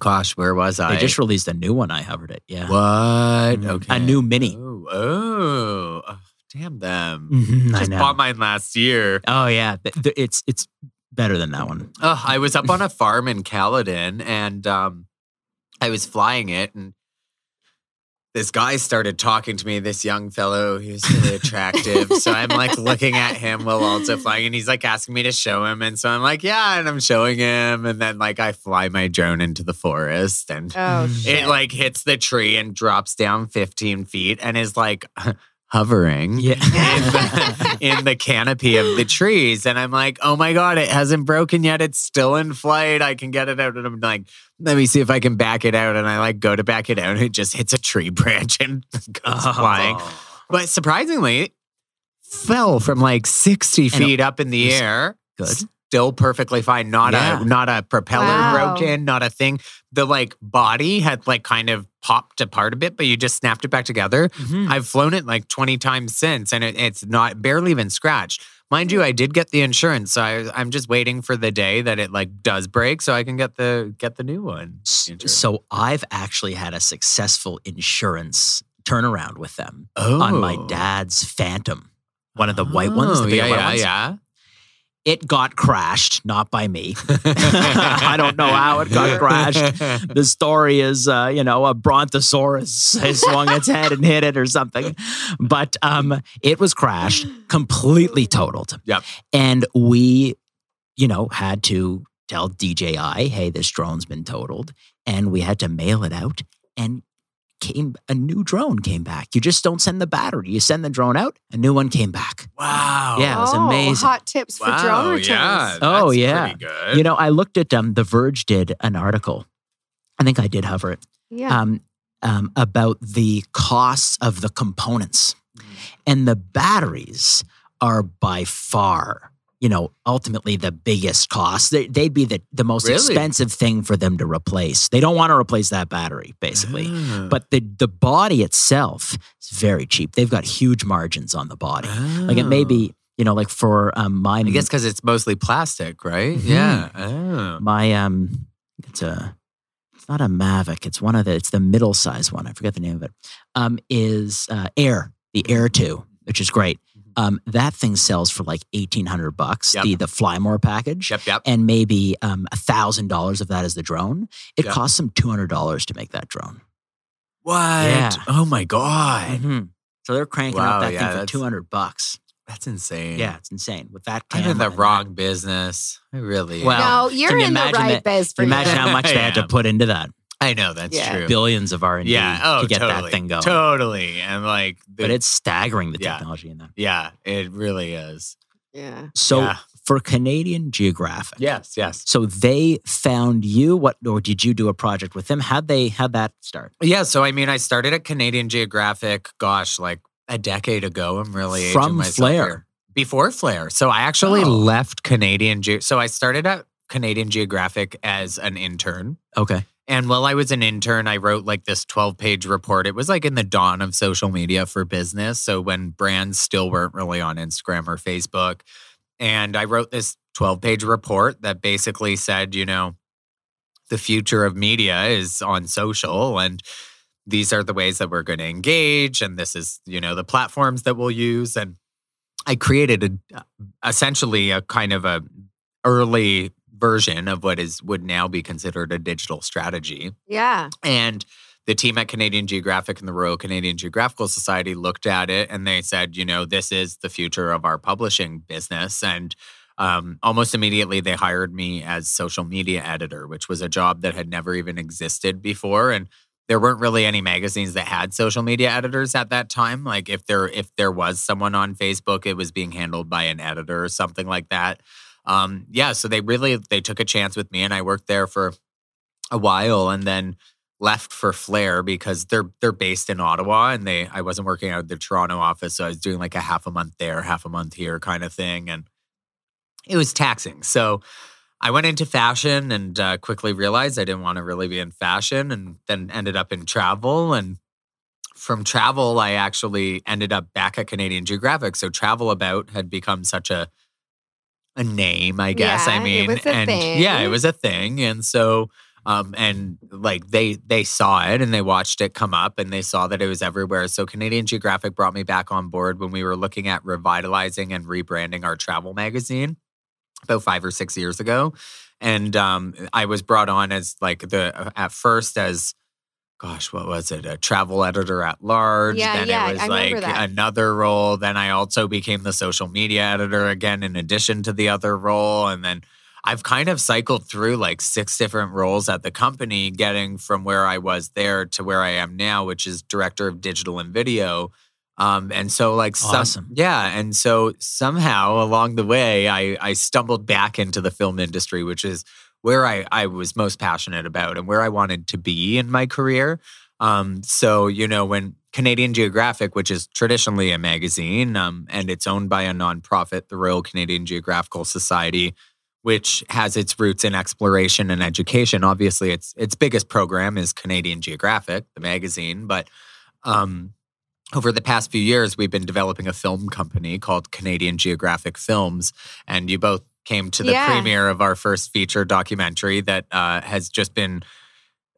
Speaker 4: gosh, where was I?
Speaker 5: they just released a new one. I hovered it. Yeah,
Speaker 4: what?
Speaker 5: Mm,
Speaker 4: Okay,
Speaker 5: a new mini.
Speaker 4: Oh, oh, oh, damn them!
Speaker 5: Mhm, I
Speaker 4: Just
Speaker 5: know.
Speaker 4: bought mine last year.
Speaker 5: oh yeah, Th- th- it's it's better than that one.
Speaker 4: Ugh, I was up on a farm in Caledon and um, I was flying it and this guy started talking to me, this young fellow. He was really attractive. so I'm like looking at him while also flying and he's like asking me to show him. And so I'm like, yeah, and I'm showing him. And then like I fly my drone into the forest and
Speaker 3: Oh, shit.
Speaker 4: it like hits the tree and drops down 15 feet and is like hovering
Speaker 5: Yeah,
Speaker 4: in the, in the canopy of the trees. And I'm like, oh my God, it hasn't broken yet. It's still in flight. I can get it out. And I'm like, let me see if I can back it out. And I like go to back it out and it just hits a tree branch and goes
Speaker 5: Oh.
Speaker 4: flying. But surprisingly, it fell from like 60
Speaker 5: And it
Speaker 4: feet up in the
Speaker 5: was
Speaker 4: air.
Speaker 5: good.
Speaker 4: Still perfectly fine. Not
Speaker 5: Yeah.
Speaker 4: a not a propeller
Speaker 3: Wow.
Speaker 4: broke in, not a thing. The like body had like kind of popped apart a bit, but you just snapped it back together.
Speaker 5: Mhm.
Speaker 4: I've flown it like 20 times since and it, it's not barely even scratched. Mind
Speaker 5: Hmm.
Speaker 4: you, I did get the insurance, so I, I'm just waiting for the day that it like does break so I can get the get the new one.
Speaker 5: S-
Speaker 4: Insurance.
Speaker 5: So I've actually had a successful insurance turnaround with them
Speaker 4: oh.
Speaker 5: on my dad's Phantom, one of the white ones, the
Speaker 4: Oh,
Speaker 5: big
Speaker 4: yeah,
Speaker 5: white
Speaker 4: yeah,
Speaker 5: ones.
Speaker 4: yeah.
Speaker 5: It got crashed, not by me. I don't know how it got crashed. The story is, uh, you know, a brontosaurus has swung its head and hit it or something. But um, it was crashed, completely totaled.
Speaker 4: Yep.
Speaker 5: And we, you know, had to tell DJI, hey, this drone's been totaled. And we had to mail it out. And came a new drone came back. You just don't send the battery. You send the drone out, a new one came back.
Speaker 4: Wow.
Speaker 5: Yeah, it was
Speaker 3: Oh,
Speaker 5: amazing.
Speaker 3: Hot tips for drone returns.
Speaker 4: Yeah,
Speaker 5: Oh,
Speaker 4: that's
Speaker 5: yeah.
Speaker 4: Pretty good.
Speaker 5: You know, I looked at um, The Verge did an article. I think I did hover it
Speaker 3: Yeah.
Speaker 5: um, um, about the costs of the components.
Speaker 4: Mm.
Speaker 5: And the batteries are by far, you know, ultimately the biggest cost. They, they'd be the, the most
Speaker 4: Really?
Speaker 5: expensive thing for them to replace. They don't want to replace that battery, basically.
Speaker 4: Ah. Oh.
Speaker 5: But the, the body itself is very cheap. They've got huge margins on the body. Like it may be, you know, like for um, my
Speaker 4: Oh. Ah. I guess because it's mostly plastic, right?
Speaker 5: Mhm.
Speaker 4: Yeah. Oh.
Speaker 5: my um it's a it's not a Mavic. It's one of the it's the middle size one. I forget the name of it. Um is uh, Air, the Air 2, which is great. Um that thing sells for like 1800 bucks,
Speaker 4: Yep.
Speaker 5: the the Flymore package.
Speaker 4: Yep. Yep.
Speaker 5: And maybe um thousand dollars of that is the drone. It
Speaker 4: Yep.
Speaker 5: costs them two hundred dollars to make that drone.
Speaker 4: What?
Speaker 5: Yeah.
Speaker 4: Oh my god.
Speaker 5: Mm-hmm. So they're cranking
Speaker 4: Wow,
Speaker 5: out that
Speaker 4: yeah,
Speaker 5: thing for
Speaker 4: that's-
Speaker 5: two hundred bucks.
Speaker 4: That's insane.
Speaker 5: Yeah, it's insane. With that,
Speaker 4: I'm in
Speaker 5: camera
Speaker 4: the
Speaker 5: and that-
Speaker 4: wrong business. I really. am.
Speaker 5: Well,
Speaker 3: no,
Speaker 5: can
Speaker 3: you're
Speaker 5: you
Speaker 3: in the
Speaker 5: imagine
Speaker 3: right
Speaker 5: it-
Speaker 3: biz for
Speaker 5: Imagine
Speaker 3: you.
Speaker 5: how much they had to
Speaker 4: Yeah.
Speaker 5: put into that.
Speaker 4: I know that's
Speaker 3: Yeah.
Speaker 4: true.
Speaker 5: Billions of R and D
Speaker 4: yeah. Oh,
Speaker 5: to get
Speaker 4: totally.
Speaker 5: that thing going.
Speaker 4: Totally. And like, the,
Speaker 5: but it's staggering the
Speaker 4: Yeah.
Speaker 5: technology in that.
Speaker 4: yeah, it really is.
Speaker 3: Yeah.
Speaker 5: So
Speaker 4: Yeah.
Speaker 5: for Canadian Geographic,
Speaker 4: Yes. Yes.
Speaker 5: So they found you. What or did you do a project with them? How'd they how'd that start?
Speaker 4: Yeah. So I mean, I started at Canadian Geographic. Gosh, like a decade ago. I'm really aging
Speaker 5: From
Speaker 4: myself
Speaker 5: Flair.
Speaker 4: here. before Flair. So I actually
Speaker 5: Oh.
Speaker 4: left Canadian. Ge- so I started at Canadian Geographic as an intern.
Speaker 5: Okay.
Speaker 4: And while I was an intern, I wrote like this 12 page report. It was like in the dawn of social media for business. So when brands still weren't really on Instagram or Facebook. And I wrote this 12 page report that basically said, you know, the future of media is on social and these are the ways that we're going to engage. And this is, you know, the platforms that we'll use. And I created a, essentially a kind of a early version of what is would now be considered a digital strategy
Speaker 3: Yeah.
Speaker 4: and the team at Canadian Geographic and the Royal Canadian Geographical Society looked at it and they said, you know, this is the future of our publishing business. And um, almost immediately, they hired me as social media editor, which was a job that had never even existed before. And there weren't really any magazines that had social media editors at that time. Like if there if there was someone on Facebook, it was being handled by an editor or something like that. Um, yeah, so they really they took a chance with me, and I worked there for a while, and then left for Flair because they're they're based in Ottawa, and they I wasn't working out of the Toronto office, so I was doing like a half a month there, half a month here kind of thing, and it was taxing. So I went into fashion and uh, quickly realized I didn't want to really be in fashion, and then ended up in travel. And from travel, I actually ended up back at Canadian Geographic. So Travel About had become such a a name, I guess.
Speaker 3: Yeah,
Speaker 4: I
Speaker 3: it
Speaker 4: mean,
Speaker 3: was a
Speaker 4: and
Speaker 3: thing.
Speaker 4: yeah, it was a thing, and so. Um, and like they they saw it and they watched it come up and they saw that it was everywhere. So Canadian Geographic brought me back on board when we were looking at revitalizing and rebranding our travel magazine about five or six years ago, and um, I was brought on as like the uh, at first as gosh what was it a travel editor at large
Speaker 3: Yeah,
Speaker 4: then
Speaker 3: yeah,
Speaker 4: it was
Speaker 3: I
Speaker 4: like
Speaker 3: remember that.
Speaker 4: another role then i also became the social media editor again in addition to the other role and then I've kind of cycled through like six different roles at the company, getting from where I was there to where I am now, which is director of digital and video. Um, and so like some-
Speaker 5: Awesome.
Speaker 4: yeah, and so somehow along the way, I I stumbled back into the film industry, which is where I I was most passionate about and where I wanted to be in my career. Um, so you know when Canadian Geographic, which is traditionally a magazine, um, and it's owned by a nonprofit, the Royal Canadian Geographical Society, which has its roots in exploration and education. Obviously, its its biggest program is Canadian Geographic, the magazine, but um, over the past few years, we've been developing a film company called Canadian Geographic Films, and you both came to the
Speaker 3: Yeah.
Speaker 4: premiere of our first feature documentary that uh, has just been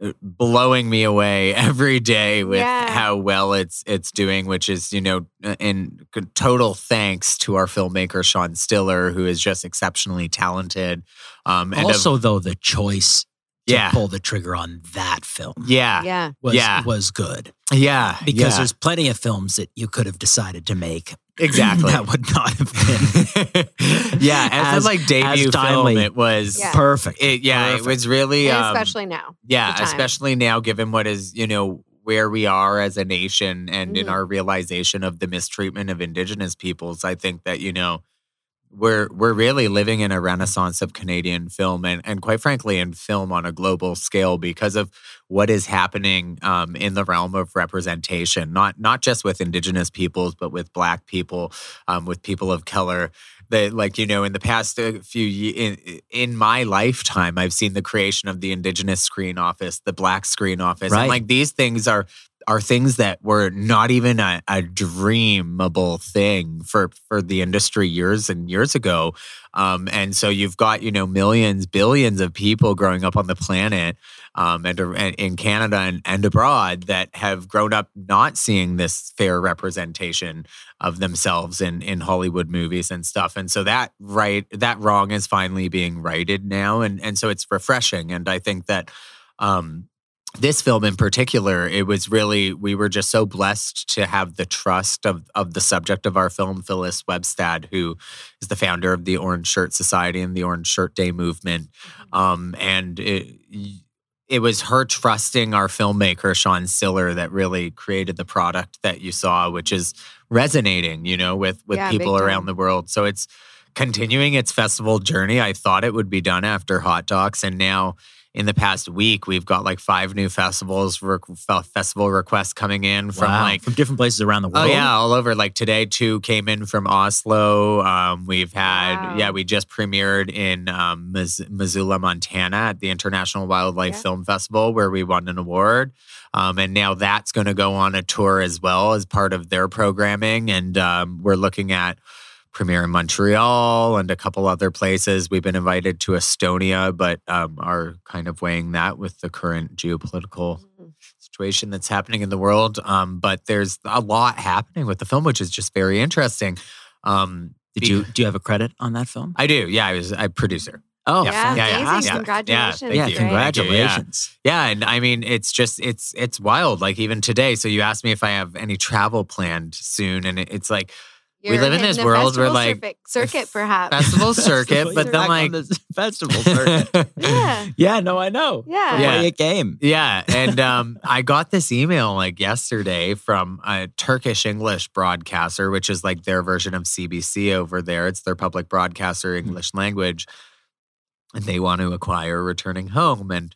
Speaker 4: uh, blowing me away every day with
Speaker 3: Yeah.
Speaker 4: how well it's it's doing which is you know uh, in total thanks to our filmmaker Sean Stiller who is just exceptionally talented um and of-
Speaker 5: also, though, the choice to
Speaker 4: yeah
Speaker 5: pull the trigger on that film
Speaker 4: yeah yeah
Speaker 3: Yeah.
Speaker 5: was
Speaker 4: Yeah.
Speaker 5: was good
Speaker 4: yeah
Speaker 5: because there's plenty of films that you could have decided to make
Speaker 4: exactly
Speaker 5: that would not have been
Speaker 4: yeah as,
Speaker 5: As-
Speaker 4: a, like debut film
Speaker 5: timely.
Speaker 4: it was
Speaker 3: Yeah.
Speaker 5: perfect.
Speaker 4: it, yeah it
Speaker 5: Perfect.
Speaker 4: was really
Speaker 3: And
Speaker 4: um,
Speaker 3: especially now.
Speaker 4: Yeah,
Speaker 3: the time.
Speaker 4: especially now, given what is, you know, where we are as a nation and in
Speaker 3: Mhm.
Speaker 4: our realization of the mistreatment of indigenous peoples, I think that, you know, we're we're really living in a renaissance of Canadian film and, and quite frankly in film on a global scale because of what is happening um, in the realm of representation, not not just with indigenous peoples, but with black people, um, with people of color. That like you know, in the past uh, few ye- in in my lifetime, I've seen the creation of the Indigenous Screen Office, the Black Screen Office, and
Speaker 5: Right.
Speaker 4: like these things are are things that were not even a, a dreamable thing for for the industry years and years ago. Um, and so you've got you know millions, billions of people growing up on the planet um, and, and in Canada and, and abroad that have grown up not seeing this fair representation of themselves in in Hollywood movies and stuff. And so that right that wrong is finally being righted now, and and so it's refreshing. And I think that. Um, this film in particular, it was really we were just so blessed to have the trust of of the subject of our film, Phyllis Webstad, who is the founder of the Orange Shirt Society and the Orange Shirt Day movement.
Speaker 3: Mm-hmm.
Speaker 4: Um, and it, it was her trusting our filmmaker Sean Stiller that really created the product that you saw, which is resonating, you know, with with
Speaker 3: Yeah, big
Speaker 4: people around
Speaker 3: time.
Speaker 4: the world. So it's continuing its festival journey. I thought it would be done after Hot Docs, and now in the past week we've got like five new festivals rec- fe- festival requests coming in from
Speaker 5: Wow.
Speaker 4: like
Speaker 5: from different places around the
Speaker 4: Oh
Speaker 5: world.
Speaker 4: yeah, all over. Like today, two came in from Oslo. Um, we've had
Speaker 3: Wow.
Speaker 4: yeah, we just premiered in um, Miss- Missoula, Montana, at the International Wildlife
Speaker 3: Yeah.
Speaker 4: Film Festival, where we won an award. Um, and now that's going to go on a tour as well as part of their programming. And um, we're looking at premiere in Montreal and a couple other places. We've been invited to Estonia, but um, are kind of weighing that with the current geopolitical
Speaker 3: Mm-hmm.
Speaker 4: situation that's happening in the world. Um, but there's a lot happening with the film, which is just very interesting. Um,
Speaker 5: Did
Speaker 4: be-
Speaker 5: you do you have a credit on that film?
Speaker 4: I do. Yeah, I was a producer.
Speaker 5: Oh,
Speaker 3: Yeah,
Speaker 5: yeah.
Speaker 3: amazing.
Speaker 4: yeah.
Speaker 3: Congratulations.
Speaker 4: Yeah,
Speaker 5: Yeah,
Speaker 4: thank you. Thank you, yeah.
Speaker 5: congratulations.
Speaker 4: Yeah, and I mean it's just it's it's wild. Like even today, so you asked me if I have any travel planned soon, and it- it's like We
Speaker 3: You're
Speaker 4: live in
Speaker 3: hitting
Speaker 4: this
Speaker 3: the
Speaker 4: world where,
Speaker 3: festival
Speaker 4: like,
Speaker 3: circuit, circuit perhaps.
Speaker 4: festival circuit, but
Speaker 5: You're
Speaker 4: then
Speaker 5: back on
Speaker 4: like
Speaker 5: the festival circuit.
Speaker 3: yeah.
Speaker 5: yeah, no, I know.
Speaker 3: Yeah.
Speaker 4: Yeah.
Speaker 5: Play a game.
Speaker 4: Yeah, and um, I got this email like yesterday from a Turkish English broadcaster, which is like their version of CBC over there. It's their public broadcaster English language, and they want to acquire returning home. And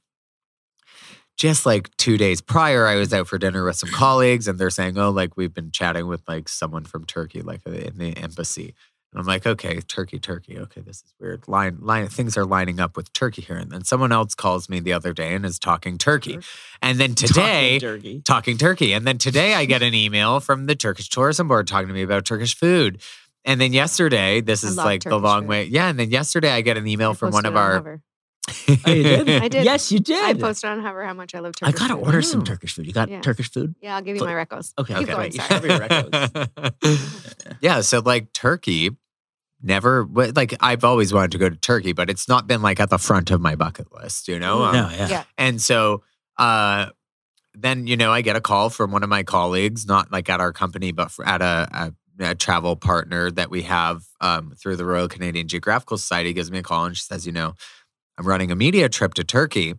Speaker 4: just like two days prior, I was out for dinner with some colleagues, and they're saying, "Oh, like we've been chatting with like someone from Turkey, like uh, in the embassy." And I'm like, okay, Turkey, Turkey. Okay, this is weird. Line, line, things are lining up with Turkey here. And then someone else calls me the other day and is talking Turkey. And then today,
Speaker 5: Talking turkey.
Speaker 4: talking Turkey. And then today I get an email from the Turkish tourism board talking to me about Turkish food. And then yesterday, this
Speaker 3: I
Speaker 4: is
Speaker 3: love
Speaker 4: like the
Speaker 3: Turkish
Speaker 4: long
Speaker 3: food.
Speaker 4: way. Yeah. And then yesterday I get an email
Speaker 3: I
Speaker 4: from one
Speaker 3: posted
Speaker 4: of
Speaker 3: on
Speaker 4: our.
Speaker 3: Hover.
Speaker 5: Oh, you did?
Speaker 3: I did.
Speaker 5: Yes, you did.
Speaker 3: I posted on Hover how much I love
Speaker 5: I
Speaker 3: Turkish
Speaker 5: gotta
Speaker 3: food.
Speaker 5: order some
Speaker 4: Mm.
Speaker 5: Turkish food. You got
Speaker 3: Yeah.
Speaker 5: Turkish food?
Speaker 3: Yeah, I'll give you my recos.
Speaker 5: Okay,
Speaker 3: Keep
Speaker 5: okay.
Speaker 3: going,
Speaker 5: You
Speaker 3: sorry.
Speaker 5: should have your recos.
Speaker 4: yeah. So like Turkey never, but, like I've always wanted to go to Turkey, but it's not been like at the front of my bucket list, you know? Um,
Speaker 5: Mm, No, yeah.
Speaker 3: Yeah.
Speaker 4: And so uh, then, you know, I get a call from one of my colleagues, not like at our company, but for, at a, a, a travel partner that we have um, through the Royal Canadian Geographical Society gives me a call and she says, you know, I'm running a media trip to Turkey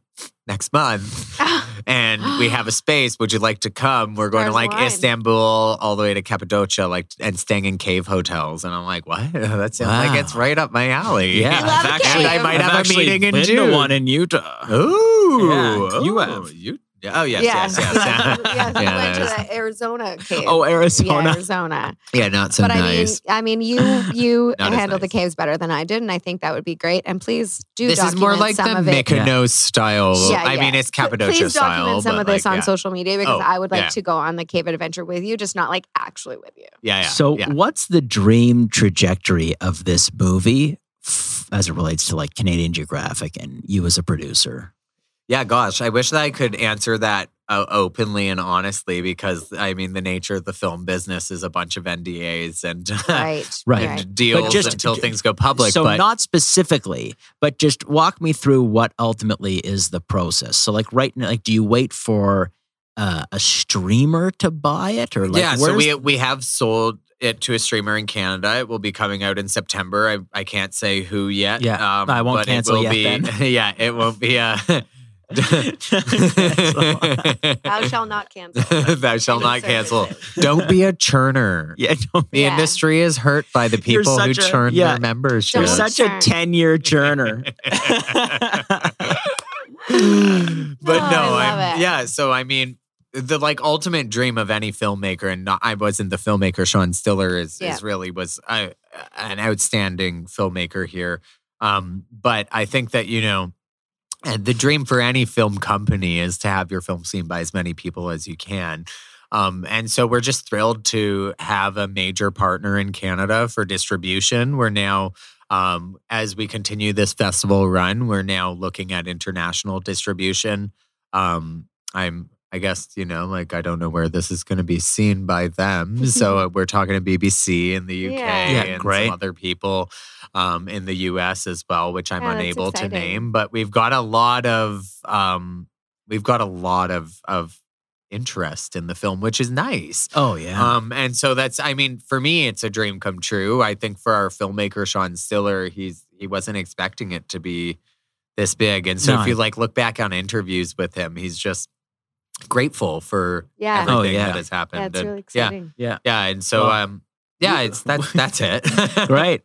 Speaker 4: next month and we have a space. Would you like to come? We're going to
Speaker 3: There's
Speaker 4: like
Speaker 3: wine.
Speaker 4: Istanbul all the way to Cappadocia, like and staying in cave hotels. And I'm like, what? That sounds
Speaker 5: Wow.
Speaker 4: like it's right up my alley.
Speaker 5: Yeah,
Speaker 3: I love
Speaker 5: I've
Speaker 3: cave.
Speaker 5: I might have a meeting in June. in Utah.
Speaker 4: Ooh,
Speaker 5: Yeah, you
Speaker 4: oh,
Speaker 5: have.
Speaker 4: you. yeah, Oh yes,
Speaker 3: yeah.
Speaker 4: yes, yes. yeah. Yeah,
Speaker 3: yes, I went
Speaker 4: that
Speaker 3: to the Arizona cave.
Speaker 5: Oh, Arizona.
Speaker 3: Yeah, Arizona.
Speaker 4: Yeah, not so
Speaker 3: but
Speaker 4: nice.
Speaker 3: I mean, I mean, you you
Speaker 4: Not as
Speaker 3: handle the
Speaker 4: nice.
Speaker 3: caves better than I did, and I think that would be great. And please do
Speaker 4: this is
Speaker 3: document
Speaker 4: more like the
Speaker 3: some of it.
Speaker 4: Mykonos style.
Speaker 3: Yeah,
Speaker 4: I
Speaker 3: yeah.
Speaker 4: mean, it's
Speaker 3: P-
Speaker 4: Cappadocia
Speaker 3: Please
Speaker 4: style.
Speaker 3: document some
Speaker 4: but
Speaker 3: of this
Speaker 4: like,
Speaker 3: on
Speaker 4: yeah.
Speaker 3: social media because
Speaker 4: Oh,
Speaker 3: I would like
Speaker 4: yeah.
Speaker 3: to go on the cave adventure with you, just not like actually with you.
Speaker 4: Yeah, yeah.
Speaker 5: so,
Speaker 4: yeah.
Speaker 5: what's the dream trajectory of this movie f- as it relates to like Canadian Geographic and you as a producer?
Speaker 4: Yeah, gosh, I wish that I could answer that uh, openly and honestly because I mean, the nature of the film business is a bunch of NDAs and
Speaker 3: Right.
Speaker 5: Right.
Speaker 4: and deals
Speaker 5: just-
Speaker 4: until things go public.
Speaker 5: so,
Speaker 4: but
Speaker 5: not specifically, but just walk me through what ultimately is the process. So, like right now, like do you wait for uh, a streamer to buy it, or like
Speaker 4: yeah, so
Speaker 5: where's-
Speaker 4: we we have sold it to a streamer in Canada. It will be coming out in September. I, I can't say who yet.
Speaker 5: Yeah,
Speaker 4: um,
Speaker 5: I won't
Speaker 4: but
Speaker 5: cancel
Speaker 4: it will
Speaker 5: yet
Speaker 4: Be,
Speaker 5: then.
Speaker 4: yeah, it won't be. Uh,
Speaker 3: Thou shall not cancel.
Speaker 4: Thou shall not
Speaker 3: Insert this
Speaker 4: cancel.
Speaker 3: in.
Speaker 4: Don't be a churner.
Speaker 5: yeah, no,
Speaker 4: The
Speaker 3: Yeah.
Speaker 4: industry is hurt by the
Speaker 5: You're
Speaker 4: people who
Speaker 5: such a-
Speaker 4: churn
Speaker 5: yeah.
Speaker 4: their membership.
Speaker 5: you're
Speaker 3: Don't
Speaker 5: such a
Speaker 3: churn.
Speaker 5: ten-year churner.
Speaker 4: but no,
Speaker 3: Oh, I love
Speaker 4: I'm,
Speaker 3: it.
Speaker 4: yeah. So I mean, the like ultimate dream of any filmmaker, and not, I wasn't the filmmaker. Sean Stiller is
Speaker 3: Yeah.
Speaker 4: is really was a, an outstanding filmmaker here. Um, but I think that you know, and the dream for any film company is to have your film seen by as many people as you can. Um, and so we're just thrilled to have a major partner in Canada for distribution. We're now um, as we continue this festival run, we're now looking at international distribution. Um, I'm, I guess, you know, like I don't know where this is going to be seen by them. so uh, we're talking to BBC in the UK
Speaker 3: Yeah.
Speaker 5: Yeah,
Speaker 4: and
Speaker 5: great.
Speaker 4: some other people um, in the US as well, which I'm
Speaker 3: Yeah, Oh, that's
Speaker 4: unable to
Speaker 3: exciting.
Speaker 4: name. But we've got a lot of, um, we've got a lot of of interest in the film, which is nice.
Speaker 5: oh yeah,
Speaker 4: Um, and so that's, I mean, for me, it's a dream come true. I think for our filmmaker Sean Stiller, he's he wasn't expecting it to be this big, and so
Speaker 5: No.
Speaker 4: if you like look back on interviews with him, he's just grateful for
Speaker 3: Yeah.
Speaker 4: everything
Speaker 5: Oh, yeah.
Speaker 4: that has happened.
Speaker 3: That's
Speaker 4: And
Speaker 3: really
Speaker 4: yeah,
Speaker 3: exciting.
Speaker 4: yeah, and so
Speaker 5: Well,
Speaker 4: um, yeah,
Speaker 5: you-
Speaker 4: it's that's that's it.
Speaker 5: Great.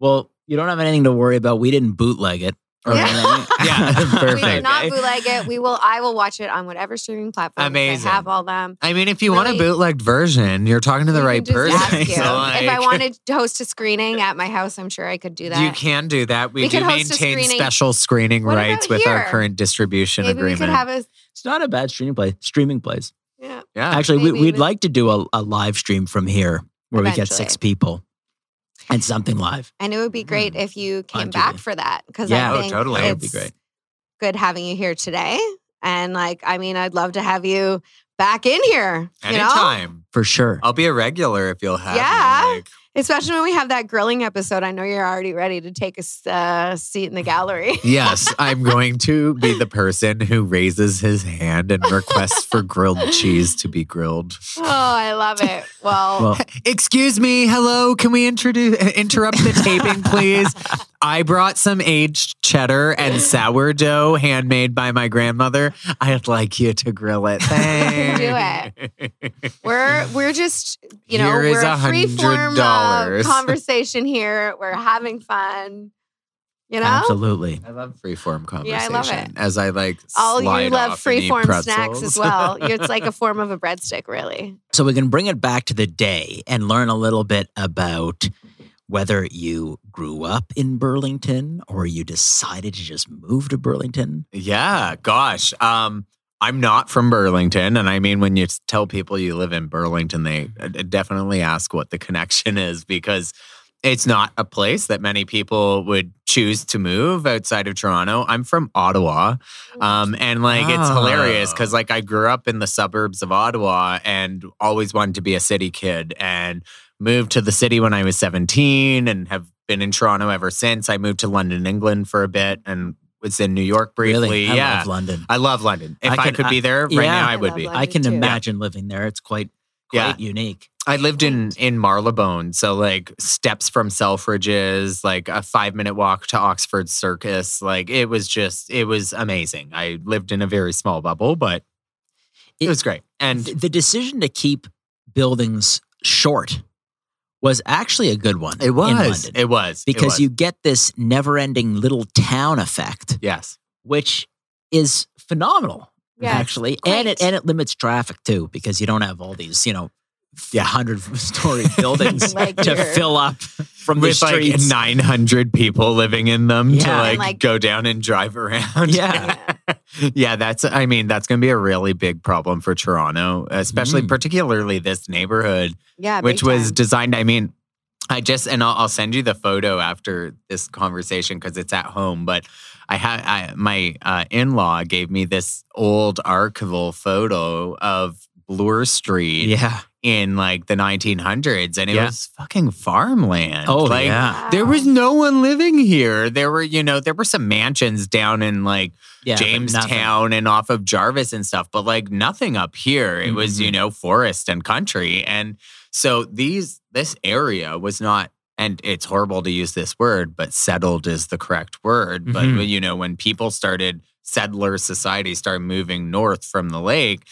Speaker 5: Well, you don't have anything to worry about. We didn't bootleg it. or
Speaker 3: Yeah.
Speaker 5: anything.
Speaker 4: Yeah,
Speaker 3: We
Speaker 4: perfect.
Speaker 3: do not
Speaker 5: Okay.
Speaker 3: bootleg it. We will. I will watch it on whatever streaming platform.
Speaker 4: Amazing.
Speaker 3: I have all them.
Speaker 4: I mean, if you want a
Speaker 3: Really-
Speaker 4: bootlegged version, you're talking to the
Speaker 3: You can
Speaker 4: right
Speaker 3: just
Speaker 4: person.
Speaker 3: ask you.
Speaker 4: So,
Speaker 3: if I
Speaker 4: like,
Speaker 3: wanted to host a screening at my house, I'm sure I could do that.
Speaker 4: You can do that. We,
Speaker 3: We
Speaker 4: do
Speaker 3: could host a
Speaker 4: maintain
Speaker 3: screening.
Speaker 4: special screening
Speaker 3: What about
Speaker 4: rights with our
Speaker 3: here?
Speaker 4: current distribution
Speaker 3: Maybe
Speaker 4: agreement.
Speaker 3: we could have a.
Speaker 5: It's not a bad streaming place. Streaming place.
Speaker 3: Yeah.
Speaker 4: yeah.
Speaker 5: Actually, we,
Speaker 3: Maybe
Speaker 5: we'd
Speaker 3: we-
Speaker 5: like to do a, a live stream from here where we get
Speaker 3: Eventually.
Speaker 5: six people and something live.
Speaker 3: And it would be great if you came
Speaker 5: Onto
Speaker 3: back
Speaker 5: the-
Speaker 3: for that because
Speaker 5: Yeah,
Speaker 3: I
Speaker 5: oh,
Speaker 3: think
Speaker 4: totally.
Speaker 5: That
Speaker 3: it's
Speaker 5: would be great.
Speaker 3: good having you here today. And like, I mean, I'd love to have you back in here. You know?
Speaker 4: Anytime.
Speaker 5: For sure.
Speaker 4: I'll be a regular if you'll have me,
Speaker 3: Yeah.
Speaker 4: like,
Speaker 3: Especially when we have that grilling episode. I know you're already ready to take a s- uh, seat in the gallery.
Speaker 4: Yes, I'm going to be the person who raises his hand and requests for grilled cheese to be grilled.
Speaker 3: Oh, I love it. Well,
Speaker 5: Well,
Speaker 4: Excuse me, hello, can we introduce interrupt the taping please? I brought some aged cheddar and sourdough handmade by my grandmother. I'd like you to grill it. Thanks. Do it.
Speaker 3: we're we're just you know
Speaker 4: Here is
Speaker 3: we're a free form uh,
Speaker 4: $100.
Speaker 3: conversation here. We're having fun. You know,
Speaker 5: Absolutely.
Speaker 4: I love freeform conversation.
Speaker 3: Yeah, I love it.
Speaker 4: As I like
Speaker 3: all
Speaker 4: slide
Speaker 3: you love
Speaker 4: off and eat
Speaker 3: freeform snacks
Speaker 4: pretzels.
Speaker 3: as well. It's like a form of a breadstick, really.
Speaker 5: So we can bring it back to the day and learn a little bit about whether you grew up in Burlington or you decided to just move to Burlington.
Speaker 4: Yeah, gosh. Um, I'm not from Burlington. And I mean, when you tell people you live in Burlington, they uh, definitely ask what the connection is because it's not a place that many people would choose to move outside of Toronto. I'm from Ottawa. Um, and like, it's
Speaker 5: Ah.
Speaker 4: hilarious because like I grew up in the suburbs of Ottawa and always wanted to be a city kid and moved to the city when I was 17 and have been in Toronto ever since. I moved to London, England for a bit and was in New York briefly.
Speaker 5: really, I
Speaker 4: yeah.
Speaker 5: love London.
Speaker 4: I love London. If
Speaker 5: I
Speaker 4: I,
Speaker 5: can-
Speaker 4: could
Speaker 5: I-
Speaker 4: be there right
Speaker 5: yeah.
Speaker 4: now, I
Speaker 3: I
Speaker 4: would
Speaker 3: love
Speaker 4: be.
Speaker 3: London.
Speaker 5: I can
Speaker 3: too. Yeah.
Speaker 5: imagine living there. It's quite
Speaker 4: Yeah.
Speaker 5: quite unique.
Speaker 4: I lived in in Marylebone, so like steps from Selfridges, like a five minute walk to Oxford Circus. Like it was just, it was amazing. I lived in a very small bubble, but it,
Speaker 5: It-
Speaker 4: was great.
Speaker 5: And
Speaker 4: And
Speaker 5: the decision to keep buildings short was actually a good one. in London.
Speaker 4: it was it
Speaker 5: because
Speaker 4: was.
Speaker 5: you get this never-ending little town effect,
Speaker 4: yes,
Speaker 5: which is phenomenal.
Speaker 3: Yeah, it's
Speaker 5: actually, and it
Speaker 3: great.
Speaker 5: and it limits traffic too because you don't have all these you know,
Speaker 4: Yeah.
Speaker 5: hundred story buildings
Speaker 3: Like
Speaker 5: to
Speaker 3: your-
Speaker 5: fill up from the
Speaker 4: with like
Speaker 5: streets.
Speaker 4: nine hundred people living in them
Speaker 5: Yeah.
Speaker 4: to
Speaker 5: And,
Speaker 4: like,
Speaker 3: like-
Speaker 4: go down and drive around.
Speaker 5: Yeah.
Speaker 4: yeah, that's, I mean, that's going to be a really big problem for Toronto, especially
Speaker 5: Mm.
Speaker 4: particularly this neighborhood,
Speaker 3: Yeah, big
Speaker 4: which was
Speaker 3: time.
Speaker 4: designed. I mean, I just, and I'll, I'll send you the photo after this conversation because it's at home, but I had, I, my uh, in law gave me this old archival photo of Bloor Street
Speaker 5: yeah.
Speaker 4: in like the 1900s and it
Speaker 5: Yeah.
Speaker 4: was fucking farmland.
Speaker 5: Oh
Speaker 4: like,
Speaker 3: Ah.
Speaker 5: yeah.
Speaker 4: There was
Speaker 3: Wow.
Speaker 4: no one living here. There were, you know, there were some mansions down in like
Speaker 5: yeah. but nothing.
Speaker 4: Jamestown and off of Jarvis and stuff, but like nothing up here. It was,
Speaker 5: Mm-hmm.
Speaker 4: you know, forest and country. And so these this area was not and it's horrible to use this word, but settled is the correct word. But
Speaker 5: Mhm.
Speaker 4: you know, when people started settler society started moving north from the lake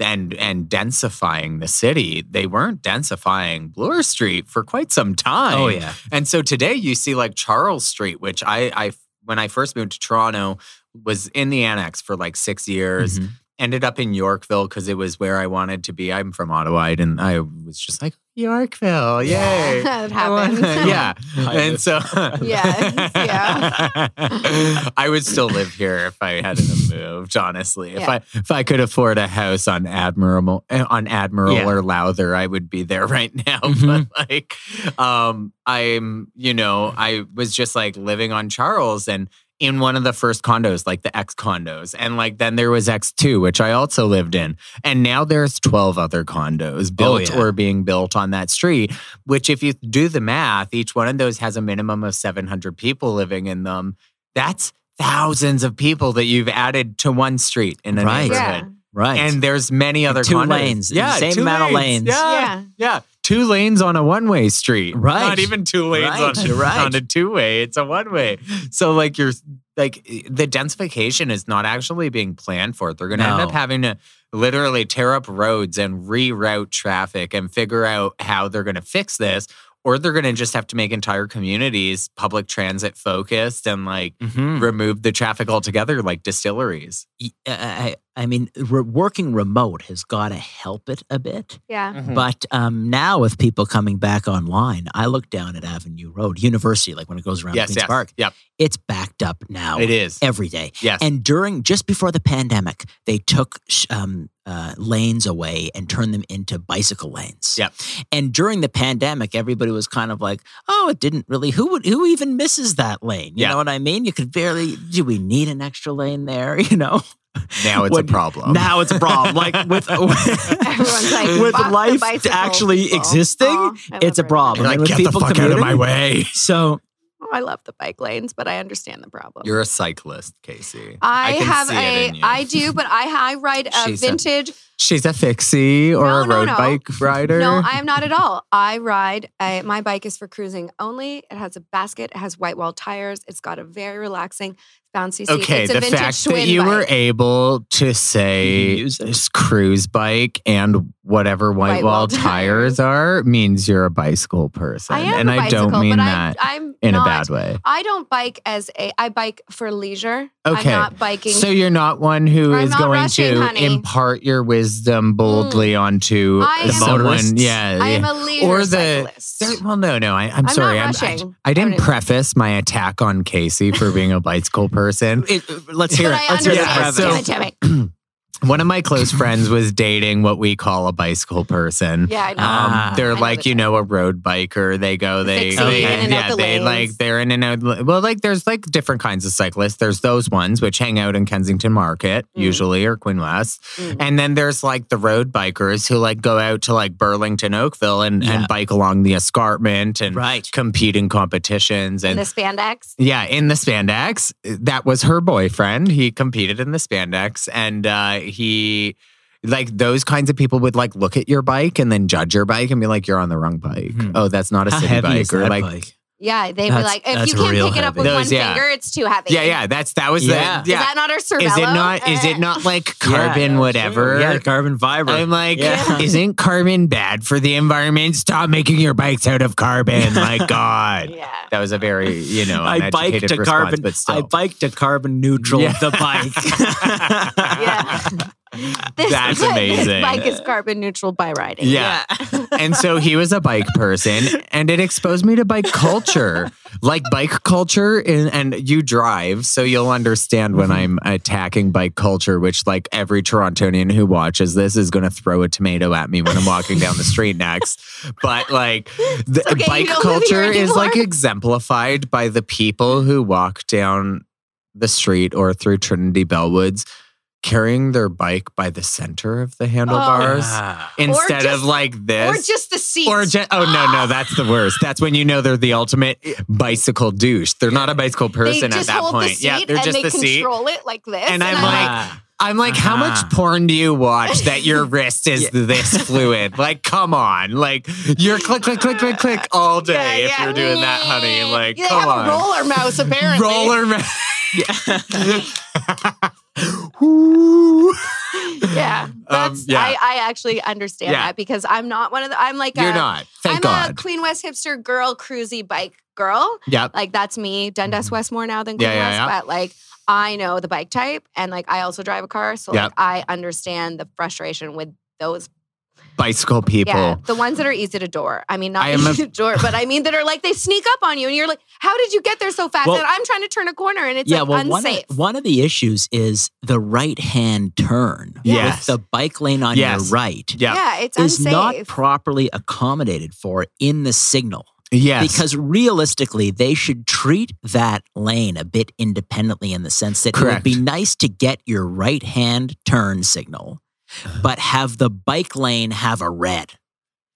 Speaker 4: and and densifying the city, they weren't densifying Bloor Street for quite some time.
Speaker 5: Oh yeah.
Speaker 4: And so today you see like Charles Street, which I, I when I first moved to Toronto was in the annex for like six years.
Speaker 5: Mhm.
Speaker 4: Ended up in Yorkville because it was where I wanted to be. I'm from Ottawa, I didn't I was just like Yorkville, yay!
Speaker 3: That
Speaker 4: I wanna-
Speaker 3: happens.
Speaker 4: yeah,
Speaker 5: Kind
Speaker 4: and
Speaker 5: of.
Speaker 4: so
Speaker 3: Yes, yeah.
Speaker 4: I would still live here if I hadn't have moved. Honestly, if
Speaker 3: Yeah.
Speaker 4: I if I could afford a house on Admiral eh, on Admiral
Speaker 5: Yeah.
Speaker 4: or Lowther, I would be there right now.
Speaker 5: Mhm.
Speaker 4: But like, um, I'm you know I was just like living on Charles and. In one of the first condos, like the X condos. And like then there was X2, which I also lived in. And now there's 12 other condos built
Speaker 5: Oh, yeah.
Speaker 4: or being built on that street, which if you do the math, each one of those has a minimum of 700 people living in them. That's thousands of people that you've added to one street in a
Speaker 5: Right.
Speaker 3: Yeah.
Speaker 4: neighborhood.
Speaker 5: Right.
Speaker 4: And there's many other
Speaker 5: two
Speaker 4: condos.
Speaker 5: lanes,
Speaker 4: Yeah,
Speaker 5: same
Speaker 4: two
Speaker 5: amount of lanes.
Speaker 4: Yeah,
Speaker 3: Yeah.
Speaker 4: yeah. Two lanes on a one-way street.
Speaker 5: Right.
Speaker 4: Not even two lanes
Speaker 5: Right,
Speaker 4: on, a,
Speaker 5: right.
Speaker 4: on a two-way. It's a one-way. So like you're like the densification is not actually being planned for. They're going to end
Speaker 5: No.
Speaker 4: up having to literally tear up roads and reroute traffic and figure out how they're going to fix this or they're going to just have to make entire communities public transit focused and like
Speaker 5: Mhm.
Speaker 4: remove the traffic altogether like distilleries.
Speaker 5: Y- uh, I, I I mean, re- working remote has got to help it a bit.
Speaker 3: Yeah.
Speaker 4: Hmm.
Speaker 5: But um, now, with people coming back online, I look down at Avenue Road, University, like when it goes around
Speaker 4: yes,
Speaker 5: Queens
Speaker 4: yes.
Speaker 5: Park.
Speaker 4: Yep.
Speaker 5: It's backed up now
Speaker 4: It is.
Speaker 5: every day.
Speaker 4: Yes.
Speaker 5: And during just before the pandemic, they took sh- um, uh, lanes away and turned them into bicycle lanes.
Speaker 4: Yep.
Speaker 5: And during the pandemic, everybody was kind of like, "Oh, it didn't really. Who would? Who even misses that lane? You
Speaker 4: Yeah.
Speaker 5: know what I mean? You could barely. Do we need an extra lane there? You know?
Speaker 4: Now it's
Speaker 5: What-
Speaker 4: a problem.
Speaker 5: Now it's a problem. Like with
Speaker 3: Everyone's like,
Speaker 5: with
Speaker 3: "Fuck the
Speaker 5: life
Speaker 3: bicycle
Speaker 5: actually
Speaker 3: people."
Speaker 5: existing,
Speaker 3: Aw, I love
Speaker 5: it's a
Speaker 3: her.
Speaker 5: problem.
Speaker 4: You're like,
Speaker 5: And with
Speaker 4: get the
Speaker 5: people
Speaker 4: fuck out of my
Speaker 5: commuting-
Speaker 4: way.
Speaker 5: So
Speaker 3: Oh, I love the bike lanes, but I understand the problem.
Speaker 4: You're a cyclist, Casey.
Speaker 3: I,
Speaker 4: can
Speaker 3: have
Speaker 4: see it
Speaker 3: a,
Speaker 4: in you.
Speaker 3: I do, but I, I ride a
Speaker 4: She's a-
Speaker 3: vintage.
Speaker 4: She's a fixie or
Speaker 3: No,
Speaker 4: a
Speaker 3: no,
Speaker 4: road
Speaker 3: no.
Speaker 4: bike rider.
Speaker 3: no, I am not at all. I ride. A, my bike is for cruising only. It has a basket. It has white wall tires. It's got a very relaxing, bouncy seat.
Speaker 4: Okay,
Speaker 3: it's a
Speaker 4: the
Speaker 3: vintage
Speaker 4: fact
Speaker 3: twin
Speaker 4: that you
Speaker 3: bike.
Speaker 4: were able to say
Speaker 5: Use it.
Speaker 4: s- cruise bike and whatever white,
Speaker 3: White
Speaker 4: wall
Speaker 3: wall
Speaker 4: tires are means you're a bicycle person,
Speaker 3: I am
Speaker 4: and
Speaker 3: a
Speaker 4: I
Speaker 3: bicycle,
Speaker 4: don't mean
Speaker 3: but
Speaker 4: that
Speaker 3: I'm, I'm
Speaker 4: in
Speaker 3: not,
Speaker 4: a bad way.
Speaker 3: I don't bike as a. I bike for leisure.
Speaker 4: Okay,
Speaker 3: I'm not biking.
Speaker 4: So you're not one who
Speaker 3: I'm
Speaker 4: is
Speaker 3: not
Speaker 4: going
Speaker 3: rushing,
Speaker 4: to
Speaker 3: honey. Hmm.
Speaker 4: impart your wisdom boldly onto
Speaker 3: I am-
Speaker 4: someone.
Speaker 5: Motorists?
Speaker 4: Yeah,
Speaker 3: I am
Speaker 4: yeah.
Speaker 3: a leisure
Speaker 4: Or the
Speaker 3: cyclist.
Speaker 4: there- well, no, no. I, I'm,
Speaker 3: not
Speaker 4: sorry. I'm, I,
Speaker 3: rushing.
Speaker 4: I
Speaker 3: I
Speaker 4: didn't
Speaker 3: don't-
Speaker 4: preface my attack on Casey for being a bicycle person.
Speaker 5: it, uh, let's
Speaker 3: but
Speaker 5: hear
Speaker 3: I
Speaker 5: it. Let's hear the premise.
Speaker 3: understand.
Speaker 4: so-
Speaker 3: God damn it.
Speaker 4: One of my close friends was dating what we call a bicycle person.
Speaker 3: Yeah, I know.
Speaker 5: Ah.
Speaker 4: Um, they're
Speaker 3: I know
Speaker 4: like
Speaker 3: the
Speaker 4: you know a road biker. They go, they,
Speaker 3: Fixie,
Speaker 4: they-
Speaker 5: in
Speaker 3: and out
Speaker 4: yeah,
Speaker 3: the
Speaker 4: they
Speaker 3: lanes.
Speaker 4: like they're in and out. Well, like there's like different kinds of cyclists. There's those ones which hang out in Kensington Market
Speaker 3: Mm.
Speaker 4: usually or Queen West,
Speaker 3: Mm.
Speaker 4: and then there's like the road bikers who like go out to like Burlington, Oakville, and,
Speaker 5: Yeah.
Speaker 4: and bike along the escarpment and
Speaker 5: Right.
Speaker 4: compete in competitions
Speaker 3: In
Speaker 4: and
Speaker 3: the spandex.
Speaker 4: yeah, in the spandex. That was her boyfriend. He competed in the spandex and uh, he like those kinds of people would like look at your bike and then judge your bike and be like, You're on the wrong bike.
Speaker 5: Hmm.
Speaker 4: Oh, that's not a
Speaker 5: How
Speaker 4: city
Speaker 5: heavy
Speaker 4: bike.
Speaker 5: is that
Speaker 4: like
Speaker 5: bike?
Speaker 3: Yeah, they were
Speaker 5: That's-
Speaker 3: like, if
Speaker 5: that's
Speaker 3: you can't
Speaker 5: real
Speaker 3: pick it up
Speaker 5: heavy.
Speaker 3: with
Speaker 4: Those,
Speaker 3: one
Speaker 4: yeah.
Speaker 3: finger, it's too heavy.
Speaker 4: Yeah, yeah. That's that was
Speaker 5: Yeah.
Speaker 4: the
Speaker 3: Is
Speaker 4: yeah.
Speaker 3: that not our Cervelo? Eh.
Speaker 4: Is it not is it not like carbon whatever?
Speaker 5: Yeah, carbon fiber.
Speaker 4: I'm like,
Speaker 5: Yeah.
Speaker 4: isn't carbon bad for the environment? Stop making your bikes out of carbon. My God.
Speaker 3: Yeah.
Speaker 4: That was a very, you know,
Speaker 5: I bike
Speaker 4: uneducated
Speaker 5: to
Speaker 4: response,
Speaker 5: carbon.
Speaker 4: but
Speaker 5: I
Speaker 4: still.
Speaker 5: bike to carbon neutral.
Speaker 4: Yeah.
Speaker 5: The bike.
Speaker 3: Yeah. This,
Speaker 4: That's amazing.
Speaker 3: This bike is carbon neutral by riding.
Speaker 4: Yeah.
Speaker 5: Uh,
Speaker 4: and so he was a bike person, and it exposed me to bike culture, like bike culture. In, and you drive, so you'll understand when
Speaker 3: Mm-hmm.
Speaker 4: I'm attacking bike culture, which, like, every Torontonian who watches this is going to throw a tomato at me when I'm walking down the street next. But, like, the
Speaker 3: okay, you
Speaker 4: bike
Speaker 3: don't live here
Speaker 4: culture is like
Speaker 3: anymore.
Speaker 4: exemplified by the people who walk down the street or through Trinity Bellwoods carrying their bike by the center of the handlebars
Speaker 5: Ah.
Speaker 4: instead
Speaker 3: Oh, just-
Speaker 4: of like
Speaker 3: Or
Speaker 4: this.
Speaker 3: just the seat.
Speaker 4: Or ju- oh no
Speaker 3: Ah.
Speaker 4: no that's the worst. That's when you know they're the ultimate bicycle douche. They're not a bicycle
Speaker 3: they
Speaker 4: person
Speaker 3: just
Speaker 4: at that
Speaker 3: hold
Speaker 4: point.
Speaker 3: the seat
Speaker 4: yeah, they're
Speaker 3: and
Speaker 4: just
Speaker 3: they
Speaker 4: the seat.
Speaker 3: control it like this.
Speaker 4: And I'm like-
Speaker 5: Ah.
Speaker 4: I'm like, how
Speaker 5: Uh-huh.
Speaker 4: much porn do you watch that your wrist is
Speaker 5: Yeah.
Speaker 4: this fluid? Like, come on, like you're click click click click click all day
Speaker 3: Yeah,
Speaker 4: if
Speaker 3: yeah.
Speaker 4: you're doing that, honey. Like,
Speaker 3: they
Speaker 4: come
Speaker 3: have
Speaker 4: on,
Speaker 3: a roller mouse apparently.
Speaker 4: roller. ma-
Speaker 3: Yeah, that's
Speaker 4: Um, yeah.
Speaker 3: I, I actually understand
Speaker 4: Yeah.
Speaker 3: that because I'm not one of the. I'm like
Speaker 4: you're
Speaker 3: a,
Speaker 4: not. Thank
Speaker 3: I'm a
Speaker 4: God.
Speaker 3: Queen West hipster girl, cruisy bike girl.
Speaker 4: yep.
Speaker 3: Like that's me, Dundas West more now than Queen
Speaker 4: Mm-hmm. Yeah, yeah,
Speaker 3: West,
Speaker 4: yeah.
Speaker 3: but like I know the bike type, and like I also drive a car, so
Speaker 4: Yeah.
Speaker 3: like I understand the frustration with those.
Speaker 4: Bicycle people.
Speaker 3: Yeah, the ones that are easy to door. I mean, not
Speaker 4: I am a-
Speaker 3: easy to door, but I mean that are like they sneak up on you, and you're like, "How did you get there so fast?"
Speaker 5: Well-
Speaker 3: and I'm trying to turn a corner, and it's
Speaker 5: yeah,
Speaker 3: like
Speaker 5: well, one
Speaker 3: unsafe.
Speaker 5: of, one of the issues is the right hand turn
Speaker 4: Yes.
Speaker 5: with the bike lane on
Speaker 4: Yes.
Speaker 5: your right
Speaker 4: Yeah.
Speaker 3: yeah, it's
Speaker 5: is
Speaker 3: unsafe.
Speaker 5: not properly accommodated for in the signal.
Speaker 4: Yes.
Speaker 5: Because realistically, they should treat that lane a bit independently in the sense that
Speaker 4: Correct.
Speaker 5: it would be nice to get your right hand turn signal, but have the bike lane have a red.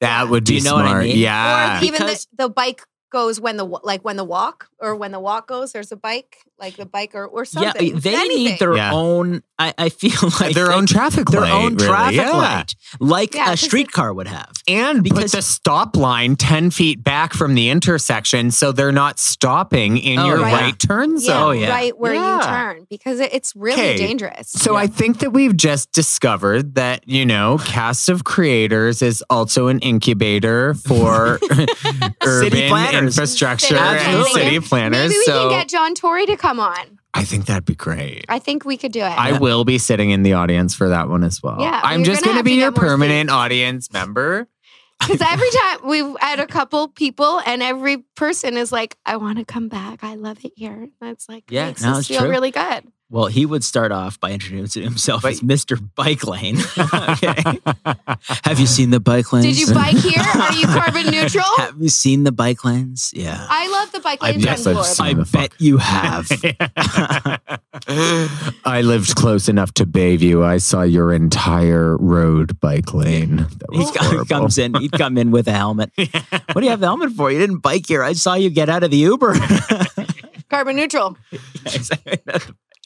Speaker 4: that would
Speaker 5: Do
Speaker 4: be
Speaker 5: you know what
Speaker 4: smart.
Speaker 5: I mean?
Speaker 4: Yeah.
Speaker 3: or even
Speaker 5: Because-
Speaker 3: the, the bike goes when the wa- like when the walk or when the walk goes there's a bike like the bike or, or something
Speaker 5: Yeah, they
Speaker 3: Anything.
Speaker 5: need their
Speaker 4: Yeah.
Speaker 5: own. I, I feel like
Speaker 4: their
Speaker 5: they-
Speaker 4: own traffic
Speaker 5: their
Speaker 4: light.
Speaker 5: own
Speaker 4: really.
Speaker 5: traffic
Speaker 4: Yeah.
Speaker 5: light, like
Speaker 3: Yeah,
Speaker 5: a
Speaker 3: 'cause it-
Speaker 5: streetcar would have.
Speaker 4: And
Speaker 5: Because-
Speaker 4: put the stop line 10 feet back from the intersection so they're not stopping in
Speaker 5: Oh,
Speaker 4: your
Speaker 3: yeah.
Speaker 4: right turn
Speaker 3: yeah,
Speaker 4: zone.
Speaker 5: yeah.
Speaker 3: right where you
Speaker 4: Yeah.
Speaker 3: turn because it, it's really
Speaker 4: 'Kay.
Speaker 3: dangerous
Speaker 4: So I think that we've just discovered that, you know, Cast of Creators is also an incubator for urban
Speaker 5: planners.
Speaker 4: infrastructure and
Speaker 5: Absolutely.
Speaker 4: city planners.
Speaker 3: maybe we
Speaker 4: so
Speaker 3: can get john tory to come on
Speaker 4: I think that'd be great.
Speaker 3: i think we could do it
Speaker 4: I will be sitting in the audience for that one as well.
Speaker 3: Yeah,
Speaker 4: I'm
Speaker 3: we're
Speaker 4: just
Speaker 3: gonna
Speaker 4: going to
Speaker 3: have
Speaker 4: be
Speaker 3: to
Speaker 4: your
Speaker 3: get more
Speaker 4: permanent audience member.
Speaker 3: because every time we've had a couple people and every person is like i want to come back i love it here that's like
Speaker 5: Yeah,
Speaker 3: makes
Speaker 5: no,
Speaker 3: us
Speaker 5: it's
Speaker 3: feel
Speaker 5: true.
Speaker 3: really good
Speaker 5: Well, he would start off by introducing himself
Speaker 4: Wait.
Speaker 5: as Mr. Bike Lane. okay. Have you seen the bike lanes?
Speaker 3: Did you bike here? Are you carbon neutral?
Speaker 5: Have you seen the bike lanes? Yeah.
Speaker 3: I love the bike lanes
Speaker 4: yes,
Speaker 3: on
Speaker 4: I've
Speaker 3: Florida.
Speaker 4: seen-
Speaker 5: I
Speaker 4: the
Speaker 5: bet
Speaker 4: fuck-
Speaker 5: you have.
Speaker 4: I lived close enough to Bayview. I saw your entire road bike lane. That
Speaker 5: he
Speaker 4: was
Speaker 5: co-
Speaker 4: horrible.
Speaker 5: comes in. He'd come in with a helmet. What do you have the helmet for? You didn't bike here. I saw you get out of the Uber.
Speaker 3: Carbon neutral.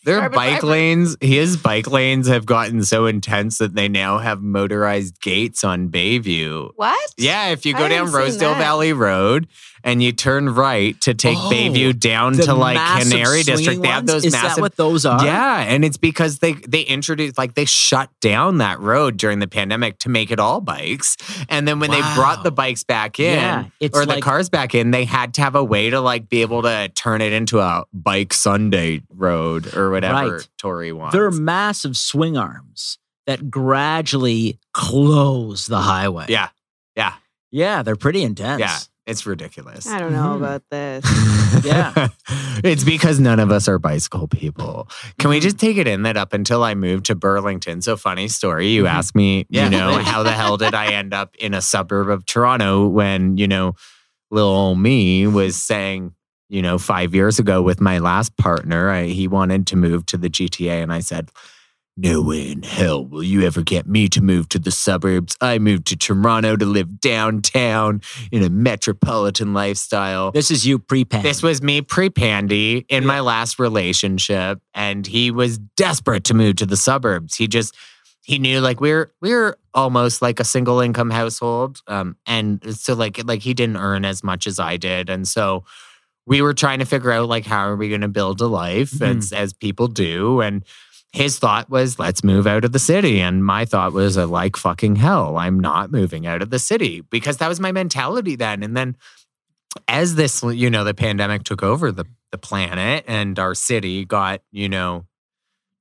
Speaker 4: Their
Speaker 3: Carbon
Speaker 4: bike
Speaker 3: fiber.
Speaker 4: lanes, his bike lanes have gotten so intense that they now have motorized gates on Bayview.
Speaker 3: What?
Speaker 4: Yeah, if you
Speaker 3: I
Speaker 4: go
Speaker 3: haven't
Speaker 4: down
Speaker 3: seen
Speaker 4: Rosedale
Speaker 3: that.
Speaker 4: Valley Road and you turn right to take
Speaker 5: Oh,
Speaker 4: Bayview down
Speaker 5: The
Speaker 4: to like
Speaker 5: massive
Speaker 4: Canary District,
Speaker 5: swinging
Speaker 4: they have
Speaker 5: ones?
Speaker 4: those
Speaker 5: Is
Speaker 4: massive
Speaker 5: that what those are?
Speaker 4: Yeah, and it's because they they introduced like they shut down that road during the pandemic to make it all bikes, and then when they brought
Speaker 5: Wow.
Speaker 4: the bikes back in
Speaker 5: Yeah, it's
Speaker 4: or the
Speaker 5: like-
Speaker 4: cars back in, they had to have a way to like be able to turn it into a bike Sunday road or whatever
Speaker 5: Right.
Speaker 4: Tory wants.
Speaker 5: They're massive swing arms that gradually close the highway.
Speaker 4: yeah, yeah,
Speaker 5: Yeah, they're pretty intense.
Speaker 4: yeah. It's ridiculous.
Speaker 3: I don't
Speaker 5: Mhm.
Speaker 3: know about this.
Speaker 5: Yeah.
Speaker 4: it's because none of us are bicycle people. Can
Speaker 5: Mm-hmm.
Speaker 4: we just take it in that up until I moved to Burlington? So, funny story, you
Speaker 5: Mhm.
Speaker 4: asked me,
Speaker 5: Yeah.
Speaker 4: you know, how the hell did I end up in a suburb of Toronto when, you know, little old me was saying, you know, five years ago with my last partner, I, he wanted to move to the GTA. And I said, no way in hell will you ever get me to move to the suburbs. I moved to Toronto to live downtown in a metropolitan lifestyle.
Speaker 5: This is you pre-pan.
Speaker 4: This was me pre Pandy in my last relationship, and he was desperate to move to the suburbs. He just he knew like we're we're almost like a single income household, um, and so like like he didn't earn as much as I did, and so we were trying to figure out like how are we going to build a life as as people do, and his thought was let's move out of the city and my thought was uh, like fucking hell i'm not moving out of the city because that was my mentality then and then as this you know the pandemic took over the the planet and our city got you know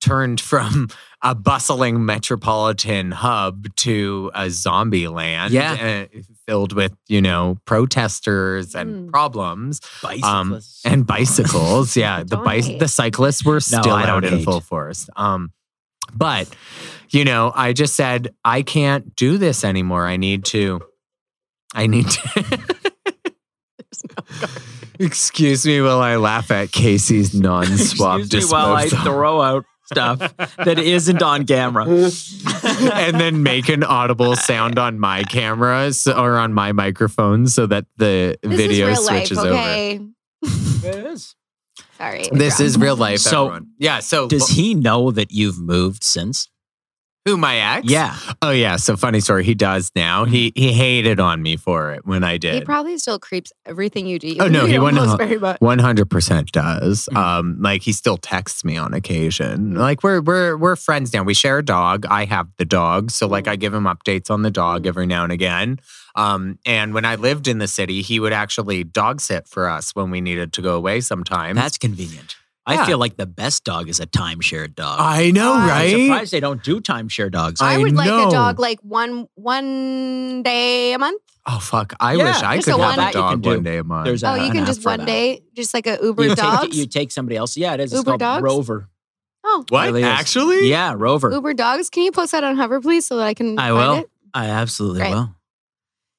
Speaker 4: turned from a bustling metropolitan hub to a zombie land
Speaker 5: Yeah.
Speaker 4: uh, filled with you know protesters and
Speaker 3: Mm.
Speaker 4: problems
Speaker 5: bicyclists.
Speaker 4: um, and bicycles. Yeah, the
Speaker 3: Don't
Speaker 4: bic-
Speaker 3: hate.
Speaker 4: the cyclists were still
Speaker 5: I
Speaker 4: out
Speaker 5: don't
Speaker 4: in
Speaker 5: hate.
Speaker 4: full force. Um, but you know, I just said I can't do this anymore. I need to. I need to. Excuse me while I laugh at Casey's non-swab
Speaker 5: Excuse me while I
Speaker 4: disposal.
Speaker 5: throw out stuff that isn't on camera.
Speaker 4: and then make an audible sound on my camera so- or on my microphone so that the
Speaker 3: This
Speaker 4: video
Speaker 3: is real
Speaker 4: switches
Speaker 3: life,
Speaker 4: over.
Speaker 3: okay? Sorry.
Speaker 4: This is real life,
Speaker 5: So,
Speaker 4: everyone. Yeah. So
Speaker 5: Does he know that you've moved since?
Speaker 4: who my ex?
Speaker 5: Yeah.
Speaker 4: Oh yeah, so funny story. He does now. He
Speaker 5: Mm-hmm.
Speaker 4: he hated on me for it when I
Speaker 3: He
Speaker 4: did.
Speaker 3: probably still creeps everything you do.
Speaker 4: Oh, no,
Speaker 3: You
Speaker 4: he
Speaker 3: don't
Speaker 4: wouldn't
Speaker 3: post
Speaker 4: have-
Speaker 3: very much.
Speaker 4: One hundred percent does.
Speaker 5: Mhm.
Speaker 4: Um, like he still texts me on occasion. Like we're we're we're friends now. We share a dog. I have the dog, so
Speaker 5: Mm-hmm.
Speaker 4: like I give him updates on the dog every now and again. Um, and when I lived in the city, he would actually dog sit for us when we needed to go away sometimes.
Speaker 5: That's convenient.
Speaker 4: Yeah.
Speaker 5: I feel like the best dog is a timeshare dog.
Speaker 4: I know,
Speaker 3: I'm
Speaker 5: I'm
Speaker 4: right?
Speaker 5: surprised they don't do timeshare dogs.
Speaker 4: I
Speaker 3: I would like
Speaker 4: know.
Speaker 3: a dog like one one day a month.
Speaker 4: Oh fuck! I
Speaker 5: Yeah,
Speaker 4: wish I
Speaker 3: just
Speaker 4: could
Speaker 3: a
Speaker 4: have
Speaker 3: one-
Speaker 4: a
Speaker 5: That you can
Speaker 4: dog one
Speaker 5: do.
Speaker 4: day a month.
Speaker 5: There's a-
Speaker 3: Oh, you
Speaker 5: an
Speaker 3: can
Speaker 5: app
Speaker 3: just
Speaker 5: for
Speaker 3: one
Speaker 5: that.
Speaker 3: day, just like a Uber
Speaker 5: you
Speaker 3: dogs.
Speaker 5: take you take somebody else. Yeah, it is.
Speaker 3: Uber
Speaker 5: it's called
Speaker 3: dogs?
Speaker 5: Rover.
Speaker 3: oh,
Speaker 4: what
Speaker 5: really is.
Speaker 4: actually?
Speaker 5: Yeah, Rover.
Speaker 3: Uber dogs. Can you post that on Hover, please, so that I can?
Speaker 5: I
Speaker 3: find
Speaker 5: will.
Speaker 3: It?
Speaker 5: I absolutely
Speaker 3: Great.
Speaker 5: will.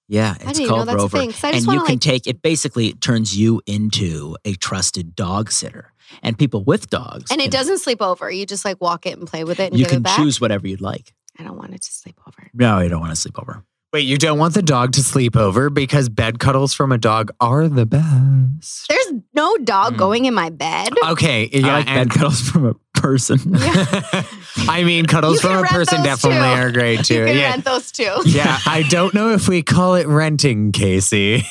Speaker 5: Yeah,
Speaker 3: I
Speaker 5: it's
Speaker 3: didn't even know
Speaker 5: called
Speaker 3: that's
Speaker 5: Rover.
Speaker 3: a thing. 'cause I
Speaker 5: and
Speaker 3: just
Speaker 5: you
Speaker 3: want
Speaker 5: can
Speaker 3: to like.
Speaker 5: take it basically turns you into a trusted dog sitter. And people with dogs
Speaker 3: And
Speaker 5: can-
Speaker 3: it doesn't sleep over. You just like walk it and play with it and
Speaker 5: you
Speaker 3: give
Speaker 5: can
Speaker 3: it back.
Speaker 5: choose whatever you'd like.
Speaker 3: I don't want it to sleep over.
Speaker 5: No, you don't want to sleep over.
Speaker 4: Wait, you don't want the dog to sleep over because bed cuddles from a dog are the best.
Speaker 3: There's no dog
Speaker 5: Hmm.
Speaker 4: Mm.
Speaker 3: going in my bed.
Speaker 4: Okay,
Speaker 5: I
Speaker 4: yeah,
Speaker 5: like bed
Speaker 4: and-
Speaker 5: cuddles from a person.
Speaker 3: Yeah.
Speaker 4: I mean, cuddles
Speaker 3: You can
Speaker 4: from a
Speaker 3: rent
Speaker 4: person
Speaker 3: those
Speaker 4: definitely
Speaker 3: too.
Speaker 4: are great too.
Speaker 3: you can
Speaker 4: yeah,
Speaker 3: rent those too.
Speaker 4: yeah. I don't know if we call it renting, Casey.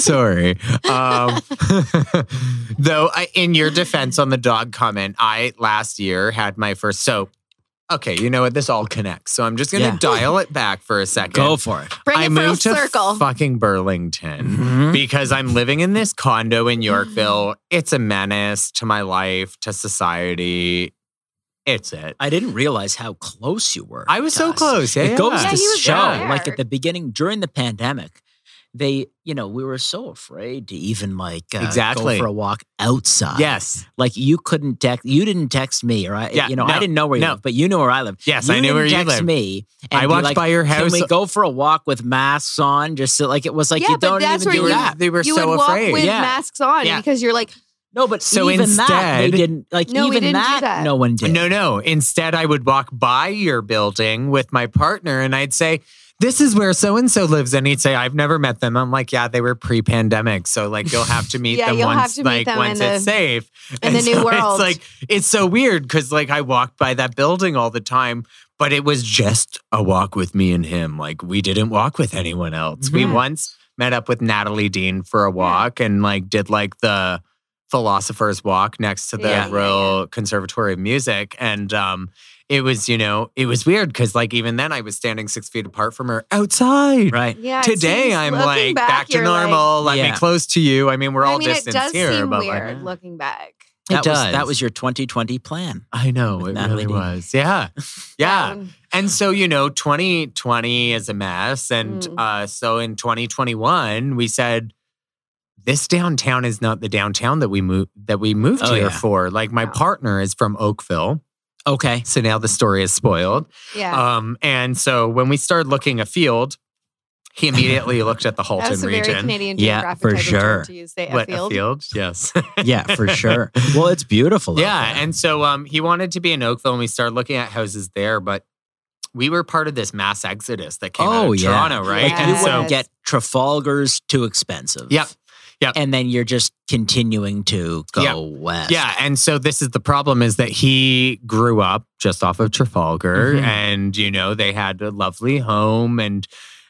Speaker 4: Sorry. Um, though, I, in your defense on the dog comment, I last year had my first. So, okay, you know what? This all connects. So I'm just gonna
Speaker 5: Yeah.
Speaker 4: dial it back for a second.
Speaker 5: Go for it.
Speaker 3: Bring
Speaker 4: I
Speaker 3: it full
Speaker 4: moved to
Speaker 3: circle.
Speaker 4: fucking Burlington
Speaker 5: Mm-hmm.
Speaker 4: because I'm living in this condo in Yorkville. It's a menace to my life, to society. It's it.
Speaker 5: I didn't realize how close you were.
Speaker 4: I was
Speaker 5: to
Speaker 4: so
Speaker 5: us.
Speaker 4: close. Yeah,
Speaker 5: it
Speaker 4: yeah.
Speaker 5: goes
Speaker 3: Yeah,
Speaker 5: to
Speaker 3: he was
Speaker 5: show,
Speaker 3: right
Speaker 5: like
Speaker 3: there.
Speaker 5: at the beginning during the pandemic, they, you know, we were so afraid to even like uh,
Speaker 4: Exactly.
Speaker 5: go for a walk outside.
Speaker 4: Yes.
Speaker 5: Like you couldn't text, you didn't text me, or I,
Speaker 4: Yeah,
Speaker 5: you know,
Speaker 4: no,
Speaker 5: I didn't know where you
Speaker 4: no.
Speaker 5: lived, but you knew where I lived.
Speaker 4: Yes, I knew where
Speaker 5: didn't
Speaker 4: you
Speaker 5: text
Speaker 4: lived.
Speaker 5: me. and
Speaker 4: I
Speaker 5: be
Speaker 4: walked
Speaker 5: like,
Speaker 4: by your house.
Speaker 5: Can we go for a walk with masks on? Just so, like it was like
Speaker 3: Yeah,
Speaker 5: you
Speaker 3: but
Speaker 5: don't
Speaker 3: that's
Speaker 5: even
Speaker 3: where
Speaker 5: do
Speaker 3: you-
Speaker 5: that.
Speaker 4: They were
Speaker 3: you
Speaker 4: so
Speaker 3: would
Speaker 4: afraid.
Speaker 3: walk with
Speaker 5: Yeah.
Speaker 3: masks on
Speaker 4: Yeah.
Speaker 3: because you're like,
Speaker 5: No, but
Speaker 4: So
Speaker 5: even that they
Speaker 4: instead-
Speaker 5: didn't like
Speaker 3: No, we
Speaker 5: even
Speaker 3: didn't do
Speaker 5: that,
Speaker 3: that.
Speaker 5: no one did.
Speaker 4: No, no. Instead, I would walk by your building with my partner and I'd say, This is where so and so lives. And he'd say, I've never met them. I'm like, Yeah, they were pre pandemic. So, like, you'll have to meet
Speaker 3: Yeah,
Speaker 4: them
Speaker 3: you'll have
Speaker 4: once,
Speaker 3: to meet
Speaker 4: like,
Speaker 3: them
Speaker 4: once
Speaker 3: in
Speaker 4: it's
Speaker 3: the-
Speaker 4: safe.
Speaker 3: in the new
Speaker 4: so It's
Speaker 3: world.
Speaker 4: like, it's so weird because, like, I walked by that building all the time, but it was just a walk with me and him. Like, we didn't walk with anyone else. We
Speaker 3: Yeah.
Speaker 4: once met up with Natalie Dean for a walk and, like, did like the philosopher's walk next to the
Speaker 3: Yeah, yeah,
Speaker 4: Royal Conservatory of Music. And um, it was, you know, it was weird because like even then I was standing six feet apart from her outside.
Speaker 5: Right.
Speaker 3: yeah. it
Speaker 4: Today
Speaker 3: seems-
Speaker 4: I'm
Speaker 3: looking
Speaker 4: like back, to
Speaker 3: you're like-
Speaker 4: normal. Let
Speaker 5: Yeah.
Speaker 4: me close to you. I mean, we're all
Speaker 3: I mean, it
Speaker 4: distanced
Speaker 3: does
Speaker 4: here,
Speaker 3: seem
Speaker 4: but
Speaker 3: weird
Speaker 4: like
Speaker 3: looking back.
Speaker 5: That
Speaker 4: It
Speaker 5: was that
Speaker 4: does.
Speaker 5: was your 2020 plan.
Speaker 4: I know
Speaker 5: With
Speaker 4: it
Speaker 5: Natalie
Speaker 4: really
Speaker 5: Dean.
Speaker 4: was. Yeah, yeah.
Speaker 3: Um,
Speaker 4: And so, you know, 2020 is a mess. And
Speaker 3: Mm.
Speaker 4: uh, so in 2021, we said, this downtown is not the downtown that we moved that we moved
Speaker 5: Oh,
Speaker 4: here
Speaker 5: yeah.
Speaker 4: for. Like my
Speaker 3: No.
Speaker 4: partner is from Oakville.
Speaker 5: Okay.
Speaker 4: So now the story is spoiled.
Speaker 3: yeah.
Speaker 4: Um, and so when we started looking afield, he immediately looked at the
Speaker 3: That
Speaker 4: Halton
Speaker 3: was a very
Speaker 4: Oh, region.
Speaker 3: Canadian
Speaker 5: Yeah,
Speaker 3: geographic
Speaker 5: for
Speaker 3: type of term
Speaker 5: sure.
Speaker 3: to use. They
Speaker 4: What,
Speaker 3: afield.
Speaker 4: afield? Yes.
Speaker 5: Yeah, for sure. well, it's beautiful.
Speaker 4: Yeah, and so um, he wanted to be in Oakville, and we started looking at houses there. But we were part of this mass exodus that came out
Speaker 5: Oh,
Speaker 4: of
Speaker 5: yeah.
Speaker 4: Toronto, right?
Speaker 5: Like, you
Speaker 4: And so
Speaker 5: wouldn't get Trafalgar's too expensive.
Speaker 4: Yep. Yep.
Speaker 5: And then you're just continuing to go
Speaker 4: Yep.
Speaker 5: west.
Speaker 4: yeah, and so this is the problem: is that he grew up just off of Trafalgar,
Speaker 5: Mhm.
Speaker 4: and you know they had a lovely home, and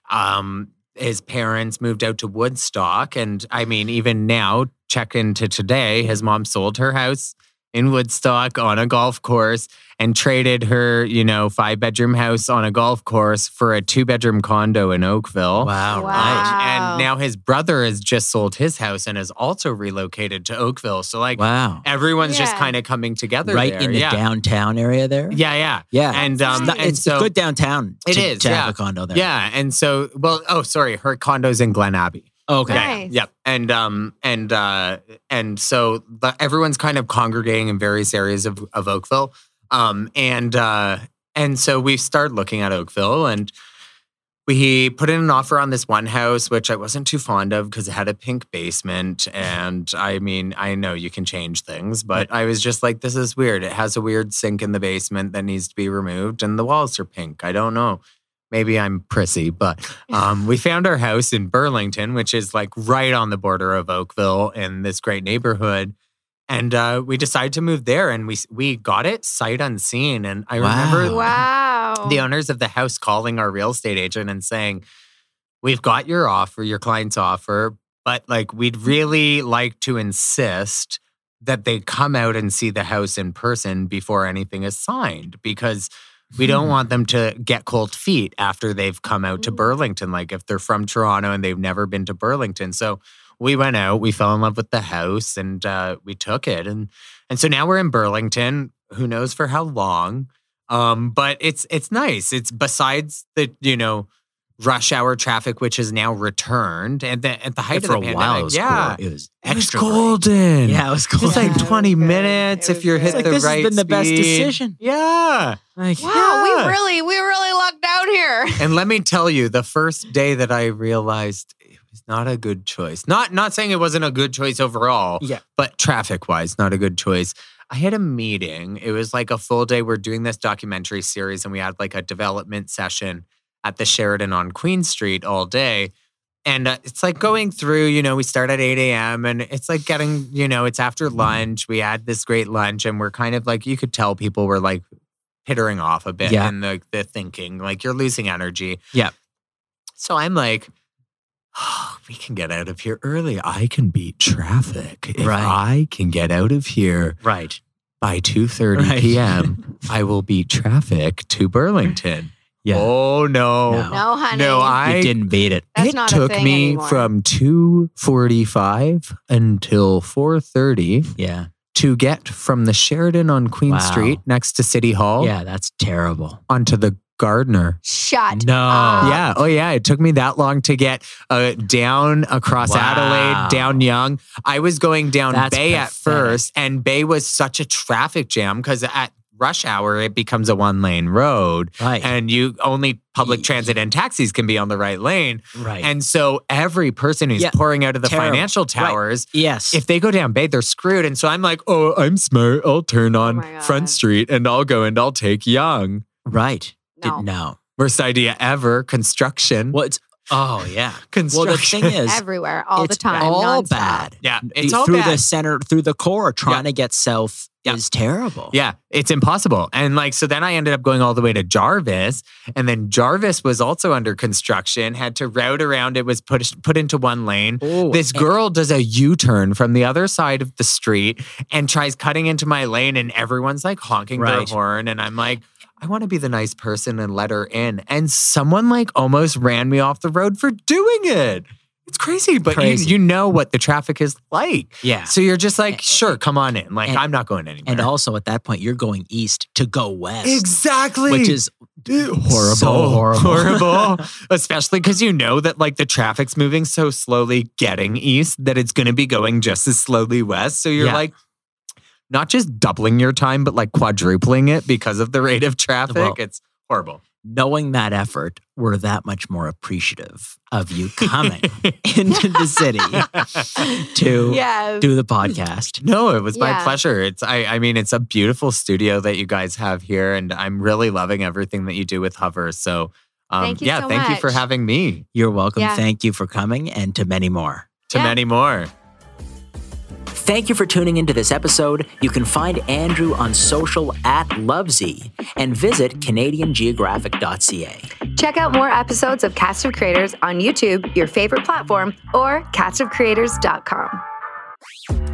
Speaker 4: um, his parents moved out to Woodstock, and I mean, even now, check into today, his mom sold her house in Woodstock on a golf course and traded her, you know, five bedroom house on a golf course for a two bedroom condo in Oakville.
Speaker 5: Wow.
Speaker 4: Um,
Speaker 5: Right.
Speaker 3: Wow.
Speaker 4: and now his brother has just sold his house and has also relocated to Oakville. So like
Speaker 5: Wow.
Speaker 4: everyone's just
Speaker 3: Yeah.
Speaker 4: kind of coming together
Speaker 5: Right
Speaker 4: there.
Speaker 5: in the
Speaker 4: yeah.
Speaker 5: downtown area there.
Speaker 4: yeah, yeah,
Speaker 5: Yeah.
Speaker 4: And
Speaker 3: That's
Speaker 4: um,
Speaker 3: nice.
Speaker 4: and
Speaker 5: it's
Speaker 4: so
Speaker 5: a good downtown.
Speaker 4: It
Speaker 5: to,
Speaker 4: is,
Speaker 5: to have
Speaker 4: yeah.
Speaker 5: a condo there.
Speaker 4: yeah, and so well. Oh, sorry, her condo's in Glen Abbey.
Speaker 5: Oh, Okay.
Speaker 3: Nice.
Speaker 4: Yeah, yeah, yep. And um, and uh, and so the, everyone's kind of congregating in various areas of of Oakville. Um, and uh, and so we started looking at Oakville, and we put in an offer on this one house, which I wasn't too fond of because it had a pink basement. And I mean, I know you can change things, but I was just like, this is weird. It has a weird sink in the basement that needs to be removed, and the walls are pink. I don't know. Maybe I'm prissy, but um, we found our house in Burlington, which is like right on the border of Oakville in this great neighborhood. And uh, we decided to move there, and we we got it sight unseen. And I remember
Speaker 5: Wow.
Speaker 3: Wow.
Speaker 4: the owners of the house calling our real estate agent and saying, We've got your offer, your client's offer, but like we'd really like to insist that they come out and see the house in person before anything is signed because we don't
Speaker 5: Hmm.
Speaker 4: want them to get cold feet after they've come out to
Speaker 3: Mm.
Speaker 4: Burlington. Like if they're from Toronto and they've never been to Burlington. So we went out, we fell in love with the house and uh, we took it. And and so now we're in Burlington. Who knows for how long? Um, but it's it's nice. It's besides the you know rush hour traffic, which is now returned, and the, at the height
Speaker 5: For a
Speaker 4: of
Speaker 5: while,
Speaker 4: the
Speaker 5: it
Speaker 4: pandemic,
Speaker 5: was
Speaker 4: yeah,
Speaker 5: cool. It was
Speaker 4: it was
Speaker 5: extra
Speaker 4: golden.
Speaker 5: great. Yeah, it was
Speaker 4: It
Speaker 5: cool.
Speaker 4: was
Speaker 3: Yeah, it
Speaker 4: like
Speaker 3: was
Speaker 4: 20
Speaker 3: good.
Speaker 4: minutes
Speaker 3: It
Speaker 4: if
Speaker 3: was
Speaker 4: you're
Speaker 3: good.
Speaker 4: hit
Speaker 3: It's like,
Speaker 4: the
Speaker 5: this has
Speaker 4: right
Speaker 5: been the best
Speaker 4: speed.
Speaker 5: decision.
Speaker 4: Yeah.
Speaker 5: Like,
Speaker 3: Wow,
Speaker 4: Yeah.
Speaker 3: we really, we really lucked out here.
Speaker 4: And let me tell you, the first day that I realized it was not a good choice. Not not saying it wasn't a good choice overall,
Speaker 5: Yeah.
Speaker 4: but traffic wise, not a good choice. I had a meeting. It was like a full day. We're doing this documentary series, and we had like a development session at the Sheridan on Queen Street all day. And uh, it's like going through, you know, we start at 8 a.m. and it's like getting, you know, it's after lunch. We had this great lunch, and we're kind of like, you could tell people were like pittering off a bit
Speaker 5: Yeah.
Speaker 4: in the, the thinking, like you're losing energy.
Speaker 5: Yeah.
Speaker 4: So I'm like, oh, we can get out of here early. I can beat traffic. If
Speaker 5: Right.
Speaker 4: I can get out of here
Speaker 5: Right.
Speaker 4: by 2.30
Speaker 5: Right.
Speaker 4: p.m., I will beat traffic to Burlington.
Speaker 5: Yeah.
Speaker 4: Oh, no.
Speaker 5: No,
Speaker 3: No, honey.
Speaker 4: No, I
Speaker 5: you didn't beat it.
Speaker 3: That's
Speaker 4: it
Speaker 3: not a
Speaker 4: took
Speaker 3: thing
Speaker 4: me
Speaker 3: anymore.
Speaker 4: from 2.45 until 4.30
Speaker 5: Yeah.
Speaker 4: to get from the Sheridan on Queen
Speaker 5: Wow.
Speaker 4: Street next to City Hall
Speaker 5: Yeah, that's terrible.
Speaker 4: onto the Gardner.
Speaker 3: Shut
Speaker 4: No.
Speaker 5: Ah.
Speaker 3: up.
Speaker 4: Yeah. Oh, yeah. It took me that long to get uh, down across
Speaker 5: Wow.
Speaker 4: Adelaide, down Young. I was going down
Speaker 5: That's
Speaker 4: Bay at
Speaker 5: pathetic.
Speaker 4: first, and Bay was such a traffic jam because at rush hour, it becomes a one lane road,
Speaker 5: Right.
Speaker 4: and you only public
Speaker 5: Ye-
Speaker 4: transit and taxis can be on the right lane.
Speaker 5: right.
Speaker 4: And so every person who's
Speaker 5: Yeah.
Speaker 4: pouring out of the
Speaker 5: Terrible.
Speaker 4: financial
Speaker 5: Right.
Speaker 4: towers
Speaker 5: yes.
Speaker 4: if they go down Bay, they're screwed. And so I'm like, oh, I'm smart. I'll turn
Speaker 5: Oh
Speaker 4: on
Speaker 3: my God.
Speaker 4: Front Street and I'll go and I'll take Young.
Speaker 5: right.
Speaker 3: No.
Speaker 5: Did, no.
Speaker 4: Worst idea ever. Construction.
Speaker 5: Well, it's oh yeah. Well, the
Speaker 4: Construction.
Speaker 5: thing is,
Speaker 3: Everywhere, all the
Speaker 5: it's
Speaker 3: time.
Speaker 5: all
Speaker 3: nonstop.
Speaker 5: bad.
Speaker 4: yeah, it's
Speaker 5: The-
Speaker 4: all
Speaker 5: through
Speaker 4: bad.
Speaker 5: the center, through the core, trying to get self
Speaker 4: Yeah.
Speaker 5: is terrible.
Speaker 4: Yeah, it's impossible. And like, so then I ended up going all the way to Jarvis. And then Jarvis was also under construction, had to route around. It was put, put into one lane.
Speaker 5: Oh,
Speaker 4: This girl does a U turn from the other side of the street and tries cutting into my lane, and everyone's like honking
Speaker 5: Right.
Speaker 4: their horn. And I'm like, I want to be the nice person and let her in. And someone like almost ran me off the road for doing it. It's crazy, but
Speaker 5: Crazy.
Speaker 4: You, you know what the traffic is like.
Speaker 5: Yeah.
Speaker 4: So you're just like, sure, come on in. Like,
Speaker 5: and-
Speaker 4: I'm not going anywhere.
Speaker 5: and also at that point, you're going east to go west,
Speaker 4: Exactly.
Speaker 5: which is
Speaker 4: Ew, horrible.
Speaker 5: so horrible.
Speaker 4: Horrible. Especially because you know that like the traffic's moving so slowly getting east that it's going to be going just as slowly west. So you're
Speaker 5: Yeah.
Speaker 4: like, not just doubling your time, but like quadrupling it because of the rate of traffic.
Speaker 5: Well-
Speaker 4: it's horrible.
Speaker 5: knowing that effort, we're that much more appreciative of you coming into the city to
Speaker 3: Yes.
Speaker 5: do the podcast.
Speaker 4: No, it was my
Speaker 3: Yeah.
Speaker 4: pleasure. It's I I mean it's a beautiful studio that you guys have here and I'm really loving everything that you do with Hover. So um
Speaker 3: Thank you
Speaker 4: yeah,
Speaker 3: so
Speaker 4: thank you for
Speaker 3: much.
Speaker 4: having me.
Speaker 5: You're welcome.
Speaker 3: Yeah.
Speaker 5: Thank you for coming and to many more.
Speaker 4: To
Speaker 3: Yeah.
Speaker 4: many more.
Speaker 2: Thank you for tuning into this episode. You can find Andrew on social at Lovesy and visit CanadianGeographic.ca.
Speaker 3: Check out more episodes of Cast of Creators on YouTube, your favorite platform, or castofcreators.com.